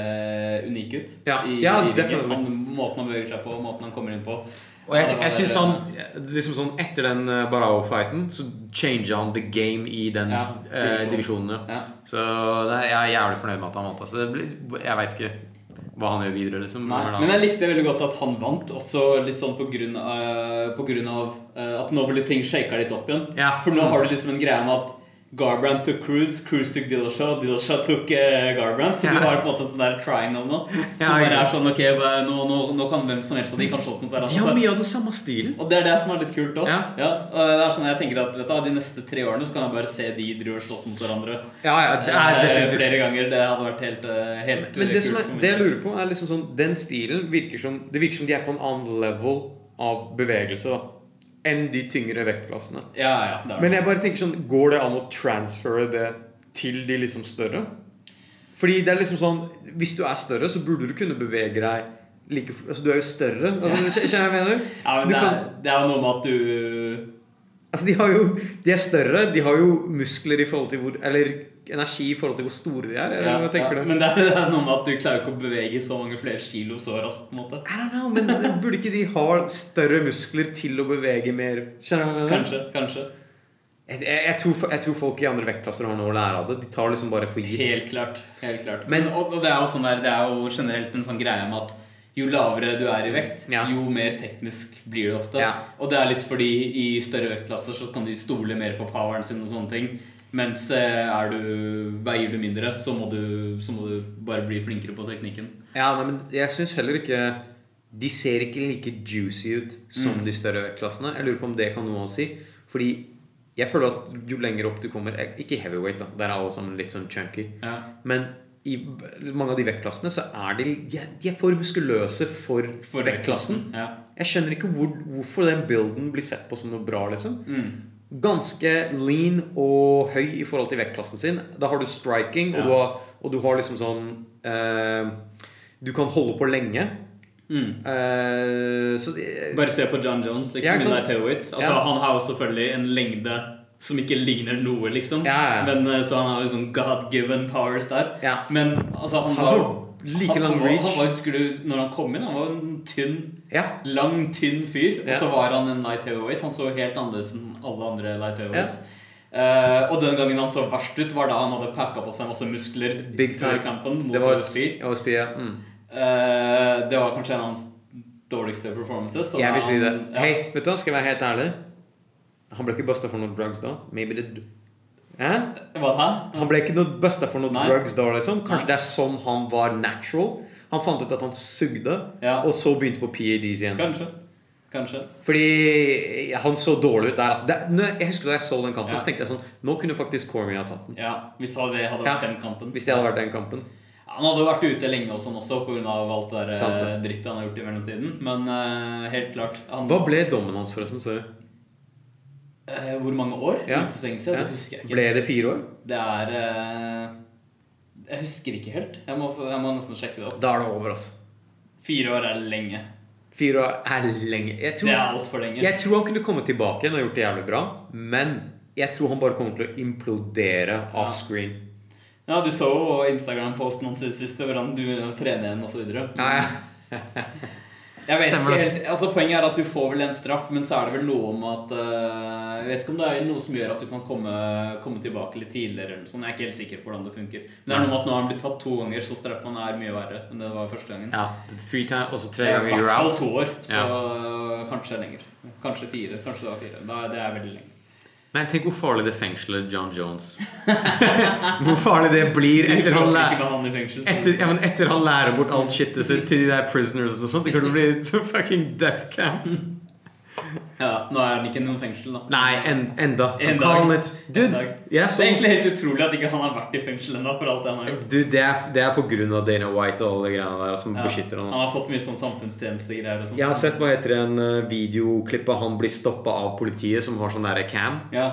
Speaker 1: unik ut.
Speaker 2: Ja.
Speaker 1: i,
Speaker 2: Ja,
Speaker 1: i ringen.
Speaker 2: definitely.
Speaker 1: han, måten han beveger seg på, måten han kommer inn på.
Speaker 2: Og jeg, jeg synes han liksom sånn Etter den eh, Barao-fighten så changa han the game i den
Speaker 1: Ja,
Speaker 2: eh,
Speaker 1: divisjonen.
Speaker 2: divisjonen. Ja.
Speaker 1: Ja.
Speaker 2: Så det er, jeg er jævlig fornøyd med at han vant. Altså. Det blir, jeg veit ikke hva han gjør videre. Liksom.
Speaker 1: Nei,
Speaker 2: Hvordan-
Speaker 1: men jeg likte veldig godt at han vant, også litt sånn på grunn av, på grunn av eh, at nå ble ting shaka litt opp igjen.
Speaker 2: Ja.
Speaker 1: For nå har du liksom en greie med at Garbrandt tok Cruise, Cruise tok Dillashaw, Dillashaw tok eh, Garbrandt. Så
Speaker 2: Ja.
Speaker 1: du har på en måte en sånn der triangle nå. Som
Speaker 2: Ja, ikke
Speaker 1: bare er sånn Ok, hva- nå, nå, nå kan hvem som helst av de kan slåss mot hverandre.
Speaker 2: De har
Speaker 1: Så-
Speaker 2: mye av den samme stilen.
Speaker 1: Og det er det som er litt kult òg.
Speaker 2: Ja.
Speaker 1: det er sånn jeg tenker at vet du, hva, De neste tre årene så kan jeg bare se de drive og slåss mot hverandre
Speaker 2: Ja, ja, det er
Speaker 1: eh,
Speaker 2: definitivt
Speaker 1: flere ganger. Det hadde vært helt, eh, helt
Speaker 2: Men det, som
Speaker 1: kult
Speaker 2: er,
Speaker 1: for min
Speaker 2: det jeg
Speaker 1: del.
Speaker 2: lurer på, er liksom sånn Den stilen virker som Det virker som de er på en annen level av bevegelse da enn de tyngre vektklassene.
Speaker 1: ja, ja, det er
Speaker 2: Men
Speaker 1: det.
Speaker 2: jeg bare tenker sånn Går det an å transfere det til de liksom større? Fordi det er liksom sånn Hvis du er større, så burde du kunne bevege deg like f- Altså, du er jo større. Altså, skj- skjønner du hva jeg mener?
Speaker 1: ja,
Speaker 2: Så
Speaker 1: men
Speaker 2: du
Speaker 1: det,
Speaker 2: kan,
Speaker 1: er, det er jo noe med at du
Speaker 2: altså, de har jo De er større. De har jo muskler i forhold til hvor Eller energi i forhold til hvor store de er. Eller,
Speaker 1: ja,
Speaker 2: Eh, hva tenker
Speaker 1: ja,
Speaker 2: du?
Speaker 1: Men det er, det er noe med at du klarer ikke å bevege så mange flere kilo så raskt. på en måte
Speaker 2: I don't know, men burde ikke de ha større muskler til å bevege mer? Skjønner du hva jeg mener?
Speaker 1: Kanskje. kanskje
Speaker 2: Jeg, jeg, jeg, tror, fo- jeg tror folk i andre vektklasser har noe å lære av det. De tar liksom bare for gitt.
Speaker 1: Helt klart. helt klart
Speaker 2: Men-
Speaker 1: Men og, og det, er jo sånn der, det er jo generelt en sånn greie med at jo lavere du er i vekt,
Speaker 2: Ja.
Speaker 1: jo mer teknisk blir du ofte.
Speaker 2: Ja.
Speaker 1: Og det er litt fordi i større vektklasser så kan de stole mer på poweren sin og sånne ting. Mens eh, er du, veier du mindre, så må du, så må du bare bli flinkere på teknikken.
Speaker 2: Ja, nei, men jeg synes heller ikke De ser ikke like juicy ut som de større vektklassene. Jeg lurer på om det kan noe å si. Fordi jeg føler at jo lenger opp du kommer eh, Ikke i heavyweight, da. Der er alle sammen litt sånn chunky.
Speaker 1: Ja.
Speaker 2: Men i b- mange av de vektklassene så er de De er, de er for muskuløse for,
Speaker 1: For
Speaker 2: vektklassen.
Speaker 1: Ja.
Speaker 2: Jeg skjønner ikke hvor, hvorfor den builden blir sett på som noe bra, liksom.
Speaker 1: Mm.
Speaker 2: Ganske lean og høy i forhold til vektklassen sin. Da har du striking, og,
Speaker 1: Ja.
Speaker 2: du, har, og du har liksom sånn eh, Du kan holde på lenge.
Speaker 1: Mm.
Speaker 2: Eh, så det-
Speaker 1: Bare se på John Jones.
Speaker 2: Ja,
Speaker 1: liksom
Speaker 2: ikke sant?
Speaker 1: Eli Tewitt. Altså,
Speaker 2: Ja.
Speaker 1: Han har jo selvfølgelig en lengde som ikke ligner noe, liksom.
Speaker 2: Ja, ja.
Speaker 1: Men, eh, så han har jo sånn god given powers der.
Speaker 2: Ja.
Speaker 1: Men altså, han,
Speaker 2: Han
Speaker 1: var
Speaker 2: får like
Speaker 1: han-
Speaker 2: lang
Speaker 1: han var-
Speaker 2: reach.
Speaker 1: Han var, husker du, når han kom inn, han var en tynn,
Speaker 2: Ja.
Speaker 1: lang, tynn fyr.
Speaker 2: Ja.
Speaker 1: Og så var han en light heavyweight. Han så helt annerledes enn alle andre light heavyweights. Eh, og den gangen han så verst ut, var da han hadde packa på seg masse muskler
Speaker 2: Big
Speaker 1: før
Speaker 2: time.
Speaker 1: kampen mot
Speaker 2: Det var
Speaker 1: OSP.
Speaker 2: OSP, ja. Mm.
Speaker 1: Eh, det var kanskje en av hans dårligste performances. og
Speaker 2: Jeg vil
Speaker 1: da
Speaker 2: si det.
Speaker 1: han- Sånn ja.
Speaker 2: Hei, vet du hva, skal jeg være helt ærlig? Han ble ikke busta for noe drugs da. Maybe det Hæ?
Speaker 1: Hva da?
Speaker 2: Han ble ikke noe busta for noe
Speaker 1: Nei.
Speaker 2: drugs da, liksom.
Speaker 1: Nei.
Speaker 2: Kanskje det er sånn han var natural. Han fant ut at han sugde,
Speaker 1: Ja.
Speaker 2: og så begynte på PADs igjen.
Speaker 1: Kanskje. Kanskje.
Speaker 2: Fordi han så dårlig ut der. Altså. Det, nå- jeg husker da jeg så den kampen,
Speaker 1: Ja.
Speaker 2: så tenkte jeg sånn Nå kunne faktisk Cormier ha tatt den.
Speaker 1: Ja, Hvis det hadde hadde
Speaker 2: Ja.
Speaker 1: vært den kampen.
Speaker 2: Hvis det hadde vært den kampen.
Speaker 1: Han hadde jo vært ute lenge og sånn også pga. alt det der eh,
Speaker 2: Sant det.
Speaker 1: drittet han har gjort i mellomtiden. Men eh, helt klart han,
Speaker 2: Hva ble dommen hans, forresten? Sorry.
Speaker 1: Eh, Hvor mange år?
Speaker 2: Ja.
Speaker 1: Utestengelse?
Speaker 2: Ja.
Speaker 1: Det husker jeg ikke.
Speaker 2: Ble det fire år?
Speaker 1: Det er eh, Jeg husker ikke helt. Jeg må, få- jeg må nesten sjekke det opp.
Speaker 2: Da er det over, altså.
Speaker 1: Fire år er lenge.
Speaker 2: Fire år er lenge. Jeg
Speaker 1: Det
Speaker 2: tror,
Speaker 1: er altfor lenge.
Speaker 2: jeg tror han kunne komme tilbake igjen og gjort det jævlig bra, men Jeg tror han bare kommer til å implodere offscreen.
Speaker 1: Ja, du så jo Instagram-posten hans i det siste, hvor han du trener igjen osv.
Speaker 2: Ja, ja.
Speaker 1: Jeg vet
Speaker 6: Stemmer
Speaker 1: ikke
Speaker 6: det.
Speaker 1: helt, altså Poenget er at du får vel en straff, men så er det vel noe om at eh, Jeg vet ikke om det er noe som gjør at du kan komme, komme tilbake litt tidligere. eller noe sånt. Jeg er ikke helt sikker på hvordan det funker. Men det er noe med at nå har han blitt tatt to ganger, så straffen er mye verre enn det var første gangen.
Speaker 6: Ja, three time, og så tre
Speaker 1: I
Speaker 6: ganger
Speaker 1: hvert
Speaker 6: you're
Speaker 1: fall
Speaker 6: out.
Speaker 1: to år, så kanskje lenger. Kanskje fire. Kanskje det var fire. Da, det er veldig lenge.
Speaker 6: Men tenk hvor farlig det fengselet John Jones
Speaker 2: Hvor farlig det blir etter han,
Speaker 1: Ikke
Speaker 2: læ-
Speaker 1: behandle i fengsel.
Speaker 2: etter, ja, men etter han lærer bort alt shitet sitt til de der prisoners og sånt. Det kommer til å bli så fucking death camp.
Speaker 1: Ja, Nå er han ikke i noe fengsel, da.
Speaker 2: Nei, en, enda.
Speaker 1: En
Speaker 2: I'm calling
Speaker 1: dag.
Speaker 2: it.
Speaker 1: En
Speaker 2: Dude,
Speaker 1: dag.
Speaker 2: jeg
Speaker 1: Det er
Speaker 2: så
Speaker 1: egentlig helt utrolig at ikke han har vært i fengsel ennå. For alt det han har gjort.
Speaker 2: Du, det er, det er på grunn av Dana White og alle greiene der som
Speaker 1: Ja,
Speaker 2: beskytter han.
Speaker 1: han
Speaker 2: Altså.
Speaker 1: har fått mye sånn samfunnstjenestegreier og sånn.
Speaker 2: Jeg har sett hva heter det, en eh, videoklipp av han blir stoppa av politiet, som har sånn derre cam.
Speaker 1: Ja.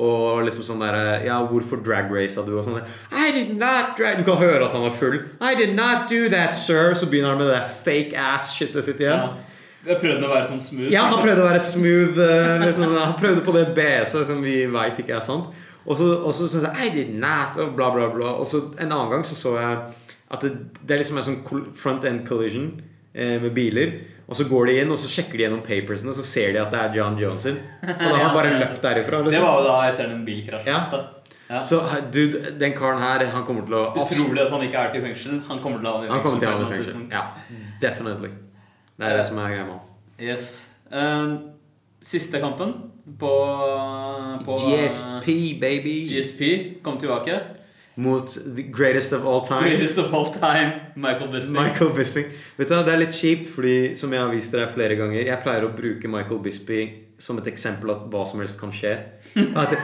Speaker 2: Og liksom sånn derre Ja, hvorfor dragracet du? Og sånn der, I did not drag Du kan høre at han er full. I did not do that, sir. Så begynner han med det der fake ass-shitet sitt
Speaker 1: ja.
Speaker 2: igjen.
Speaker 1: Jeg prøvde å være sånn smooth.
Speaker 2: Ja, han prøvde å være smooth. eh, Liksom, han prøvde på det BS-et som vi veit ikke er sant. Og så, og så syntes jeg I did not, og bla, bla, bla. Og så en annen gang så så jeg at det, det er liksom en sånn kol- front end collision eh, med biler. Og så går de inn og så sjekker de gjennom papersene, og så ser de at det er John Jones sin. Og da har han bare løpt derifra.
Speaker 1: Det
Speaker 2: Liksom.
Speaker 1: var jo da etter den bilkrasjen.
Speaker 2: Ja.
Speaker 1: da. Ja.
Speaker 2: Så dude, den karen her, han kommer til å
Speaker 1: Utrolig at sånn han ikke er til fengsel. Han kommer til å havne i
Speaker 2: Han kommer til å
Speaker 1: på et
Speaker 2: havne i
Speaker 1: eller
Speaker 2: fengsel.
Speaker 1: annet
Speaker 2: Ja, definitely. Det er det som er greia med han.
Speaker 1: tidspunkt. Yes. Eh, siste kampen på, på
Speaker 2: GSP, baby!
Speaker 1: GSP kom tilbake.
Speaker 2: Mot the greatest of all time.
Speaker 1: Greatest of all time, Michael Bisping.
Speaker 2: Michael Bisping. Vet du, hva, Det er litt kjipt, fordi som jeg har vist dere flere ganger Jeg pleier å bruke Michael Bisping som et eksempel at hva som helst kan skje. At,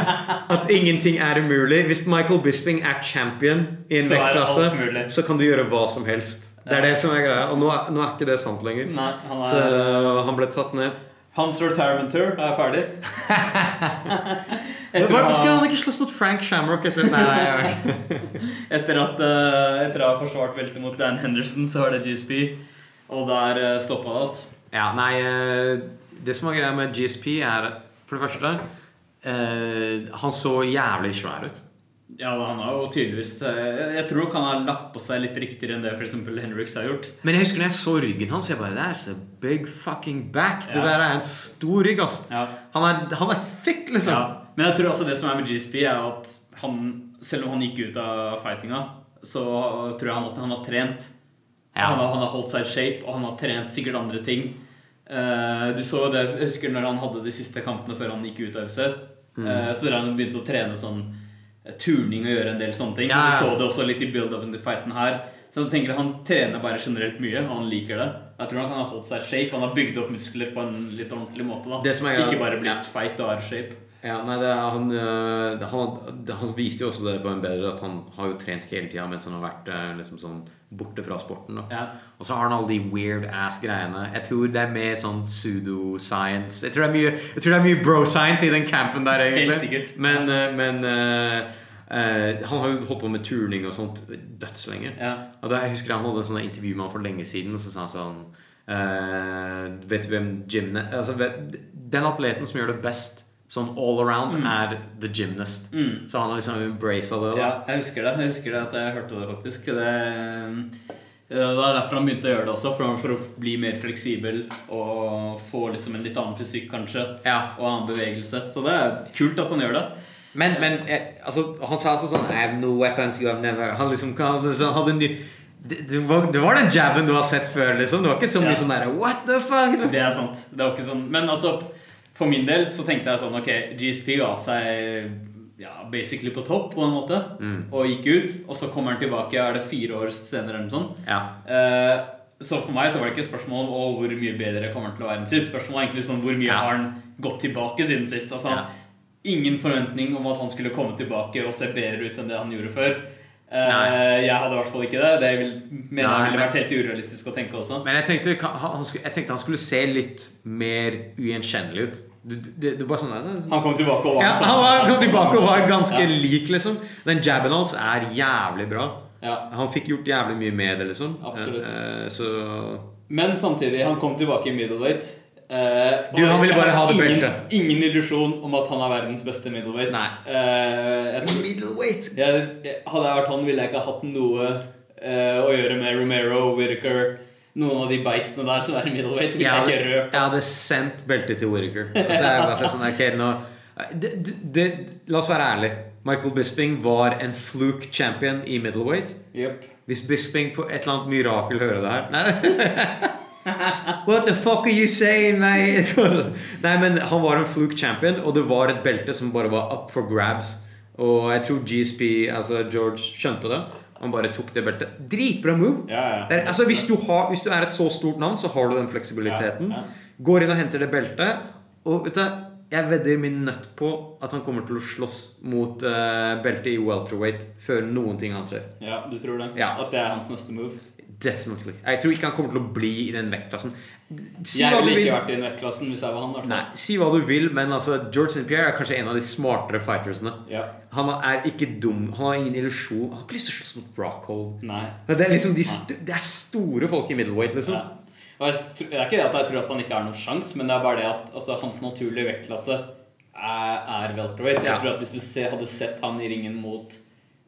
Speaker 2: at ingenting er umulig. Hvis Michael Bisping er champion i en
Speaker 1: Så er
Speaker 2: vektklasse,
Speaker 1: alt mulig.
Speaker 2: så kan du gjøre hva som helst. Det er det som er greia. Og nå er, nå er ikke det sant lenger.
Speaker 1: Nei, han
Speaker 2: Så eh,
Speaker 1: er,
Speaker 2: han ble tatt ned.
Speaker 1: hans retirement tour er ferdig.
Speaker 2: Men
Speaker 1: etter,
Speaker 2: hva- Skulle han
Speaker 1: å,
Speaker 2: ikke slåss mot Frank Shamrock etter Nei, nei, nei.
Speaker 1: etter, at, eh, etter å ha forsvart beltet mot Dan Henderson, så er det GSP. Og der stoppa det oss.
Speaker 2: Ja, nei eh, Det som er greia med GSP, er for det første eh, Han så jævlig svær ut.
Speaker 1: Ja, da, han har jo tydeligvis eh, Jeg tror nok han har lagt på seg litt riktigere enn det f.eks. Henriks har gjort.
Speaker 2: Men jeg husker når jeg så ryggen hans, jeg bare That's a big fucking back. Det
Speaker 1: Ja.
Speaker 2: der er en stor rygg, ass.
Speaker 1: Ja.
Speaker 2: Han, er, han er thick, liksom.
Speaker 1: Ja. Men jeg tror også det som er med GSP, er jo at han, selv om han gikk ut av fightinga, så tror jeg han at han har trent.
Speaker 2: Ja.
Speaker 1: Han, har, han har holdt seg i shape, og han har trent sikkert andre ting. Eh, du så jo det, jeg husker når han hadde de siste kampene før han gikk ut av UFC. Eh,
Speaker 2: Mm.
Speaker 1: så da han begynte å trene sånn eh, turning og gjøre en del sånne ting.
Speaker 2: Ja, ja.
Speaker 1: Du så det også litt i build-upen til fighten her. Så jeg tenker Han trener bare generelt mye, og han liker det. Jeg tror han har holdt seg i shape. Han har bygd opp muskler på en litt ordentlig måte. da
Speaker 2: Det som er-
Speaker 1: Ikke bare blitt feit og out of shape.
Speaker 2: Ja, nei, det, er- han, øh, han, det- han viste jo også det på en bedre at han har jo trent hele tida mens han har vært eh, liksom sånn borte fra sporten. Da.
Speaker 1: Ja.
Speaker 2: Og så har han alle de weird ass greiene. Jeg tror det er mer sånn pseudo-science. Jeg tror det er mye, jeg tror det er mye bro-science i den campen der, egentlig.
Speaker 1: Helt sikkert.
Speaker 2: Men, eh, men eh, eh, han har jo holdt på med turning og sånt dødslenge.
Speaker 1: Ja.
Speaker 2: Og da, jeg husker Han hadde en sånn intervju med han for lenge siden, og så sa han sånn eh, Vet du hvem gymna altså, vet- Den atleten som gjør det best sånn all around, er the gymnast.
Speaker 1: Mm.
Speaker 2: Så han har liksom embraced det. Da.
Speaker 1: ja, jeg husker det. Jeg husker det at jeg hørte det, faktisk. Det, det var derfor han begynte å gjøre det også, for, for å bli mer fleksibel og få liksom en litt annen fysikk, kanskje,
Speaker 2: Ja.
Speaker 1: og annen bevegelse. Så det er kult at han gjør det.
Speaker 2: Men, men eh, altså, han sa altså sånn I have no weapons, you have never Han liksom han hadde en ny det, det, var, det var den jabben du har sett før, liksom. Det var ikke så mye
Speaker 1: Ja.
Speaker 2: sånn derre What the fuck?
Speaker 1: Det er sant. Det var ikke sånn Men altså, for min del så tenkte jeg sånn Ok, GSP ga seg ja, basically på topp, på en måte,
Speaker 2: Mm.
Speaker 1: og gikk ut. Og så kommer han tilbake, er det fire år senere eller noe sånt?
Speaker 2: Ja.
Speaker 1: Eh, Så for meg så var det ikke spørsmål om «Å, hvor mye bedre kommer han til å være enn sist. Spørsmålet var egentlig sånn hvor mye
Speaker 2: Ja.
Speaker 1: har han gått tilbake siden sist. Altså,
Speaker 2: Ja.
Speaker 1: Ingen forventning om at han skulle komme tilbake og se bedre ut enn det han gjorde før. Eh,
Speaker 2: Nei.
Speaker 1: Jeg hadde i hvert fall ikke det. Det vil, mener
Speaker 2: Nei,
Speaker 1: jeg ville
Speaker 2: men-
Speaker 1: vært helt urealistisk å tenke også.
Speaker 2: Men jeg tenkte, kan- han, han skulle- jeg tenkte han skulle se litt mer ugjenkjennelig ut. Du, du, du, du bare sånn der,
Speaker 1: Han kom tilbake og var
Speaker 2: ja,
Speaker 1: sånn.
Speaker 2: Han var, kom tilbake og var ganske
Speaker 1: Ja.
Speaker 2: lik, liksom. Den jabben hans er jævlig bra.
Speaker 1: Ja.
Speaker 2: Han fikk gjort jævlig mye med det, liksom.
Speaker 1: Absolutt.
Speaker 2: Eh, eh, så
Speaker 1: Men samtidig, han kom tilbake i middleweight. Eh,
Speaker 2: Du,
Speaker 1: og
Speaker 2: han ville
Speaker 1: jeg
Speaker 2: bare
Speaker 1: har
Speaker 2: ha det
Speaker 1: ingen-
Speaker 2: beltet.
Speaker 1: Ingen illusjon om at han er verdens beste middleweight.
Speaker 2: Nei.
Speaker 1: Eh, jeg, tror-
Speaker 7: Middleweight!
Speaker 1: jeg, jeg, hadde jeg vært han, ville jeg ikke hatt noe eh, å gjøre med Romero, Whittaker Noen av de beistene der som er i middleweight. Ville
Speaker 2: Jeg
Speaker 1: jeg
Speaker 2: hadde,
Speaker 1: ikke rørt.
Speaker 2: jeg
Speaker 1: ass.
Speaker 2: hadde sendt beltet til Whittaker. Altså, jeg bare sa sånn, ok, nå- det, det, det, la oss være ærlig Michael Bisping var en fluke champion i middleweight.
Speaker 1: Jep.
Speaker 2: Hvis Bisping på et eller annet mirakel hører det her Nei. What the fuck are you saying, mate? Nei, men han var en fluke champion, og det var et belte som bare var up for grabs. Og jeg tror GSP, altså George, skjønte det. Han bare tok det beltet. Dritbra move!
Speaker 1: Ja, ja.
Speaker 2: Det er, altså, hvis, du har, hvis du er et så stort navn, så har du den fleksibiliteten.
Speaker 1: Ja, ja.
Speaker 2: Går inn og henter det beltet. Og vet du, jeg vedder min nøtt på at han kommer til å slåss mot eh, beltet i welterweight før noen ting annet skjer.
Speaker 1: Ja, du tror det?
Speaker 2: Ja.
Speaker 1: At det er hans neste move?
Speaker 2: Definitely. Jeg tror ikke han kommer til å bli i den vektklassen. Si
Speaker 1: jeg
Speaker 2: hva du
Speaker 1: ville
Speaker 2: vil.
Speaker 1: ikke vært i den vektklassen hvis jeg var han. i hvert fall.
Speaker 2: Nei, si hva du vil, men altså, George St. Pierre er kanskje en av de smartere fightersene.
Speaker 1: Ja.
Speaker 2: Han er ikke dum. Han har ingen illusjon. Han har ikke lyst til å slåss mot Rockhold.
Speaker 1: Nei.
Speaker 2: Det er liksom de st det er store folk i middleweight, liksom.
Speaker 1: Ja. Og jeg tr- Det er ikke det at jeg tror at han ikke har noen sjanse, men det er bare det at altså, hans naturlige vektklasse er, er welterweight. Jeg
Speaker 2: Ja.
Speaker 1: tror at Hvis du se, hadde sett han i ringen mot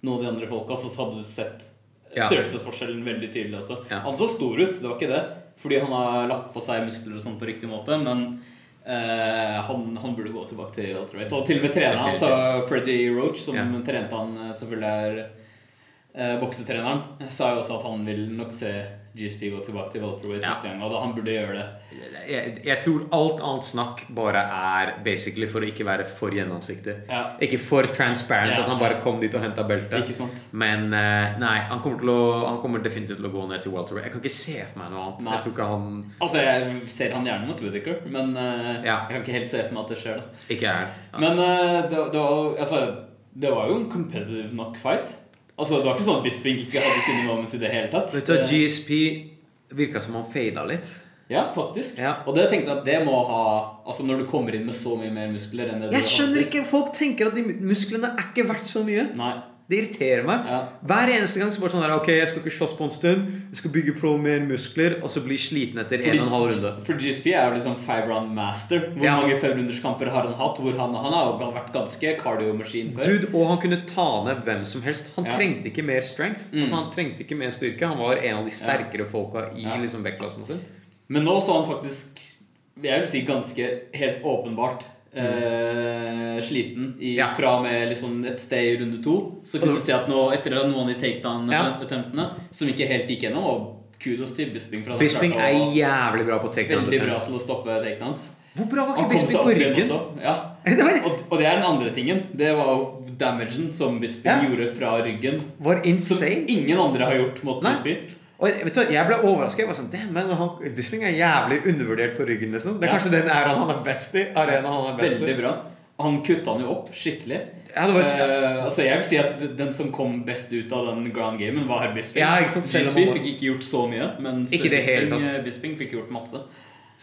Speaker 1: noen av de andre folka, så hadde du sett
Speaker 2: Ja.
Speaker 1: størrelsesforskjellen veldig tydelig også.
Speaker 2: Ja.
Speaker 1: Han så stor ut, det var ikke det, fordi han har lagt på seg muskler og sånn på riktig måte, men eh, han, han burde gå tilbake til welterweight. Og til og med treneren hans, altså Freddy Roach, som
Speaker 2: Ja.
Speaker 1: trente han eh, selvfølgelig er Eh, boksetreneren sa jo også at han vil nok se GSP gå tilbake til welterweight
Speaker 2: Ja.
Speaker 1: neste gang. Og da han burde gjøre det.
Speaker 2: Jeg, jeg tror alt annet snakk bare er basically for å ikke være for gjennomsiktig.
Speaker 1: Ja.
Speaker 2: Ikke for transparent
Speaker 1: Ja.
Speaker 2: at han bare kom dit og henta beltet.
Speaker 1: Ikke sant?
Speaker 2: Men eh, nei, han kommer, til å, han kommer definitivt til å gå ned til welterweight. Jeg kan ikke se for meg noe annet.
Speaker 1: Nei.
Speaker 2: Jeg tror ikke han
Speaker 1: Altså, jeg ser han gjerne mot Whittaker, men eh,
Speaker 2: Ja.
Speaker 1: jeg kan ikke helt se for meg at det skjer. da
Speaker 2: Ikke er
Speaker 1: Men eh, det, det, var, altså, det var jo en competitive nok fight. Altså, Det var ikke sånn at Bisping ikke hadde sine moments i det hele tatt.
Speaker 2: Vet du,
Speaker 1: Eh,
Speaker 2: GSP virka som han fada litt.
Speaker 1: Ja, faktisk.
Speaker 2: Ja.
Speaker 1: Og det tenkte jeg at det må ha Altså, når du kommer inn med så mye mer muskler enn det du
Speaker 2: Jeg
Speaker 1: hadde
Speaker 2: skjønner
Speaker 1: sist.
Speaker 2: ikke, Folk tenker at de musklene er ikke verdt så mye.
Speaker 1: Nei.
Speaker 2: Det irriterer meg.
Speaker 1: Ja.
Speaker 2: Hver eneste gang så bare sånn her, ok, jeg skal ikke slåss på en stund. Jeg skal bygge på mer muskler, og så bli sliten etter en og en halv runde.
Speaker 1: For GSP er jo liksom five round master. Hvor
Speaker 2: Ja.
Speaker 1: mange femrunderskamper har han hatt? Hvor han, han har jo vært ganske cardio-maskin før.
Speaker 2: Dude, og han kunne ta ned hvem som helst. Han
Speaker 1: Ja. Mm.
Speaker 2: trengte ikke mer strength. Altså, han trengte ikke mer styrke. Han var en av de sterkere folka i
Speaker 1: Ja.
Speaker 2: liksom, vektklassen sin.
Speaker 1: Men nå så han faktisk Jeg vil si ganske helt åpenbart eh, sliten i,
Speaker 2: Mm. Ja.
Speaker 1: fra og med liksom et sted i runde to. Så kunne du se at nå, etter noen av de
Speaker 2: Ja.
Speaker 1: takedown-attemptene som ikke helt gikk gjennom Og kudos til Bisping for at han
Speaker 2: Bisping
Speaker 1: klarte
Speaker 2: er
Speaker 1: å
Speaker 2: jævlig bra på takedown
Speaker 1: Veldig bra
Speaker 2: defense.
Speaker 1: til å stoppe takedowns.
Speaker 2: Hvor bra var
Speaker 1: Han
Speaker 2: ikke
Speaker 1: kom seg
Speaker 2: Bisping
Speaker 1: opp
Speaker 2: på
Speaker 1: igjen
Speaker 2: ryggen?
Speaker 1: også. Ja.
Speaker 2: Det var,
Speaker 1: Og, og det er den andre tingen. Det var jo damagen som Bisping
Speaker 2: Ja.
Speaker 1: gjorde fra ryggen.
Speaker 2: var
Speaker 1: Som
Speaker 2: insane.
Speaker 1: ingen andre har gjort mot
Speaker 2: Nei.
Speaker 1: Bisping.
Speaker 2: Og jeg- vet du, hva, Jeg ble overraska. Jeg var sånn, Damn, men han, Bisping er jævlig undervurdert på ryggen. liksom Det er
Speaker 1: Ja.
Speaker 2: kanskje den æraen han er best i. Arenaen han er best i.
Speaker 1: Veldig bra. Han kutta han jo opp skikkelig.
Speaker 2: Ja, det var-
Speaker 1: Eh, altså Jeg vil si at den som kom best ut av den ground gamen, var Bisping.
Speaker 2: Ja, ikke sant, selv om
Speaker 1: Bisping
Speaker 2: han var-
Speaker 1: fikk ikke gjort så mye, mens
Speaker 2: Ikke det hele
Speaker 1: Bisping, eh,
Speaker 2: tatt.
Speaker 1: Bisping fikk gjort masse.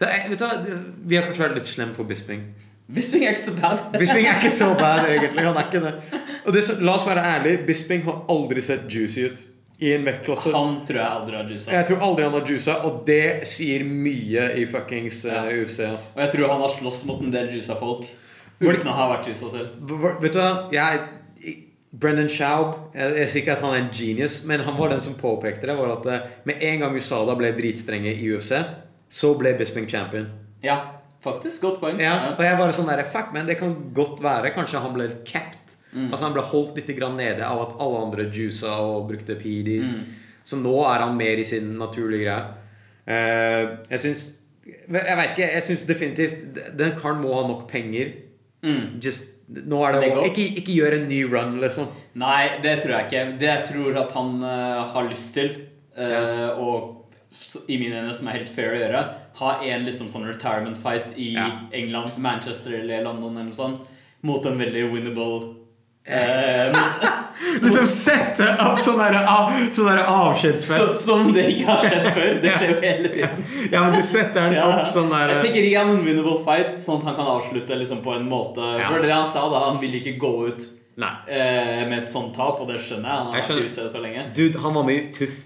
Speaker 2: Så jeg, vet du, hva, Vi har kanskje vært litt slem for Bisping.
Speaker 1: Bisping er ikke så bad.
Speaker 2: Bisping er ikke så bad, egentlig. Han er ikke det. Og det, så- La oss være ærlig, Bisping har aldri sett juicy ut i en vektklasse.
Speaker 1: Han tror jeg aldri har juica.
Speaker 2: Jeg tror aldri han har juica, og det sier mye i fuckings eh, UFC. ass
Speaker 1: Og jeg tror han har slåss mot en del juica folk.
Speaker 2: Var det-
Speaker 1: Uten å ha vært juica selv.
Speaker 2: Hva- hva- Vet du hva? Jeg, Brendan Schaub Jeg jeg sier ikke at han er en genius, men han var den som påpekte det. Var at eh, Med en gang USADA ble dritstrenge i UFC, så ble Bisping champion.
Speaker 1: Ja, faktisk. Godt poeng.
Speaker 2: Ja,
Speaker 1: Ja.
Speaker 2: og jeg bare sånn der, Fuck, men det kan godt være. Kanskje han ble capped. Altså Han ble holdt litt grann nede av at alle andre juica og brukte PDs. Så nå er han mer i sin naturlige greie. Eh, jeg syns Jeg veit ikke. Jeg syns definitivt Den karen må ha nok penger.
Speaker 1: Mm.
Speaker 2: Just, nå er det
Speaker 1: Legg opp.
Speaker 2: ikke, ikke gjør en ny run, liksom.
Speaker 1: Nei, det tror jeg ikke. Det jeg tror at han eh, har lyst til, eh, og s- i mine øyne som er helt fair å gjøre, ha en liksom sånn retirement fight i
Speaker 2: Ja.
Speaker 1: England, Manchester eller London eller noe sånt, mot en veldig winnable eh, mot-
Speaker 2: Liksom sette opp sånn der, av, sånn der avskjedsfest.
Speaker 1: så- Som det ikke har skjedd før. Det skjer jo hele tiden.
Speaker 2: Ja, men du setter den
Speaker 1: Ja.
Speaker 2: opp sånn der
Speaker 1: Jeg tenker ikke han en winnable fight, sånn at han kan avslutte liksom på en måte.
Speaker 2: Ja.
Speaker 1: For det han sa, da, han ville ikke gå ut
Speaker 2: Nei.
Speaker 1: eh, med et sånt tap, og det skjønner jeg. Han har
Speaker 2: Jeg
Speaker 1: vært i
Speaker 2: skjønner.
Speaker 1: USA så lenge.
Speaker 2: Dude, han var med i Tuff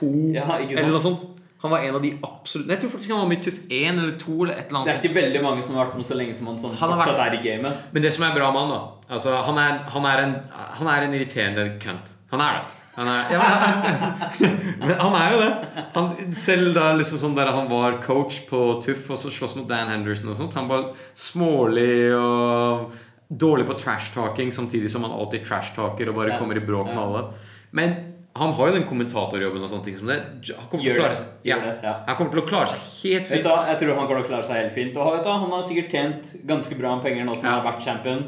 Speaker 2: 2
Speaker 1: Ja, ikke sant?
Speaker 2: eller noe sånt. Han var en av de absolutt Nei, Jeg tror faktisk han var med i Tuff 1 eller 2 eller et eller
Speaker 1: Det er
Speaker 2: annet.
Speaker 1: ikke veldig mange som har vært med så lenge som han som
Speaker 2: Han har
Speaker 1: fortsatt er i gamet.
Speaker 6: Men det som er bra med han, da altså, han, er, han, er en, han er en irriterende cunt. Han er det. Han er,
Speaker 2: Ja, men, men han er jo det. Han, selv da liksom sånn der han var coach på Tuff og så slåss mot Dan Henderson og sånt, han var smålig og dårlig på trash-talking, samtidig som han alltid trash-talker og bare
Speaker 1: Ja.
Speaker 2: kommer i bråk med
Speaker 1: Ja.
Speaker 2: alle. Men han har jo den kommentatorjobben og sånne ting som det. Han kommer,
Speaker 1: Gjør
Speaker 2: til å
Speaker 1: det.
Speaker 2: klare seg.
Speaker 1: Gjør
Speaker 2: Ja.
Speaker 1: det, ja.
Speaker 2: han kommer til å klare seg helt
Speaker 1: Vet
Speaker 2: fint.
Speaker 1: du, hva, jeg tror han kommer til å klare seg helt fint. Og vet du, hva, han har sikkert tjent ganske bra med penger nå som han har vært champion.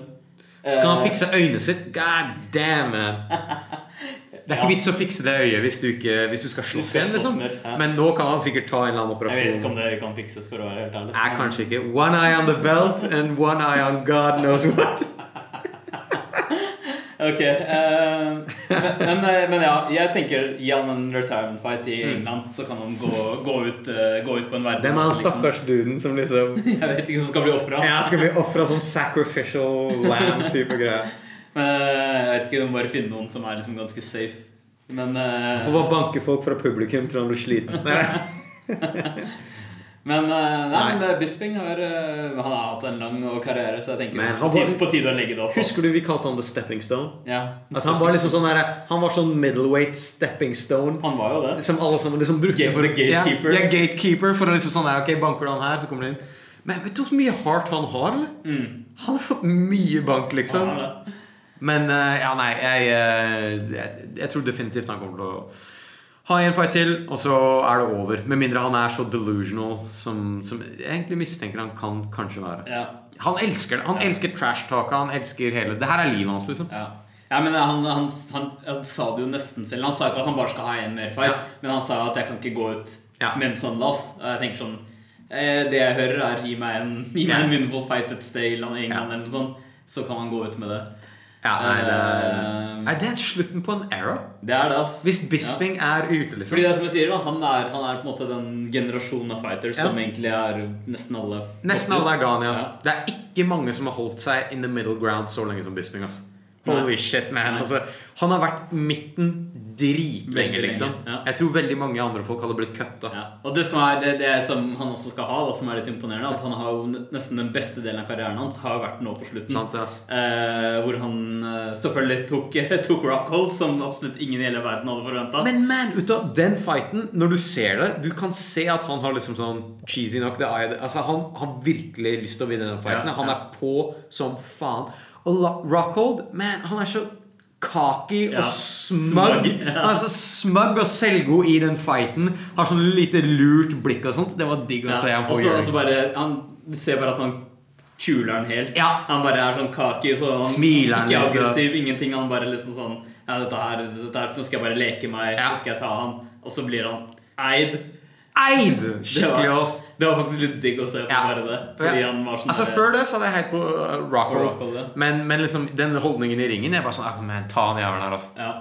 Speaker 2: Skal han
Speaker 1: Eh,
Speaker 2: fikse øynet sitt? God damn! man. Det er ikke
Speaker 1: Ja.
Speaker 2: vits å fikse det øyet hvis du, ikke, hvis du skal slåss
Speaker 1: skal
Speaker 2: igjen. liksom
Speaker 1: slåss mer, ja.
Speaker 2: Men nå kan han sikkert ta en eller annen
Speaker 1: Jeg vet ikke om
Speaker 2: operasjon.
Speaker 1: det kan fikses, for å være helt ærlig.
Speaker 2: Nei, kanskje ikke. One eye on the belt and one eye on God knows what.
Speaker 1: Ok, eh, men, men, eh, men ja, jeg tenker gjennom en retirement fight i England, så kan han gå, gå, ut, eh, gå ut på en verden.
Speaker 2: Mm. Hvem er han stakkars duden som liksom
Speaker 1: Jeg vet ikke som skal bli ofra.
Speaker 2: Ja, skal bli ofra sånn sacrificial lamb-type greier?
Speaker 1: Men eh, jeg vet ikke, du må bare finne noen som er liksom ganske safe. Men, eh,
Speaker 2: Og bare banke folk fra publikum til han blir sliten. Nei, nei.
Speaker 1: men, eh, nei,
Speaker 2: Nei.
Speaker 1: men det- Bisping har, eh, han har hatt en lang og karriere, så jeg tenker
Speaker 2: Men
Speaker 1: på,
Speaker 2: han
Speaker 1: tide,
Speaker 2: var-
Speaker 1: på tide å legge det opp.
Speaker 2: Husker du vi kalte han The Stepping Stone?
Speaker 1: Ja.
Speaker 2: At han var liksom sånn der, Han var sånn middleweight stepping stone.
Speaker 1: Han var jo det.
Speaker 2: Som alle sammen liksom brukte
Speaker 1: Gate-
Speaker 2: for
Speaker 1: gatekeeper.
Speaker 2: Ja, ja, gatekeeper For å liksom sånn her, ok, banker du han her, så kommer du inn Men vet du hvor mye heart han har, eller? Han har fått mye bank, liksom
Speaker 1: Mm. Han var det.
Speaker 2: Men, eh, ja, nei jeg, eh, jeg, jeg tror definitivt han kommer til å Ha en fight til, og så er det over Med mindre han er så delusional Som, som jeg egentlig mistenker han kan kanskje være
Speaker 1: Ja.
Speaker 2: Han elsker det, han elsker trash-talket Han elsker hele, det her er livet hans, liksom
Speaker 1: Ja. ja, men eh, han, han, han, han sa det jo nesten selv. Han sa ikke at han bare skal ha en mer fight,
Speaker 2: Ja.
Speaker 1: men han sa at 'jeg kan ikke gå ut
Speaker 2: Ja.
Speaker 1: med en sånn last'. Og jeg tenker sånn eh, Det jeg hører, er 'gi meg en, gi meg en winnable fight et sted i England',
Speaker 2: Ja.
Speaker 1: England eller noe sånt. Så kan han gå ut med det.
Speaker 2: Ja, nei, det er,
Speaker 1: Eh,
Speaker 2: Nei, det er slutten på en era
Speaker 1: Det er det, ass.
Speaker 2: Hvis Bisping er ute,
Speaker 1: Ja.
Speaker 2: liksom
Speaker 1: Fordi det er som jeg sier, da, han er, han er på en måte den generasjonen av fighters
Speaker 2: Ja.
Speaker 1: som egentlig er nesten alle
Speaker 2: Nesten alle er gone, ja.
Speaker 1: Ja.
Speaker 2: Det er ikke mange som har holdt seg in the middle ground så lenge som Bisping. ass. Holy shit, man.
Speaker 1: Nei.
Speaker 2: Altså, han har vært midten
Speaker 1: Veldig
Speaker 2: dritlenge,
Speaker 1: lenge,
Speaker 2: liksom.
Speaker 1: ja.
Speaker 2: Jeg tror veldig mange andre folk hadde blitt kutta.
Speaker 1: Ja. Og det som, er, det, det som han også skal ha, da, som er litt imponerende, at han har jo n- nesten den beste delen av karrieren hans har jo vært nå på slutten.
Speaker 2: Sant, det, ass.
Speaker 1: Eh, hvor han eh, selvfølgelig tok, tok Rockhold, som absolutt ingen i hele verden hadde forventa.
Speaker 2: Men man, ut av den fighten, når du ser det Du kan se at han har liksom sånn cheesy knock the eye Altså, han har virkelig lyst til å vinne den fighten.
Speaker 1: Ja,
Speaker 2: Han
Speaker 1: ja.
Speaker 2: er på som faen. Og La- Rockhold, man, han er så cocky
Speaker 1: Ja,
Speaker 2: og smug.
Speaker 1: smug, ja.
Speaker 2: Han er så smug og selvgod i den fighten. Har sånn lite lurt blikk og sånt. Det var digg å se
Speaker 1: Ja,
Speaker 2: ham
Speaker 1: og
Speaker 2: på
Speaker 1: så og
Speaker 2: gjøre.
Speaker 1: så bare han, Du ser bare at han kuler han helt.
Speaker 2: Ja.
Speaker 1: Han bare er sånn kaki. Så han,
Speaker 2: Smiler
Speaker 1: ikke
Speaker 2: han litt, og-
Speaker 1: aggressiv, ingenting. Han bare liksom sånn Ja, dette her, dette her Nå skal jeg bare leke meg.
Speaker 2: Ja.
Speaker 1: Nå skal jeg ta han. Og så blir han eid.
Speaker 2: Eid!
Speaker 1: Det var-
Speaker 2: Skikkelig ass.
Speaker 1: Det var faktisk litt digg å se på
Speaker 2: Ja.
Speaker 1: bare det. Fordi
Speaker 2: Ja.
Speaker 1: han var sånn
Speaker 2: Altså
Speaker 1: der-
Speaker 2: Før det så hadde jeg helt på uh,
Speaker 1: Rockhold,
Speaker 2: Rockhold.
Speaker 1: ja.
Speaker 2: Men, men liksom den holdningen i ringen Jeg bare sånn, ah, man, ta han jævelen her, ass.
Speaker 1: ja.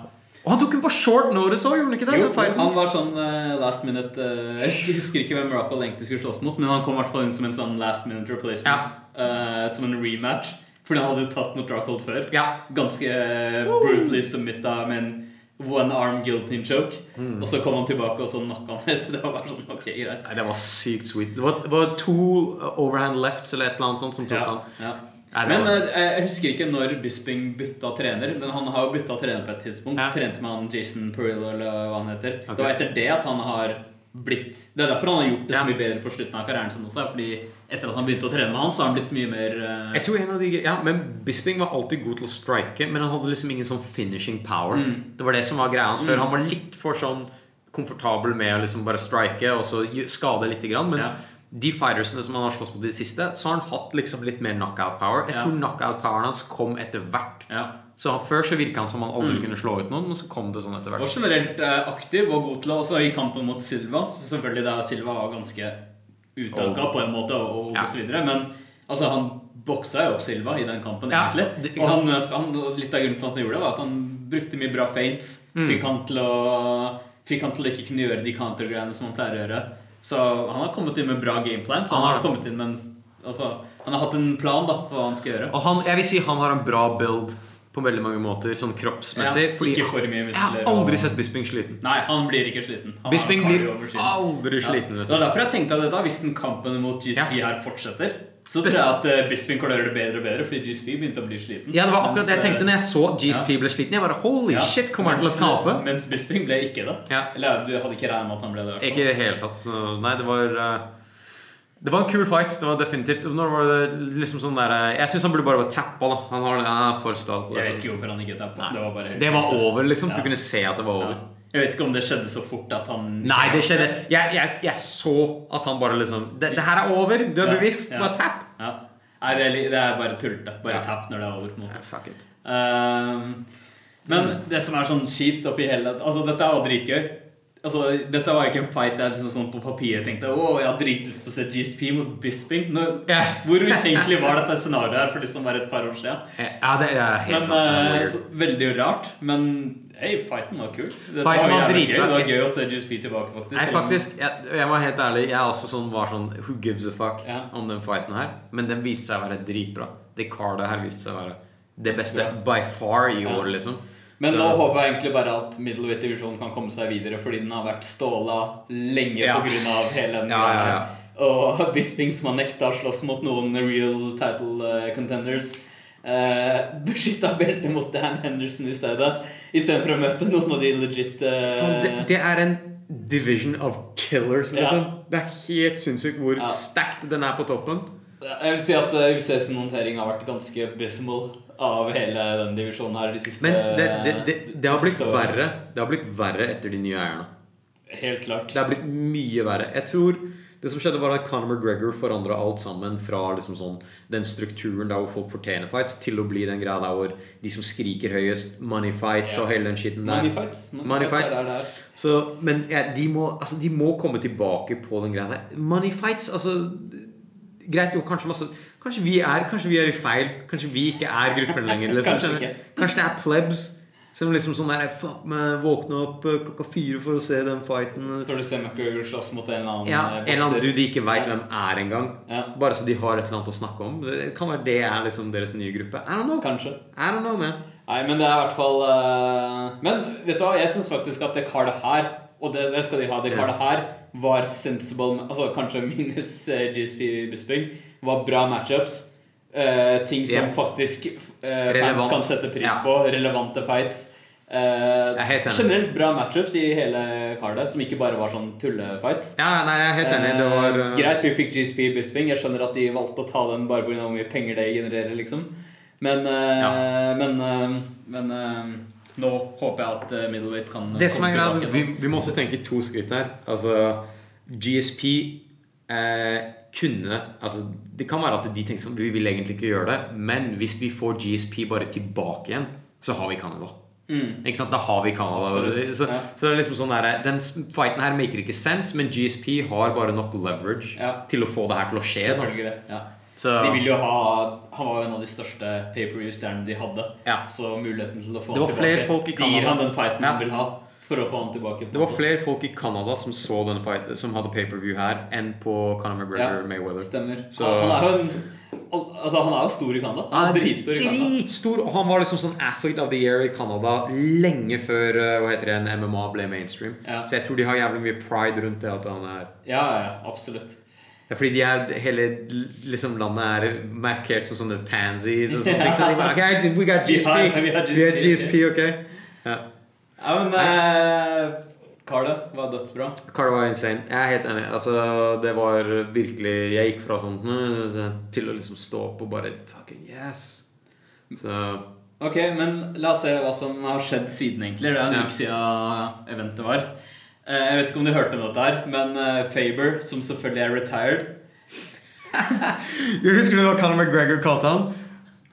Speaker 2: Og han tok den på short notice òg, gjorde han ikke det?
Speaker 1: Jo,
Speaker 2: den fighten?
Speaker 1: han var sånn eh, last minute eh, Jeg husker, husker ikke hvem Rockhold egentlig skulle slåss mot, men han kom i hvert fall inn som en sånn last minute replacement. eh, som en rematch. Fordi han hadde jo tatt mot Rockhold før.
Speaker 2: Ja.
Speaker 1: Ganske eh, brutally submitta med en one arm guillotine choke.
Speaker 2: Hmm.
Speaker 1: Og så kom han tilbake og så knocka han ut. Det var bare sånn, ok, greit.
Speaker 2: Nei, det var sykt sweet. Det var, det var to uh, overhand lefts eller et eller annet sånt som tok
Speaker 1: Ja,
Speaker 2: han.
Speaker 1: ja.
Speaker 2: Nei, det
Speaker 1: Men
Speaker 2: var-
Speaker 1: eh, jeg husker ikke når Bisping bytta trener, men han har jo bytta trener på et tidspunkt.
Speaker 2: Ja.
Speaker 1: Trente med han Jason Perillo, eller hva han heter.
Speaker 2: Ok.
Speaker 1: Det var etter det at han har blitt Det er derfor han har gjort det
Speaker 2: Ja.
Speaker 1: så mye bedre på slutten av karrieren sin også. Fordi etter at han begynte å trene med han, så har han blitt mye mer eh,
Speaker 2: Jeg tror en av de gre- Ja, men Bisping var alltid god til å strike, men han hadde liksom ingen sånn finishing power.
Speaker 1: Mm.
Speaker 2: Det var det som var greia hans før. Han var litt for sånn komfortabel med å liksom bare strike og så gj- skade lite grann, men
Speaker 1: Ja.
Speaker 2: de fightersene som han har slåss mot i det siste, så har han hatt liksom litt mer knockout power. Jeg
Speaker 1: Ja.
Speaker 2: tror knockout poweren hans kom etter hvert.
Speaker 1: ja. Mm.
Speaker 2: Så han, Før så virka han som han aldri kunne slå ut noen, men så kom det sånn etter
Speaker 1: Var
Speaker 2: hvert.
Speaker 1: generelt eh, aktiv og god til å Også i kampen mot Silva. Så selvfølgelig da Silva var ganske utdanka
Speaker 2: Og-
Speaker 1: på en måte, og, og,
Speaker 2: Ja.
Speaker 1: og så videre. Men altså, han boksa jo opp Silva i den kampen,
Speaker 2: Ja,
Speaker 1: egentlig.
Speaker 2: det- ikke
Speaker 1: og
Speaker 2: sant?
Speaker 1: han, han, litt av grunnen til at han gjorde det, var at han brukte mye bra feints.
Speaker 2: Mm.
Speaker 1: Fikk han til å Fikk han til å ikke kunne gjøre de countergreiene som han pleier å gjøre. Så han har kommet inn med bra gameplan. Så han
Speaker 2: Han
Speaker 1: har
Speaker 2: har det.
Speaker 1: kommet inn med en Altså, han har hatt en plan da for hva han skal gjøre.
Speaker 2: Og han, jeg vil si han har en bra build på veldig mange måter, sånn kroppsmessig.
Speaker 1: Ja,
Speaker 2: fordi
Speaker 1: ikke for mye muskler,
Speaker 2: Jeg har aldri
Speaker 1: og-
Speaker 2: sett Bisping sliten.
Speaker 1: Nei, han blir ikke sliten. Han
Speaker 2: Bisping
Speaker 1: har
Speaker 2: blir
Speaker 1: cardio over siden.
Speaker 2: aldri sliten.
Speaker 1: Ja. Det var
Speaker 2: liksom.
Speaker 1: derfor jeg tenkte at dette, hvis den kampen mot GSP
Speaker 2: Ja.
Speaker 1: her fortsetter, så tror jeg at eh, Bisping klarer det bedre og bedre, fordi GSP begynte å bli sliten.
Speaker 2: Ja, det var akkurat det jeg
Speaker 1: Mens, eh,
Speaker 2: tenkte når jeg så GSP ble sliten. Jeg bare, holy
Speaker 1: ja,
Speaker 2: shit, kommer han til å
Speaker 1: mens-
Speaker 2: tape?
Speaker 1: Mens Bisping ble ikke det.
Speaker 2: Ja.
Speaker 1: Eller du hadde ikke regnet med at han ble det. i hvert fall.
Speaker 2: Ikke i det hele tatt. Så, nei, det var eh, Det var en kul fight. Det var definitivt Når var det liksom sånn der, eh, Jeg syns han burde bare vært tappa. da. Han har han er for stal.
Speaker 1: Jeg vet
Speaker 2: Liksom.
Speaker 1: ikke hvorfor han ikke tappa. Det var bare
Speaker 2: Det var over, liksom.
Speaker 1: Ja.
Speaker 2: Du kunne se at det var over.
Speaker 1: Ja. Jeg vet ikke om det skjedde så fort at han
Speaker 2: Nei, det skjedde. Jeg, jeg, jeg så at han bare liksom Det, det her er over. Du
Speaker 1: Ja,
Speaker 2: er bevisst.
Speaker 1: ja.
Speaker 2: Bare tapp.
Speaker 1: Ja. Nei, det er, li- det er bare tullete. Bare tapp når det er over. på en måte.
Speaker 2: Ja, Fuck it.
Speaker 1: Ehm, men
Speaker 2: Mm.
Speaker 1: det som er sånn kjipt oppi hele Altså, dette er jo dritgøy. Altså, dette var ikke en fight jeg liksom sånn på papiret tenkte Å, jeg har dritlyst til å se GSP mot Bisping. Nå,
Speaker 2: Ja.
Speaker 1: Hvor utenkelig var dette scenarioet her for de som var et par år siden?
Speaker 2: Eh, Ja, det er helt
Speaker 1: Men,
Speaker 2: sant. Det er
Speaker 1: eh,
Speaker 2: weird.
Speaker 1: så, veldig rart. Men hey, fighten var kul. Dette
Speaker 2: Fighten var
Speaker 1: jævlig gøy.
Speaker 2: dritbra.
Speaker 1: Det var gøy å se GSP tilbake, faktisk.
Speaker 2: Nei,
Speaker 1: selv om-
Speaker 2: faktisk, jeg, jeg var helt ærlig. Jeg er også sånn, var sånn Who gives a fuck
Speaker 1: Ja.
Speaker 2: om den fighten her? Men den viste seg å være dritbra. Det cardet her viste seg å være det beste
Speaker 1: Dritbra.
Speaker 2: by far i
Speaker 1: Ja.
Speaker 2: år, liksom.
Speaker 1: Men
Speaker 2: Så-
Speaker 1: nå håper jeg egentlig bare at middleweight-divisjonen kan komme seg videre, fordi den har vært ståla lenge
Speaker 2: Ja.
Speaker 1: på grunn av hele den
Speaker 2: Ja, ja, ja.
Speaker 1: Og Bisping, som har nekta å slåss mot noen real title eh, contenders, eh, beskytta beltet mot Dan Henderson i stedet. Istedenfor å møte noen av de legit eh,
Speaker 2: Sånn, det, det er en division of killers,
Speaker 1: Ja.
Speaker 2: liksom. Det er helt sinnssykt hvor
Speaker 1: Ja.
Speaker 2: stacked den er på toppen.
Speaker 1: Jeg vil si at eh, UCs håndtering har vært ganske abysmal av hele den divisjonen her de siste
Speaker 2: Men det, det, det, det har
Speaker 1: de
Speaker 2: blitt
Speaker 1: siste årene.
Speaker 2: verre. Det har blitt verre etter de nye eierne.
Speaker 1: Helt klart.
Speaker 2: Det har blitt mye verre. Jeg tror det som skjedde var at Conor McGregor forandra alt sammen fra liksom sånn, den strukturen der hvor folk fortjener fights, til å bli den greia der hvor de som skriker høyest, money fights
Speaker 1: Ja.
Speaker 2: og hele den skitten der.
Speaker 1: Money fights.
Speaker 2: Money fights.
Speaker 1: er der det er.
Speaker 2: Så, men ja, de, må, altså, de må komme tilbake på den greia der. Money fights, altså Greit, jo, kanskje masse Kanskje vi er, kanskje vi er i feil. Kanskje vi ikke er gruppen lenger. Liksom.
Speaker 1: Kanskje
Speaker 2: skjønner du?
Speaker 1: ikke.
Speaker 2: kanskje det er plebs som liksom sånn der Fuck meg, våkne opp eh, klokka fire for å se den fighten.
Speaker 1: Når du ser McGregor slåss mot en eller annen
Speaker 2: Ja,
Speaker 1: Sånn, eh,
Speaker 2: en eller annen
Speaker 1: bokser.
Speaker 2: du de ikke veit hvem er engang.
Speaker 1: Ja.
Speaker 2: Bare så de har et eller annet å snakke om. Det kan være det er liksom deres nye gruppe. I don't know.
Speaker 1: Kanskje.
Speaker 2: I don't know, man.
Speaker 1: Nei, men det er i hvert fall eh, Men vet du hva, jeg syns faktisk at det kardet her Og det, det skal de ha. Det
Speaker 2: Ja.
Speaker 1: kardet her var sensible Altså kanskje minus eh, GSP Bisping. Var bra matchups. eh, ting som
Speaker 2: Ja.
Speaker 1: faktisk eh, fans
Speaker 2: Relevant.
Speaker 1: kan sette pris
Speaker 2: Ja.
Speaker 1: på. Relevante fights. Eh,
Speaker 2: er helt enig.
Speaker 1: generelt bra matchups i hele kardet, som ikke bare var sånn tullefights.
Speaker 2: Ja, nei, jeg er helt enig. Det var
Speaker 1: Eh,
Speaker 2: eh,
Speaker 1: Greit, vi fikk GSP i Bisping. Jeg skjønner at de valgte å ta den bare pga. hvor mye penger det genererer, liksom. Men eh, Men, eh, men eh, nå håper jeg at eh, middleweight kan
Speaker 2: Det som er greia,
Speaker 1: tilbake igjen,
Speaker 2: vi,
Speaker 1: altså.
Speaker 2: vi må også tenke to skritt her. Altså, GSP eh, kunne altså, Det kan være at de tenker sånn Vi vil egentlig ikke gjøre det, men hvis vi får GSP bare tilbake igjen, så har vi Canada.
Speaker 1: Mm.
Speaker 2: Ikke sant? Da har vi Canada.
Speaker 1: Absolutt,
Speaker 2: Så,
Speaker 1: ja.
Speaker 2: så det er liksom sånn der, den s- fighten her maker ikke sense, men GSP har bare nok leverage
Speaker 1: Ja.
Speaker 2: til å få det her til å skje. Da.
Speaker 1: Selvfølgelig. Ja.
Speaker 2: Så,
Speaker 1: De vil jo ha Han var jo en av de største paperview-stjernene de hadde.
Speaker 2: Ja.
Speaker 1: Så muligheten til å få
Speaker 2: Det var
Speaker 1: han
Speaker 2: flere
Speaker 1: tilbake
Speaker 2: folk i
Speaker 1: De
Speaker 2: Canada.
Speaker 1: gir han den fighten
Speaker 2: Ja.
Speaker 1: han vil ha, for å få han tilbake. på en
Speaker 2: det var
Speaker 1: måte.
Speaker 2: flere folk i Canada som så denne fighten, som hadde pay-per-view her, enn på Conor McGregor
Speaker 1: Ja,
Speaker 2: Mayweather.
Speaker 1: Stemmer.
Speaker 2: Så-
Speaker 1: Han, han er jo en Altså, han er jo stor i Canada. Han er dritstor i Canada.
Speaker 2: Dritstor, og han var liksom sånn athlete of the year i Canada lenge før eh, hva heter det, en MMA ble mainstream.
Speaker 1: Ja.
Speaker 2: Så jeg tror de har jævlig mye pride rundt det at han er
Speaker 1: Ja, ja, ja, absolutt.
Speaker 2: det er fordi de er, hele liksom, landet er markert som sånne pansies og sånne ting. Så de bare, ok, we got
Speaker 1: Vi
Speaker 2: GSP!
Speaker 1: har- vi har
Speaker 2: We got
Speaker 1: GSP,
Speaker 2: GSP, ok? Ja.
Speaker 1: Ja, men eh, Carlet var dødsbra.
Speaker 2: Carl var insane. Jeg er helt enig. Altså, det var virkelig Jeg gikk fra sånn «Hm», til å liksom stå opp og bare Fucking yes! Så
Speaker 1: Ok, men la oss se hva som har skjedd siden, egentlig. Det er en
Speaker 2: Ja.
Speaker 1: uke siden eventet var. Eh, Jeg vet ikke om du hørte om dette her, men eh, Faber, som selvfølgelig er retired
Speaker 2: Jeg husker du hva Conor McGregor kalte han?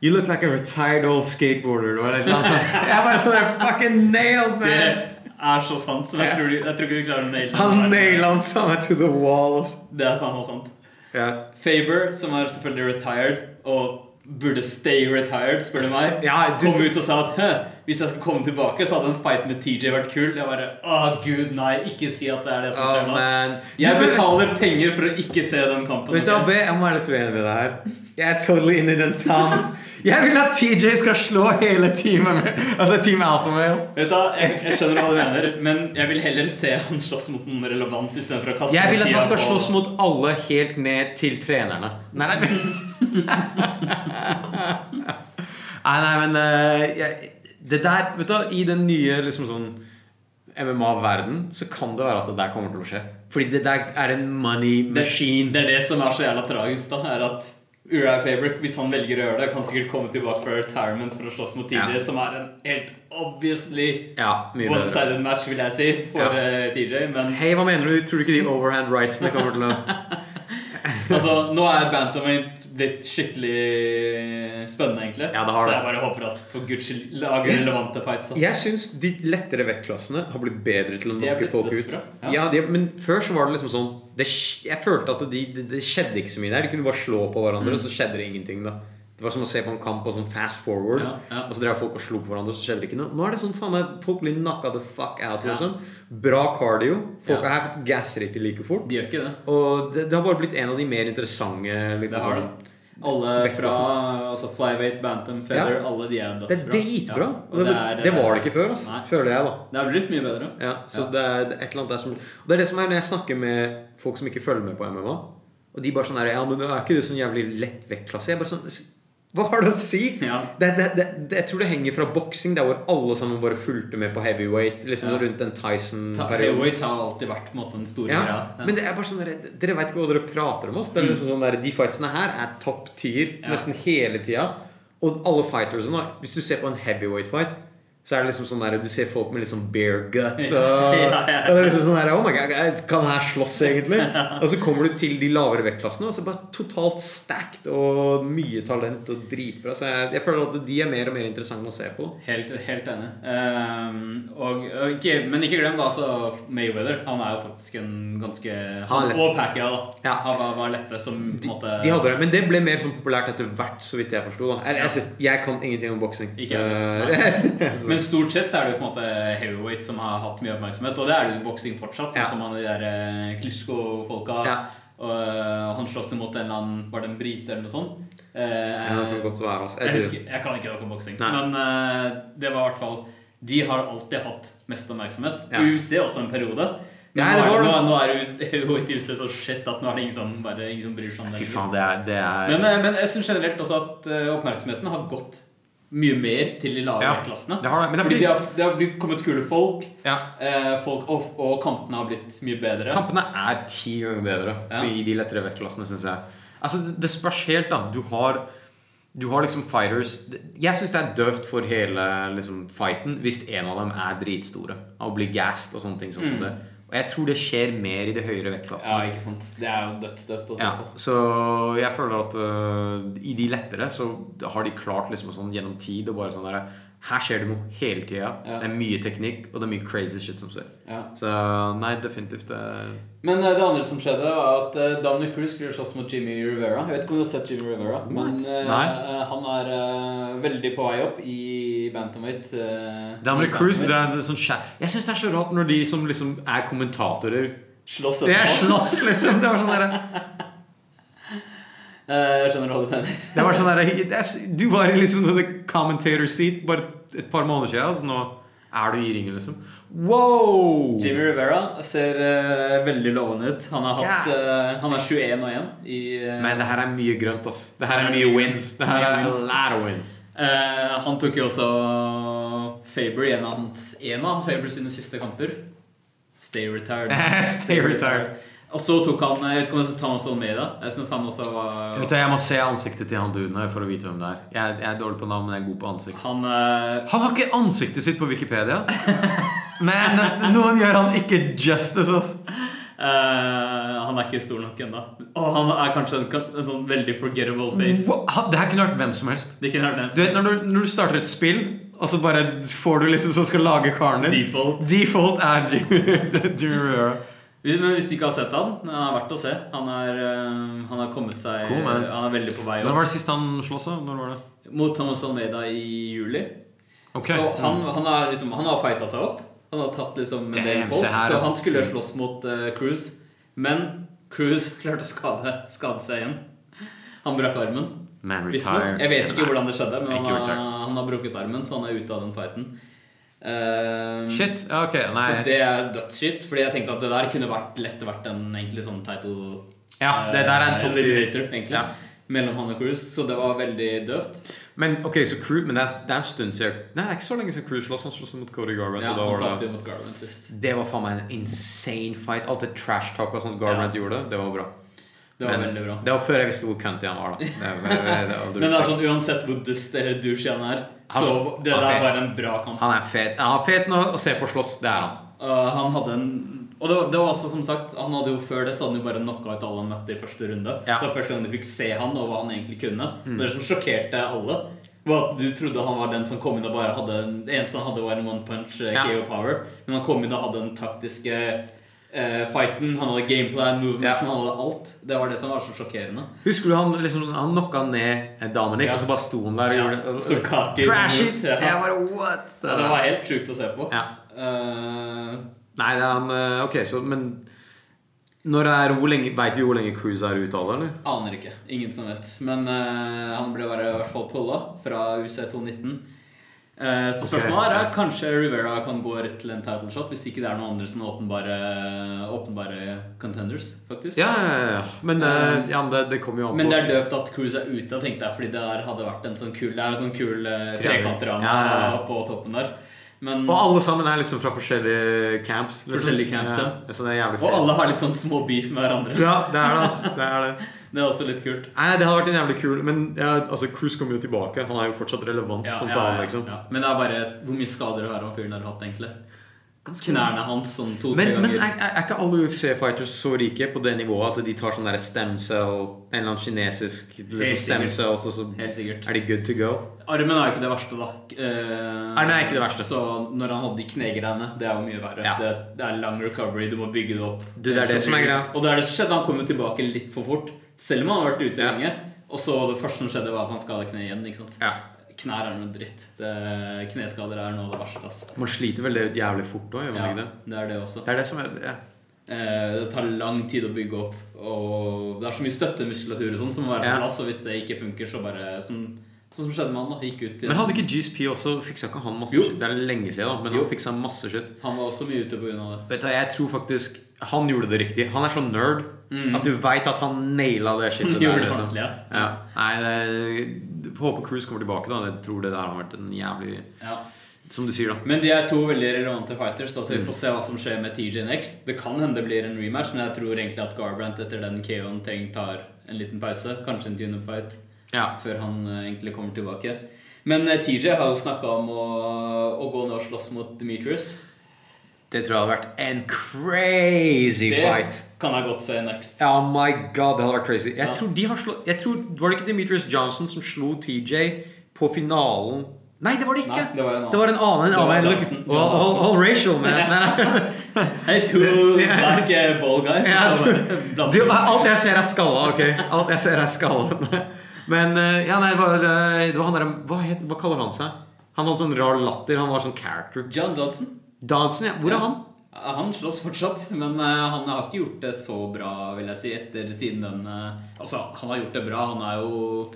Speaker 2: You look like a retired old skateboarder. Det var et eller annet sånt. Jeg bare sånn der fucking nailed,
Speaker 1: Det
Speaker 2: man!
Speaker 1: er så sant, som jeg tror, jeg tror ikke vi klarer å naile det.
Speaker 2: Han naila han faen meg to the wall. altså.
Speaker 1: Det er faen meg sant.
Speaker 2: Ja.
Speaker 1: Faber, som er selvfølgelig retired, og burde stay retired, spør du meg,
Speaker 2: Ja, du-
Speaker 1: kom ut og sa at «Hæ, Hvis jeg skal komme tilbake, så hadde en fight med TJ vært kul. Jeg bare Å, gud, nei. Ikke si at det er det som
Speaker 2: Oh,
Speaker 1: skjer nå.
Speaker 2: man.
Speaker 1: Jeg
Speaker 2: Du,
Speaker 1: betaler penger for å ikke se den kampen.
Speaker 2: Vet du hva,
Speaker 1: ok?
Speaker 2: B, jeg må være litt uenig med deg her. Jeg er totally inne i den town. Jeg vil at TJ skal slå hele teamet med Altså Team Alpha Male.
Speaker 1: Vet du hva, jeg, jeg skjønner hva du mener, men jeg vil heller se han slåss mot noen relevant istedenfor å kaste
Speaker 2: Jeg vil at
Speaker 1: tida
Speaker 2: man skal
Speaker 1: på-
Speaker 2: slåss mot alle helt ned til trenerne. Nei, nei. nei, nei, men eh, jeg, Det der Vet du, hva, i den nye liksom sånn MMA-verden så kan det være at det der kommer til å skje. Fordi det der er en money machine.
Speaker 1: Det er det som er så jævla tragisk, da. Er at Uriah Fabric, hvis han velger å gjøre det, kan sikkert komme tilbake fra retirement for å slåss mot TJ,
Speaker 2: Ja.
Speaker 1: som er en helt obviously
Speaker 2: Ja, mye bedre.
Speaker 1: one-sided match, vil jeg si, for
Speaker 2: Ja.
Speaker 1: eh, TJ. Men
Speaker 2: Hei, hva mener du? Tror du ikke de overhand rightsene kommer til å
Speaker 1: altså, nå er Bantamweight blitt skikkelig spennende, egentlig.
Speaker 2: Ja, det har
Speaker 1: så
Speaker 2: det.
Speaker 1: jeg bare håper at for guds skyld lager relevante fights. da.
Speaker 2: Jeg syns de lettere vektklassene har blitt bedre til å
Speaker 1: De er
Speaker 2: knocke
Speaker 1: blitt
Speaker 2: folk ut.
Speaker 1: dødsbra,
Speaker 2: Ja,
Speaker 1: ja.
Speaker 2: de, Men før så var det liksom sånn det, sk- Jeg følte at de, det, det skjedde ikke så mye der. De kunne bare slå på hverandre,
Speaker 1: Mm.
Speaker 2: og så skjedde det ingenting. da Det var som å se på en kamp og sånn fast forward.
Speaker 1: Ja, ja.
Speaker 2: Og så drev folk og slo på hverandre, og så skjedde det ikke noe. Nå er det sånn faen meg Folk blir knocka the fuck out,
Speaker 1: Ja.
Speaker 2: liksom. Bra cardio. Folka
Speaker 1: Ja.
Speaker 2: her gasser ikke like fort.
Speaker 1: De gjør ikke det.
Speaker 2: Og det, det har bare blitt en av de mer interessante liksom,
Speaker 1: Det har
Speaker 2: sånn-
Speaker 1: det. Alle fra altså flyweight, bantam, feather,
Speaker 2: Ja.
Speaker 1: alle de er dødsbra.
Speaker 2: Det er dritbra.
Speaker 1: Ja. Og eh,
Speaker 2: Det, det, var det ikke før, altså. ass,
Speaker 1: Nei.
Speaker 2: føler jeg, da.
Speaker 1: Det har blitt mye bedre.
Speaker 2: Ja, så
Speaker 1: Ja.
Speaker 2: Det, er, det er et eller annet der som Og det er det som er når jeg snakker med folk som ikke følger med på MMA. Og de bare sånn her Ja, men er ikke du sånn jævlig lett vektklasse? Jeg bare sånn Hva har det å si?
Speaker 1: Ja.
Speaker 2: Det, det, det, det, jeg tror det henger fra boksing, der hvor alle sammen bare fulgte med på heavyweight. Liksom
Speaker 1: Ja.
Speaker 2: rundt den
Speaker 1: Ta-
Speaker 2: Tyson-perioden.
Speaker 1: Heavyweights har alltid vært på en måte den store
Speaker 2: Mm, Ja,
Speaker 1: greia. Ja. Mm.
Speaker 2: men det er bare sånn der, Dere veit ikke hva dere prater om. Oss. Det er liksom sånn der, De fightsene her er topp tier
Speaker 1: Ja.
Speaker 2: nesten hele tida. Og alle fightersene da, Hvis du ser på en heavyweight fight, så er det liksom sånn der Du ser folk med litt sånn bare gut. Og,
Speaker 1: Ja, ja, ja.
Speaker 2: og det er liksom sånn der, Oh my god, jeg- kan her slåss, egentlig? Og så kommer du til de lavere vektklassene, og så er det bare totalt stacked og mye talent og dritbra. Så jeg, jeg føler at de er mer og mer interessante å se på.
Speaker 1: Helt, helt enig. Ehm, og, og ikke, men ikke glem da altså Mayweather. Han er jo faktisk en ganske
Speaker 2: Han er lett.
Speaker 1: Og Pacquiao, da.
Speaker 2: Ja.
Speaker 1: Han var, var lette som på en måte
Speaker 2: De hadde det, men det ble mer sånn populært etter hvert, så vidt jeg forsto. da. Jeg,
Speaker 1: Ja.
Speaker 2: altså, jeg kan ingenting om boksing.
Speaker 1: Ikke
Speaker 2: så-
Speaker 1: Men stort sett så er det jo på en måte heavyweight som har hatt mye oppmerksomhet. Og det er det jo i boksing fortsatt, sånn
Speaker 2: Ja.
Speaker 1: som han de der eh, Klitschko-folka.
Speaker 2: Ja.
Speaker 1: Og eh, han slåss jo mot en eller annen Var det en brite eller noe sånt? Eh,
Speaker 2: Ja, det kan godt være, altså.
Speaker 1: jeg,
Speaker 2: Jeg,
Speaker 1: husker, jeg kan ikke noe om boksing,
Speaker 2: Nei.
Speaker 1: men eh, det var i hvert fall De har alltid hatt mest oppmerksomhet.
Speaker 2: Ja.
Speaker 1: UFC også en periode. Men
Speaker 2: Nei,
Speaker 1: nå,
Speaker 2: det
Speaker 1: er,
Speaker 2: var
Speaker 1: nå, nå er UFC i USA så shit at nå er det ingen som, bare, ingen som bryr seg om det.
Speaker 2: fy
Speaker 1: lenger.
Speaker 2: faen, det er, det er
Speaker 1: Men, eh, men jeg syns generelt også at eh, oppmerksomheten har gått mye mer til de lavere
Speaker 2: Ja,
Speaker 1: klassene.
Speaker 2: det har det, men det er
Speaker 1: fordi
Speaker 2: fordi-
Speaker 1: det har, det har blitt kommet kule folk,
Speaker 2: ja.
Speaker 1: eh, folk og, og kampene har blitt mye bedre.
Speaker 2: Kampene er ti ganger bedre
Speaker 1: Ja.
Speaker 2: i de lettere vektklassene, syns jeg. Altså, det- det spørs helt, da. Du har, du har liksom fighters Jeg syns det er døvt for hele liksom, fighten hvis en av dem er dritstore og blir gassed og sånne ting. Sånn som det. Og jeg tror det skjer mer i de høyere
Speaker 1: Mm. Ja,
Speaker 2: vektklassene.
Speaker 1: ikke sant. Det er jo dødsdøvt å se
Speaker 2: Ja,
Speaker 1: på.
Speaker 2: så jeg føler at øh, i de lettere så har de klart liksom sånn gjennom tid og bare sånn der Her skjer det noe hele tida.
Speaker 1: Ja.
Speaker 2: Det er mye teknikk, og det er mye crazy shit som skjer.
Speaker 1: Ja.
Speaker 2: Så nei, definitivt det
Speaker 1: Men eh, det andre som skjedde, var at eh, Dominic Cruz skulle slåss mot Jimmy Rivera. Jeg vet ikke om du har sett Jimmy Rivera, men
Speaker 2: What?
Speaker 1: eh,
Speaker 2: Nei.
Speaker 1: eh, han er eh, veldig på vei opp i bantamweight. eh,
Speaker 2: Dominic
Speaker 1: i
Speaker 2: Cruz, det
Speaker 1: bantamweight.
Speaker 2: er en sånn skjær... Jeg syns det er så rart når de som liksom er kommentatorer
Speaker 1: Slåss
Speaker 2: Det er
Speaker 1: etterpå.
Speaker 2: slåss, liksom! Det var sånn derre
Speaker 1: Eh, Jeg skjønner hva du mener.
Speaker 2: Det var sånn derre det er- Du var i liksom the commentator seat bare et par måneder siden, altså nå er du i ringen, liksom. Wow!
Speaker 1: Jimmy Rivera ser eh, veldig lovende ut. Han, har hatt, eh, han er 21 og 1 i eh,
Speaker 2: Men det her er mye grønt, ass. Det her er mye wins. Det her er a lot of wins.
Speaker 1: eh, Han tok jo også Faber i en av hans en av Faber sine siste kamper. Stay retired.
Speaker 2: Stay retired.
Speaker 1: Og så tok han Jeg vet ikke om jeg skal ta Thomas Almeida. Jeg synes han også
Speaker 2: Vet
Speaker 1: var
Speaker 2: du, Jeg må se ansiktet til han duden her for å vite hvem det er. Jeg, jeg er dårlig på navn, men jeg er god på ansikt.
Speaker 1: Han eh,
Speaker 2: Han har ikke ansiktet sitt på Wikipedia. Men noen gjør han ikke justice, ass.
Speaker 1: eh, Han er ikke stor nok ennå. Og han er kanskje en, en sånn veldig forgettable face.
Speaker 2: Wow, han- Det her kunne vært hvem som helst.
Speaker 1: Det kunne vært
Speaker 2: Du vet,
Speaker 1: nesten
Speaker 2: når du, når du starter et spill, og så bare får du liksom som skal lage karen din
Speaker 1: default.
Speaker 2: Default er Jimmy Jimmy Rivera.
Speaker 1: Hvis, men hvis du ikke har sett han, han er verdt å se. Han er, eh, han har kommet seg
Speaker 2: Cool, man.
Speaker 1: Han er veldig på vei
Speaker 2: Når
Speaker 1: opp.
Speaker 2: var det sist han sloss, da? Når var det?
Speaker 1: Mot Thomas Almeida i juli.
Speaker 6: Ok. Mm.
Speaker 1: Så han, han, har liksom, han har fighta seg opp. Han har tatt liksom en del
Speaker 6: Damn,
Speaker 1: folk,
Speaker 6: se her, Mm.
Speaker 1: så
Speaker 6: ja.
Speaker 1: han skulle slåss mot eh, Cruz. Men Cruz klarte å skade, skade seg igjen. Han brakk armen.
Speaker 6: Man
Speaker 1: Visstnok.
Speaker 6: retire.
Speaker 1: Jeg vet ikke hvordan det skjedde, men
Speaker 6: Ikke
Speaker 1: han har,
Speaker 6: retire.
Speaker 1: han har brukket armen, så han er ute av den fighten. Eh,
Speaker 6: Shit. ja, Ok, nei.
Speaker 1: Så det er dødsskitt, fordi jeg tenkte at det der kunne vært, lett vært en egentlig sånn title
Speaker 6: Ja, det der er en
Speaker 1: eh,
Speaker 6: topp
Speaker 1: eliminator, egentlig.
Speaker 6: Ja.
Speaker 1: Mellom han og Cruz, så det var veldig døvt.
Speaker 2: Men ok, så Crew, men det er, det er en stund siden Nei, det er ikke så lenge siden Crew slåss. Han slåss mot Cody Garbrandt.
Speaker 1: Ja,
Speaker 2: og da
Speaker 1: han
Speaker 2: var
Speaker 1: tapte
Speaker 2: det
Speaker 1: jo mot Garland sist.
Speaker 2: Det var faen meg en insane fight. Alt det trash talket som Garbrandt gjorde, det var bra.
Speaker 1: Det var
Speaker 2: Men-
Speaker 1: veldig bra.
Speaker 2: Det var før jeg visste hvor cunty han var, da. Det var, det var, det var,
Speaker 1: Men det er sånn, uansett hvor dust eller douche han er,
Speaker 2: Han-
Speaker 1: så det
Speaker 2: han
Speaker 1: der
Speaker 2: fet.
Speaker 1: var en bra kamp.
Speaker 2: Han er fet. Han er fet nå å se på slåss. Det er han.
Speaker 1: Uh, han hadde en Og det var, det var også som sagt Han hadde jo før det så hadde han jo bare knocka ut alle han møtte i første runde.
Speaker 2: Ja.
Speaker 1: Så
Speaker 2: Mm.
Speaker 1: det var første gang du fikk se han og hva han egentlig kunne. Men det som sjokkerte alle, var at du trodde han var den som kom inn og bare hadde en- Det eneste han hadde, var en one punch eh,
Speaker 2: Ja.
Speaker 1: KO power. Men han kom inn og hadde den taktiske eh, fighten. Han hadde gameplan, movement,
Speaker 2: Ja.
Speaker 1: han hadde alt. Det var det som var så sjokkerende.
Speaker 2: Husker du han liksom, han knocka ned Dominic,
Speaker 1: Ja.
Speaker 2: og så bare sto han der og
Speaker 1: Ja,
Speaker 2: gjorde
Speaker 1: så cocky som
Speaker 2: Trash
Speaker 1: mus,
Speaker 2: it!
Speaker 1: ja.
Speaker 2: Jeg bare what?
Speaker 1: Ja, det var helt sjukt å se på.
Speaker 2: Ja.
Speaker 1: Eh,
Speaker 2: Nei, det er han eh, Ok, så Men når det er hvor lenge Veit du hvor lenge Cruise er ute av det, eller?
Speaker 1: Aner ikke. Ingen som vet. Men eh, han ble bare i hvert fall pulla fra UC219. Eh, så spørsmålet er, er kanskje Rivera kan gå rett til en title shot hvis ikke det er noen andre som er åpenbare, åpenbare contenders, faktisk.
Speaker 2: Ja, ja, ja, ja. Men, eh, ja, men det, det kommer jo an på
Speaker 1: Men det er døvt at Cruz er ute, jeg tenkte jeg, fordi det der hadde vært en sånn kul Det er jo sånn kul uh, trekantrame
Speaker 2: Ja, ja, ja.
Speaker 1: på toppen der. Men,
Speaker 2: Og alle sammen er liksom fra forskjellige camps. Liksom.
Speaker 1: Forskjellige camps, ja.
Speaker 2: Så det er jævlig
Speaker 1: og
Speaker 2: fett.
Speaker 1: alle har litt sånn små beef med hverandre.
Speaker 2: Ja, det er det, altså. Det er det.
Speaker 1: Det er også litt kult.
Speaker 2: Nei, det hadde vært en jævlig kul Men ja, altså, Cruise kommer jo tilbake. Han er jo fortsatt relevant som faen, liksom.
Speaker 1: ja. Men det er bare hvor mye skader har han fyren der hatt, egentlig? Knærne hans sånn to-tre
Speaker 2: Men, men
Speaker 1: ganger.
Speaker 2: er, er er ikke alle UFC-fighters så rike på det nivået at de tar sånn der stem cell En eller annen kinesisk liksom
Speaker 1: Helt
Speaker 2: stem
Speaker 1: sikkert.
Speaker 2: cells, og så
Speaker 1: Helt sikkert.
Speaker 2: er de good to go?
Speaker 1: Armen er jo ikke det verste, da. Eh,
Speaker 2: Armen er ikke det verste.
Speaker 1: Så når han hadde de knegreiene, det er jo mye verre.
Speaker 2: Ja.
Speaker 1: Det, det er lang recovery, du må bygge det opp.
Speaker 2: Du, det er det som er greia.
Speaker 1: Og det er det som skjedde. Han kom jo tilbake litt for fort, selv om han har vært ute
Speaker 2: Ja.
Speaker 1: lenge. Og så det første som skjedde, var at han skadet kneet igjen. ikke sant?
Speaker 2: Ja.
Speaker 1: Knær er noe dritt. Det, kneskader er noe av det verste. ass.
Speaker 2: Man sliter vel det ut jævlig fort òg, gjør man
Speaker 1: Ja,
Speaker 2: ikke
Speaker 1: det
Speaker 2: det?
Speaker 1: er det også.
Speaker 2: Det er det som er ja.
Speaker 1: Eh, Det tar lang tid å bygge opp, og det er så mye støttemuskulatur og sånn som må være
Speaker 2: Ja.
Speaker 1: på plass, og hvis det ikke funker, så bare som, Sånn som skjedde med han, da. Gikk ut til
Speaker 2: Men hadde ikke GSP også fiksa ikke han masse
Speaker 1: Jo.
Speaker 2: shit? Det er lenge siden, da, men
Speaker 1: Jo.
Speaker 2: han fiksa masse shit.
Speaker 1: Han var også mye ute på grunn av det.
Speaker 2: Vet du, hva, Jeg tror faktisk han gjorde det riktig. Han er så nerd at du veit at Mm. han naila det
Speaker 1: Gjorde
Speaker 2: shitet der.
Speaker 1: det
Speaker 2: Liksom.
Speaker 1: ordentlig, ja.
Speaker 2: Ja. Nei, det, får håpe Cruise kommer tilbake, da. Jeg tror det der har vært en jævlig
Speaker 1: Ja.
Speaker 2: Som du sier, da.
Speaker 1: Men de er to veldig relevante fighters, da, så
Speaker 2: Mm.
Speaker 1: vi får se hva som skjer med TJ next. Det kan hende det blir en rematch, men jeg tror egentlig at Garbrandt etter den KO-en tenk- tar en liten pause. Kanskje en tune-fight
Speaker 2: Ja.
Speaker 1: før han eh, egentlig kommer tilbake. Men eh, TJ har jo snakka om å, å gå ned og slåss mot Demetrius.
Speaker 2: Det tror jeg hadde vært en crazy
Speaker 1: Det
Speaker 2: fight.
Speaker 1: kan jeg godt se next.
Speaker 2: Oh my god, det hadde vært crazy. Jeg
Speaker 1: Ja.
Speaker 2: tror de har slått jeg tror, Var det ikke Demetrius Johnson som slo TJ på finalen Nei, det var det ikke!
Speaker 1: Nei, det var en annen.
Speaker 2: Det var en annen.
Speaker 1: Det
Speaker 2: En
Speaker 1: var
Speaker 2: annen.
Speaker 1: Johnson.
Speaker 2: All, all, all racial, man. Nei, nei.
Speaker 1: Hey, two black eh, ball guys.
Speaker 2: Jeg
Speaker 1: så
Speaker 2: tror,
Speaker 1: bare blander
Speaker 2: du,
Speaker 1: vi.
Speaker 2: alt jeg ser, er skalla. ok? Alt jeg ser, er skalla. Men eh, ja, nei, det var, eh, det var han der hva, het, hva kaller han seg? Han hadde sånn rar latter. Han var sånn character.
Speaker 1: John Dodson.
Speaker 2: Dodson, ja. Hvor er han?
Speaker 1: Ja, Han slåss fortsatt, men eh, han har ikke gjort det så bra, vil jeg si, etter siden den eh, Altså, han har gjort det bra. Han er jo,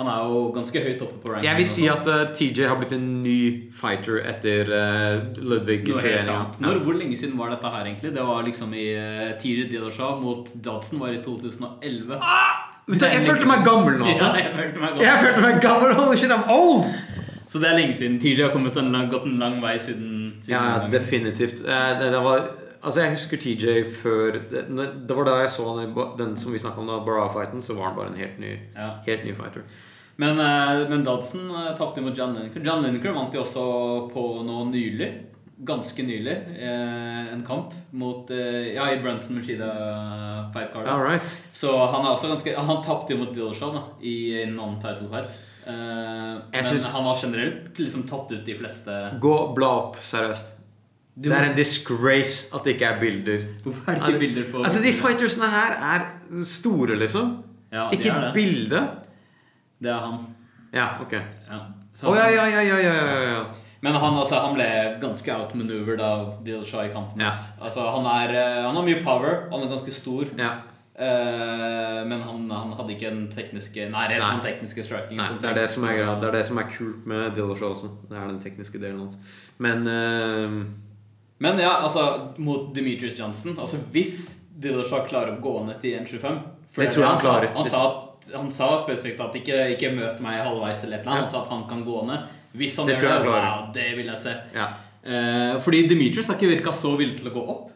Speaker 1: han er jo ganske høyt oppe på ranken.
Speaker 2: Jeg vil si at eh, TJ har blitt en ny fighter etter eh, Ludvig
Speaker 1: noe helt
Speaker 2: Tyrenia.
Speaker 1: annet. Når, hvor lenge siden var dette her, egentlig? Det var liksom i uh, Tiri Didasha mot Dodson var i 2011.
Speaker 2: Ah! Vet du, Jeg følte meg gammel nå,
Speaker 1: Ja,
Speaker 2: altså.
Speaker 1: jeg følte meg
Speaker 2: Jeg
Speaker 1: godt.
Speaker 2: følte meg gammel, holy shit, I'm old!
Speaker 1: Så det er lenge siden. TJ har kommet en lang, gått en lang vei siden, siden
Speaker 2: Ja,
Speaker 1: den gangen.
Speaker 2: definitivt. Eh, det, det var, altså, jeg husker TJ før Det, det var da jeg så han i ba- den som vi snakket om, da, Barra-fighten, så var han bare en helt ny,
Speaker 1: Ja.
Speaker 2: helt ny fighter.
Speaker 1: Men, eh, men Dodson eh, tapte mot John Lineker. John Lineker vant jo også på nå nylig, ganske nylig, eh, en kamp mot eh, Ja, i Brunson Machida fight card.
Speaker 2: All right.
Speaker 1: Så han er også ganske Han tapte jo mot Dillashaw da, i en non-title fight. Eh, men
Speaker 2: syns-
Speaker 1: han har generelt liksom tatt ut de fleste
Speaker 2: Gå, bla opp, seriøst. Det er en disgrace at det ikke er bilder.
Speaker 1: Hvorfor er det ikke bilder på
Speaker 2: Altså, de fightersene her er store, liksom.
Speaker 1: Ja, det
Speaker 2: Ikke
Speaker 1: er det.
Speaker 2: bilde.
Speaker 1: Det er han.
Speaker 2: Ja, ok.
Speaker 1: Ja. Så
Speaker 2: Å ja,
Speaker 1: han-
Speaker 2: ja, ja, ja, ja, ja, ja.
Speaker 1: Men han, altså, han ble ganske outmaneuvered av Dilshaw i kampen.
Speaker 2: Ja.
Speaker 1: Altså, han, er, eh, han har mye power, han er ganske stor.
Speaker 2: Ja.
Speaker 1: eh, men han, han hadde ikke den tekniske nærheten
Speaker 2: Nei.
Speaker 1: den tekniske strikingen.
Speaker 2: Nei,
Speaker 1: som
Speaker 2: det er det som er greia. Det er det som er kult med Dillashaw også. Det er den tekniske delen hans. Men eh,
Speaker 1: Men ja, altså mot Demetrius Johnson altså Hvis Dillashaw klarer å gå ned til 1,25 for
Speaker 2: Det tror jeg han
Speaker 1: sa-
Speaker 2: klarer.
Speaker 1: Han sa, at, han sa spesifikt at ikke, ikke møt meg halvveis eller et eller annet. Han sa at han kan gå ned. Hvis han
Speaker 2: Det tror
Speaker 1: gjør
Speaker 2: jeg
Speaker 1: det,
Speaker 2: han klarer.
Speaker 1: wow, det vil jeg se.
Speaker 2: ja.
Speaker 1: Eh, fordi Demetrius har ikke virka så villig til å gå opp,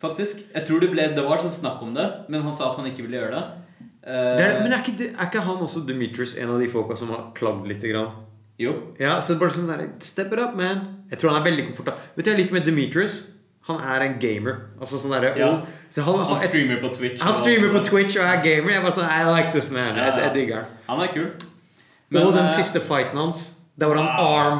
Speaker 1: faktisk. Jeg tror det, ble, det var sånn snakk om det, men han sa at han ikke ville gjøre det. Eh,
Speaker 2: Det er, men er ikke, det- er ikke han også Demetrius en av de folka som har klagd lite grann?
Speaker 1: Jo.
Speaker 2: Ja, så det er bare sånn der, Step it up, man. Jeg tror han er veldig komfortabel. Vet du hva jeg liker med Demetrius? Han er en gamer. Altså sånn der,
Speaker 1: Ja.
Speaker 2: og- så han,
Speaker 1: Han
Speaker 2: han, jeg,
Speaker 1: streamer på Twitch.
Speaker 2: han
Speaker 1: og-
Speaker 2: streamer på Twitch og er gamer. Jeg bare sånn, I like this man. Jeg,
Speaker 1: Ja, ja.
Speaker 2: jeg digger han.
Speaker 1: Han er kul.
Speaker 2: og
Speaker 1: eh,
Speaker 2: den
Speaker 1: Ah.
Speaker 2: siste fighten hans der var han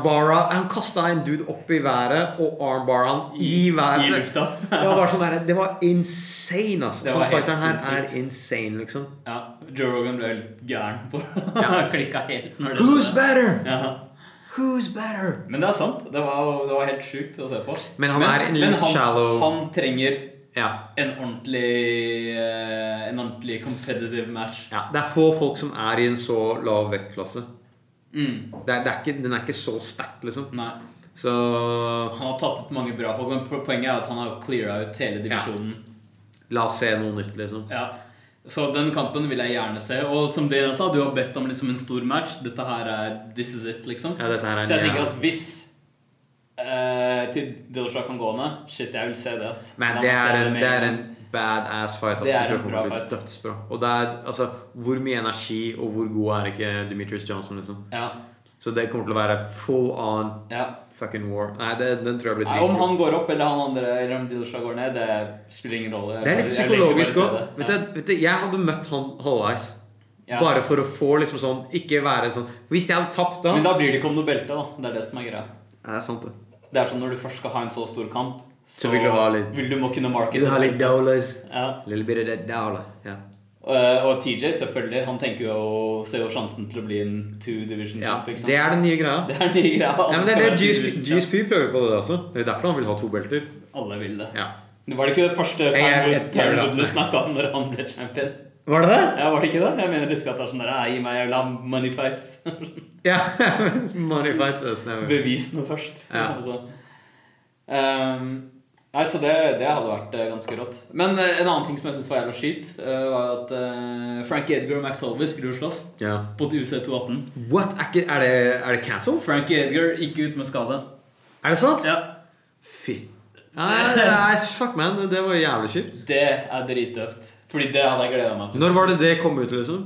Speaker 2: armbara Han kasta en dude opp i været og armbara han i været.
Speaker 1: i lufta.
Speaker 2: Det var bare sånn der, det var insane, altså.
Speaker 1: Det var
Speaker 2: Den
Speaker 1: helt
Speaker 2: fighteren her
Speaker 1: sinnssykt.
Speaker 2: er insane, liksom.
Speaker 1: Ja, Joe Rogan ble helt gæren på
Speaker 2: Ja.
Speaker 1: Klikka helt når det
Speaker 2: Who's better?
Speaker 1: ja.
Speaker 2: Who's better?
Speaker 1: Men det er sant. Det var, jo- det var helt sjukt å se på.
Speaker 2: Men han er en litt
Speaker 1: han,
Speaker 2: shallow-
Speaker 1: Han trenger
Speaker 2: Ja.
Speaker 1: en ordentlig eh, En ordentlig competitive match.
Speaker 2: Ja, det er få folk som er i en så lav vektklasse.
Speaker 1: Mm,
Speaker 2: Det er, det er ikke, den er ikke så sterk, liksom.
Speaker 1: nei.
Speaker 2: Så
Speaker 1: Han har tatt ut mange bra folk, men po- poenget er at han har cleara ut hele divisjonen.
Speaker 2: la oss se noe nytt, liksom.
Speaker 1: Ja. Så den kampen vil jeg gjerne se. Og som Dina sa, du har bedt om liksom en stor match. Dette her er This is it, liksom.
Speaker 2: Ja, dette her er
Speaker 1: Så jeg
Speaker 2: en
Speaker 1: tenker
Speaker 2: jævla-
Speaker 1: at hvis eh, til Dillashaw kan gå ned Shit, jeg vil se det. ass.
Speaker 2: Men
Speaker 1: Jeg
Speaker 2: det
Speaker 1: må se
Speaker 2: er en,
Speaker 1: med
Speaker 2: det er
Speaker 1: gang.
Speaker 2: en badass fight. Altså,
Speaker 1: Det er
Speaker 2: jeg tror
Speaker 1: en
Speaker 2: det
Speaker 1: bra
Speaker 2: kommer til å bli
Speaker 1: fight.
Speaker 2: dødsbra. Og det er, altså, hvor mye energi og hvor god er ikke Demetrius Johnson, liksom?
Speaker 1: ja,
Speaker 2: Så det kommer til å være full on
Speaker 1: ja.
Speaker 2: fucking war. Nei, det, den tror jeg blir
Speaker 1: Nei, om
Speaker 2: dritkul.
Speaker 1: han går opp eller han andre Eller om Dillashaw går ned, det spiller ingen rolle. Jeg
Speaker 2: Det er
Speaker 1: bare-
Speaker 2: litt
Speaker 1: jeg vil egentlig bare
Speaker 2: psykologisk
Speaker 1: se
Speaker 2: òg.
Speaker 1: det.
Speaker 2: Vet, du- vet du, jeg hadde møtt han halvveis.
Speaker 1: Ja.
Speaker 2: Bare for å få liksom sånn Ikke være sånn Hvis jeg hadde tapt da
Speaker 1: Men da blir det ikke om noe belte, da. Det er det som er greia.
Speaker 2: Ja, Det er sant, det.
Speaker 1: Det er sånn når du først skal ha en så stor kamp,
Speaker 2: Så vil du ha litt-
Speaker 1: vil du må kunne markete
Speaker 2: Vil du ha litt dollars?
Speaker 1: Ja.
Speaker 2: Little bit of that dollar. Ja.
Speaker 1: Eh, og TJ, selvfølgelig. Han tenker jo å se jo sjansen til å bli en two division
Speaker 2: ja.
Speaker 1: champ. ikke sant?
Speaker 2: Det er den nye greia.
Speaker 1: det er nye greia.
Speaker 2: Ja, men
Speaker 1: Alle
Speaker 2: det
Speaker 1: skal
Speaker 2: er det
Speaker 1: være two
Speaker 2: GSP,
Speaker 1: division champ.
Speaker 2: GSP prøver på det også. Det er derfor han vil ha to belter.
Speaker 1: Alle vil det.
Speaker 2: Ja.
Speaker 1: Det Var det ikke det første
Speaker 2: jeg- jeg- jeg- jeg-
Speaker 1: Woodley snakka om når han ble champion?
Speaker 2: Var det det?
Speaker 1: Ja, Var det ikke det? Jeg mener jeg husker at det er sånn der, «Nei, Gi meg jævla money fights.
Speaker 2: Ja. Money fights us now.
Speaker 1: Bevis noe først.
Speaker 2: Ja.
Speaker 1: altså. Ehm, nei, så det, det hadde vært eh, ganske rått. Men eh, en annen ting som jeg synes var jævla skyt, eh, var at eh, Frankie Edgar og Max Holvey skulle jo slåss
Speaker 2: Ja.
Speaker 1: på UC 218.
Speaker 2: What? Er, ikke, er, det, er det cancelled?
Speaker 1: Frankie Edgar gikk ut med skade.
Speaker 2: Er det sant?
Speaker 1: Ja,
Speaker 2: Fy. Nei, det er, fuck man, det var jævlig kjipt.
Speaker 1: Det er drittøft. Fordi det hadde jeg gleda meg til.
Speaker 2: Når var det det kom ut, liksom?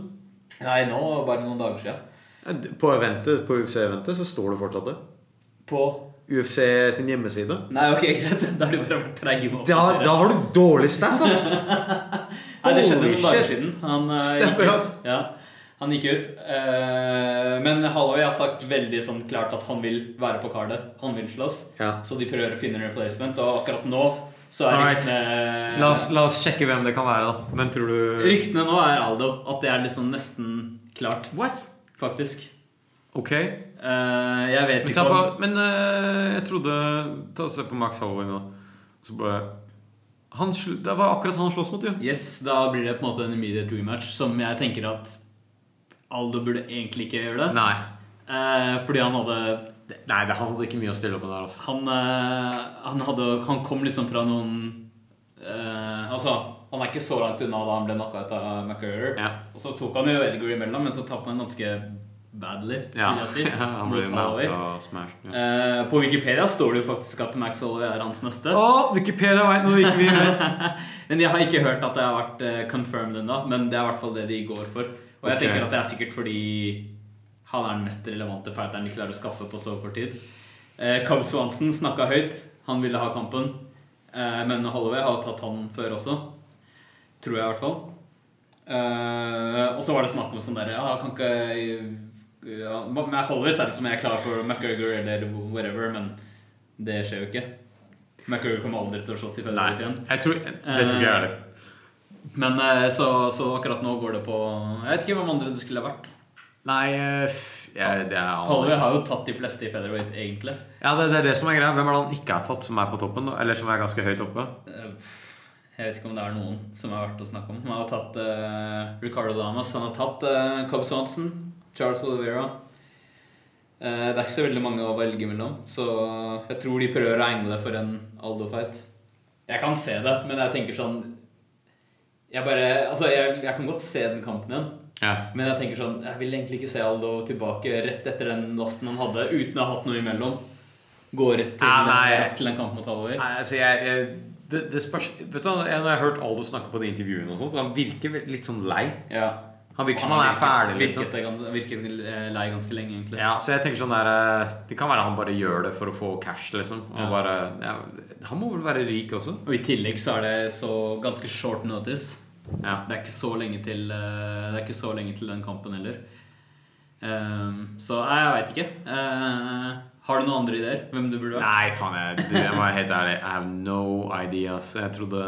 Speaker 1: Nei, nå bare noen dager siden.
Speaker 2: På eventet, på UFC-eventet så står det fortsatt det.
Speaker 1: På
Speaker 2: UFC sin hjemmeside.
Speaker 1: Nei, ok, greit. Da har de bare vært treige med å
Speaker 2: Da,
Speaker 1: oppdatere.
Speaker 2: da har du dårlig staff, ass!
Speaker 1: Nei, det skjedde
Speaker 2: Holy
Speaker 1: noen dager
Speaker 2: shit.
Speaker 1: siden. Han eh,
Speaker 2: Stepper
Speaker 1: gikk ut. Ja, han gikk ut. Eh, men Holloway har sagt veldig sånn klart at han vil være på kartet. Han vil slåss.
Speaker 2: Ja.
Speaker 1: Så de prøver å finne en replacement, og akkurat nå så er
Speaker 2: Alright.
Speaker 1: ryktene
Speaker 2: La oss, la oss sjekke hvem det kan være, da. Hvem tror du
Speaker 1: Ryktene nå er Aldo. At det er liksom nesten klart,
Speaker 2: What?
Speaker 1: faktisk.
Speaker 2: Ok.
Speaker 1: Eh, jeg vet
Speaker 2: Men,
Speaker 1: ikke
Speaker 2: ta på,
Speaker 1: om
Speaker 2: men eh, jeg trodde Ta og Se på Max Holloway nå. Så bare han, sl- Det var akkurat han sloss mot, jo.
Speaker 1: Yes, da blir det på en måte en immediate rematch, som jeg tenker at Aldo burde egentlig ikke gjøre det.
Speaker 2: Nei.
Speaker 1: Eh, fordi han hadde
Speaker 2: Det- Nei, det, han hadde ikke mye å stille opp med der, altså.
Speaker 1: Han, eh, han, hadde, han kom liksom fra noen eh, Altså, han er ikke så langt unna da han ble knocka ut av McGregor.
Speaker 2: Ja.
Speaker 1: Og så tok han jo Edgar imellom, men så tapte han ganske badly.
Speaker 2: Ja.
Speaker 1: Vil jeg si.
Speaker 2: han ble
Speaker 1: Mot Holloway.
Speaker 2: mounta og smashed. Ja.
Speaker 1: Eh, på Wikipedia står det jo faktisk at Max Holloway er hans neste.
Speaker 2: Å, Wikipedia veit noe ikke vi vet.
Speaker 1: Men jeg har ikke hørt at det har vært eh, confirmed ennå, men det er i hvert fall det de går for. Og jeg
Speaker 2: Ok.
Speaker 1: tenker at det er sikkert fordi han er den mest relevante fighteren de klarer å skaffe på så kort tid. Eh, Cobb Swanson snakka høyt. Han ville ha kampen. Eh, men Holloway har tatt han før også. Tror jeg, i hvert fall. Eh, og så var det snakk om sånn derre ja, Kan ikke ja, Med Holloway så er det som jeg er klar for McGregor eller whatever, men det skjer jo ikke. McGregor kommer aldri til å slåss i
Speaker 2: Nei,
Speaker 1: featherweight igjen.
Speaker 2: jeg tror, det tror ikke jeg er det.
Speaker 1: Men eh, så, så akkurat nå går det på Jeg vet ikke hvem andre det skulle ha vært.
Speaker 2: Nei, eh, f- Det er, det er
Speaker 1: Holloway har jo tatt de fleste i featherweight, egentlig.
Speaker 2: Ja, det, det er det som er greia. Hvem er det han ikke har tatt, som er på toppen? da? Eller som er ganske høyt oppe?
Speaker 1: Eh, pff, Jeg vet ikke om det er noen som er verdt å snakke om. Han har tatt eh, Ricardo Lamas, han har tatt eh, Cobb Swanson, Charles Olivera. Eh, det er ikke så veldig mange å velge mellom, så jeg tror de prøver å engle for en Aldo-fight. Jeg kan se det, men jeg tenker sånn Jeg bare Altså, jeg, jeg kan godt se den kampen igjen.
Speaker 2: Ja.
Speaker 1: Men jeg tenker sånn, jeg vil egentlig ikke se Aldo tilbake rett etter den lasten han hadde, uten å ha hatt noe imellom. Gå rett til,
Speaker 2: Ah, nei.
Speaker 1: rett til en kamp mot Holloway.
Speaker 2: Nei, altså jeg, jeg det, det spørs, vet du, hva, Når jeg har hørt Aldo snakke på de intervjuene, og sånt Han virker vel- litt sånn lei.
Speaker 1: Ja.
Speaker 2: Han virker som han er ferdig. liksom
Speaker 1: Virket, det gans- virket eh, lei ganske lenge, egentlig.
Speaker 2: ja, så jeg tenker sånn der, eh, Det kan være han bare gjør det for å få cash. liksom og
Speaker 1: Ja.
Speaker 2: bare, ja, Han må vel være rik også?
Speaker 1: Og i tillegg så er det så ganske short notice.
Speaker 2: Ja.
Speaker 1: Det er ikke så lenge til, eh, det er ikke så lenge til den kampen heller. Ehm, så nei, jeg veit ikke. Eh, har du noen andre ideer? Hvem du burde vært?
Speaker 2: Nei, faen, jeg, du, jeg må være helt ærlig. I have no idea. ass. jeg trodde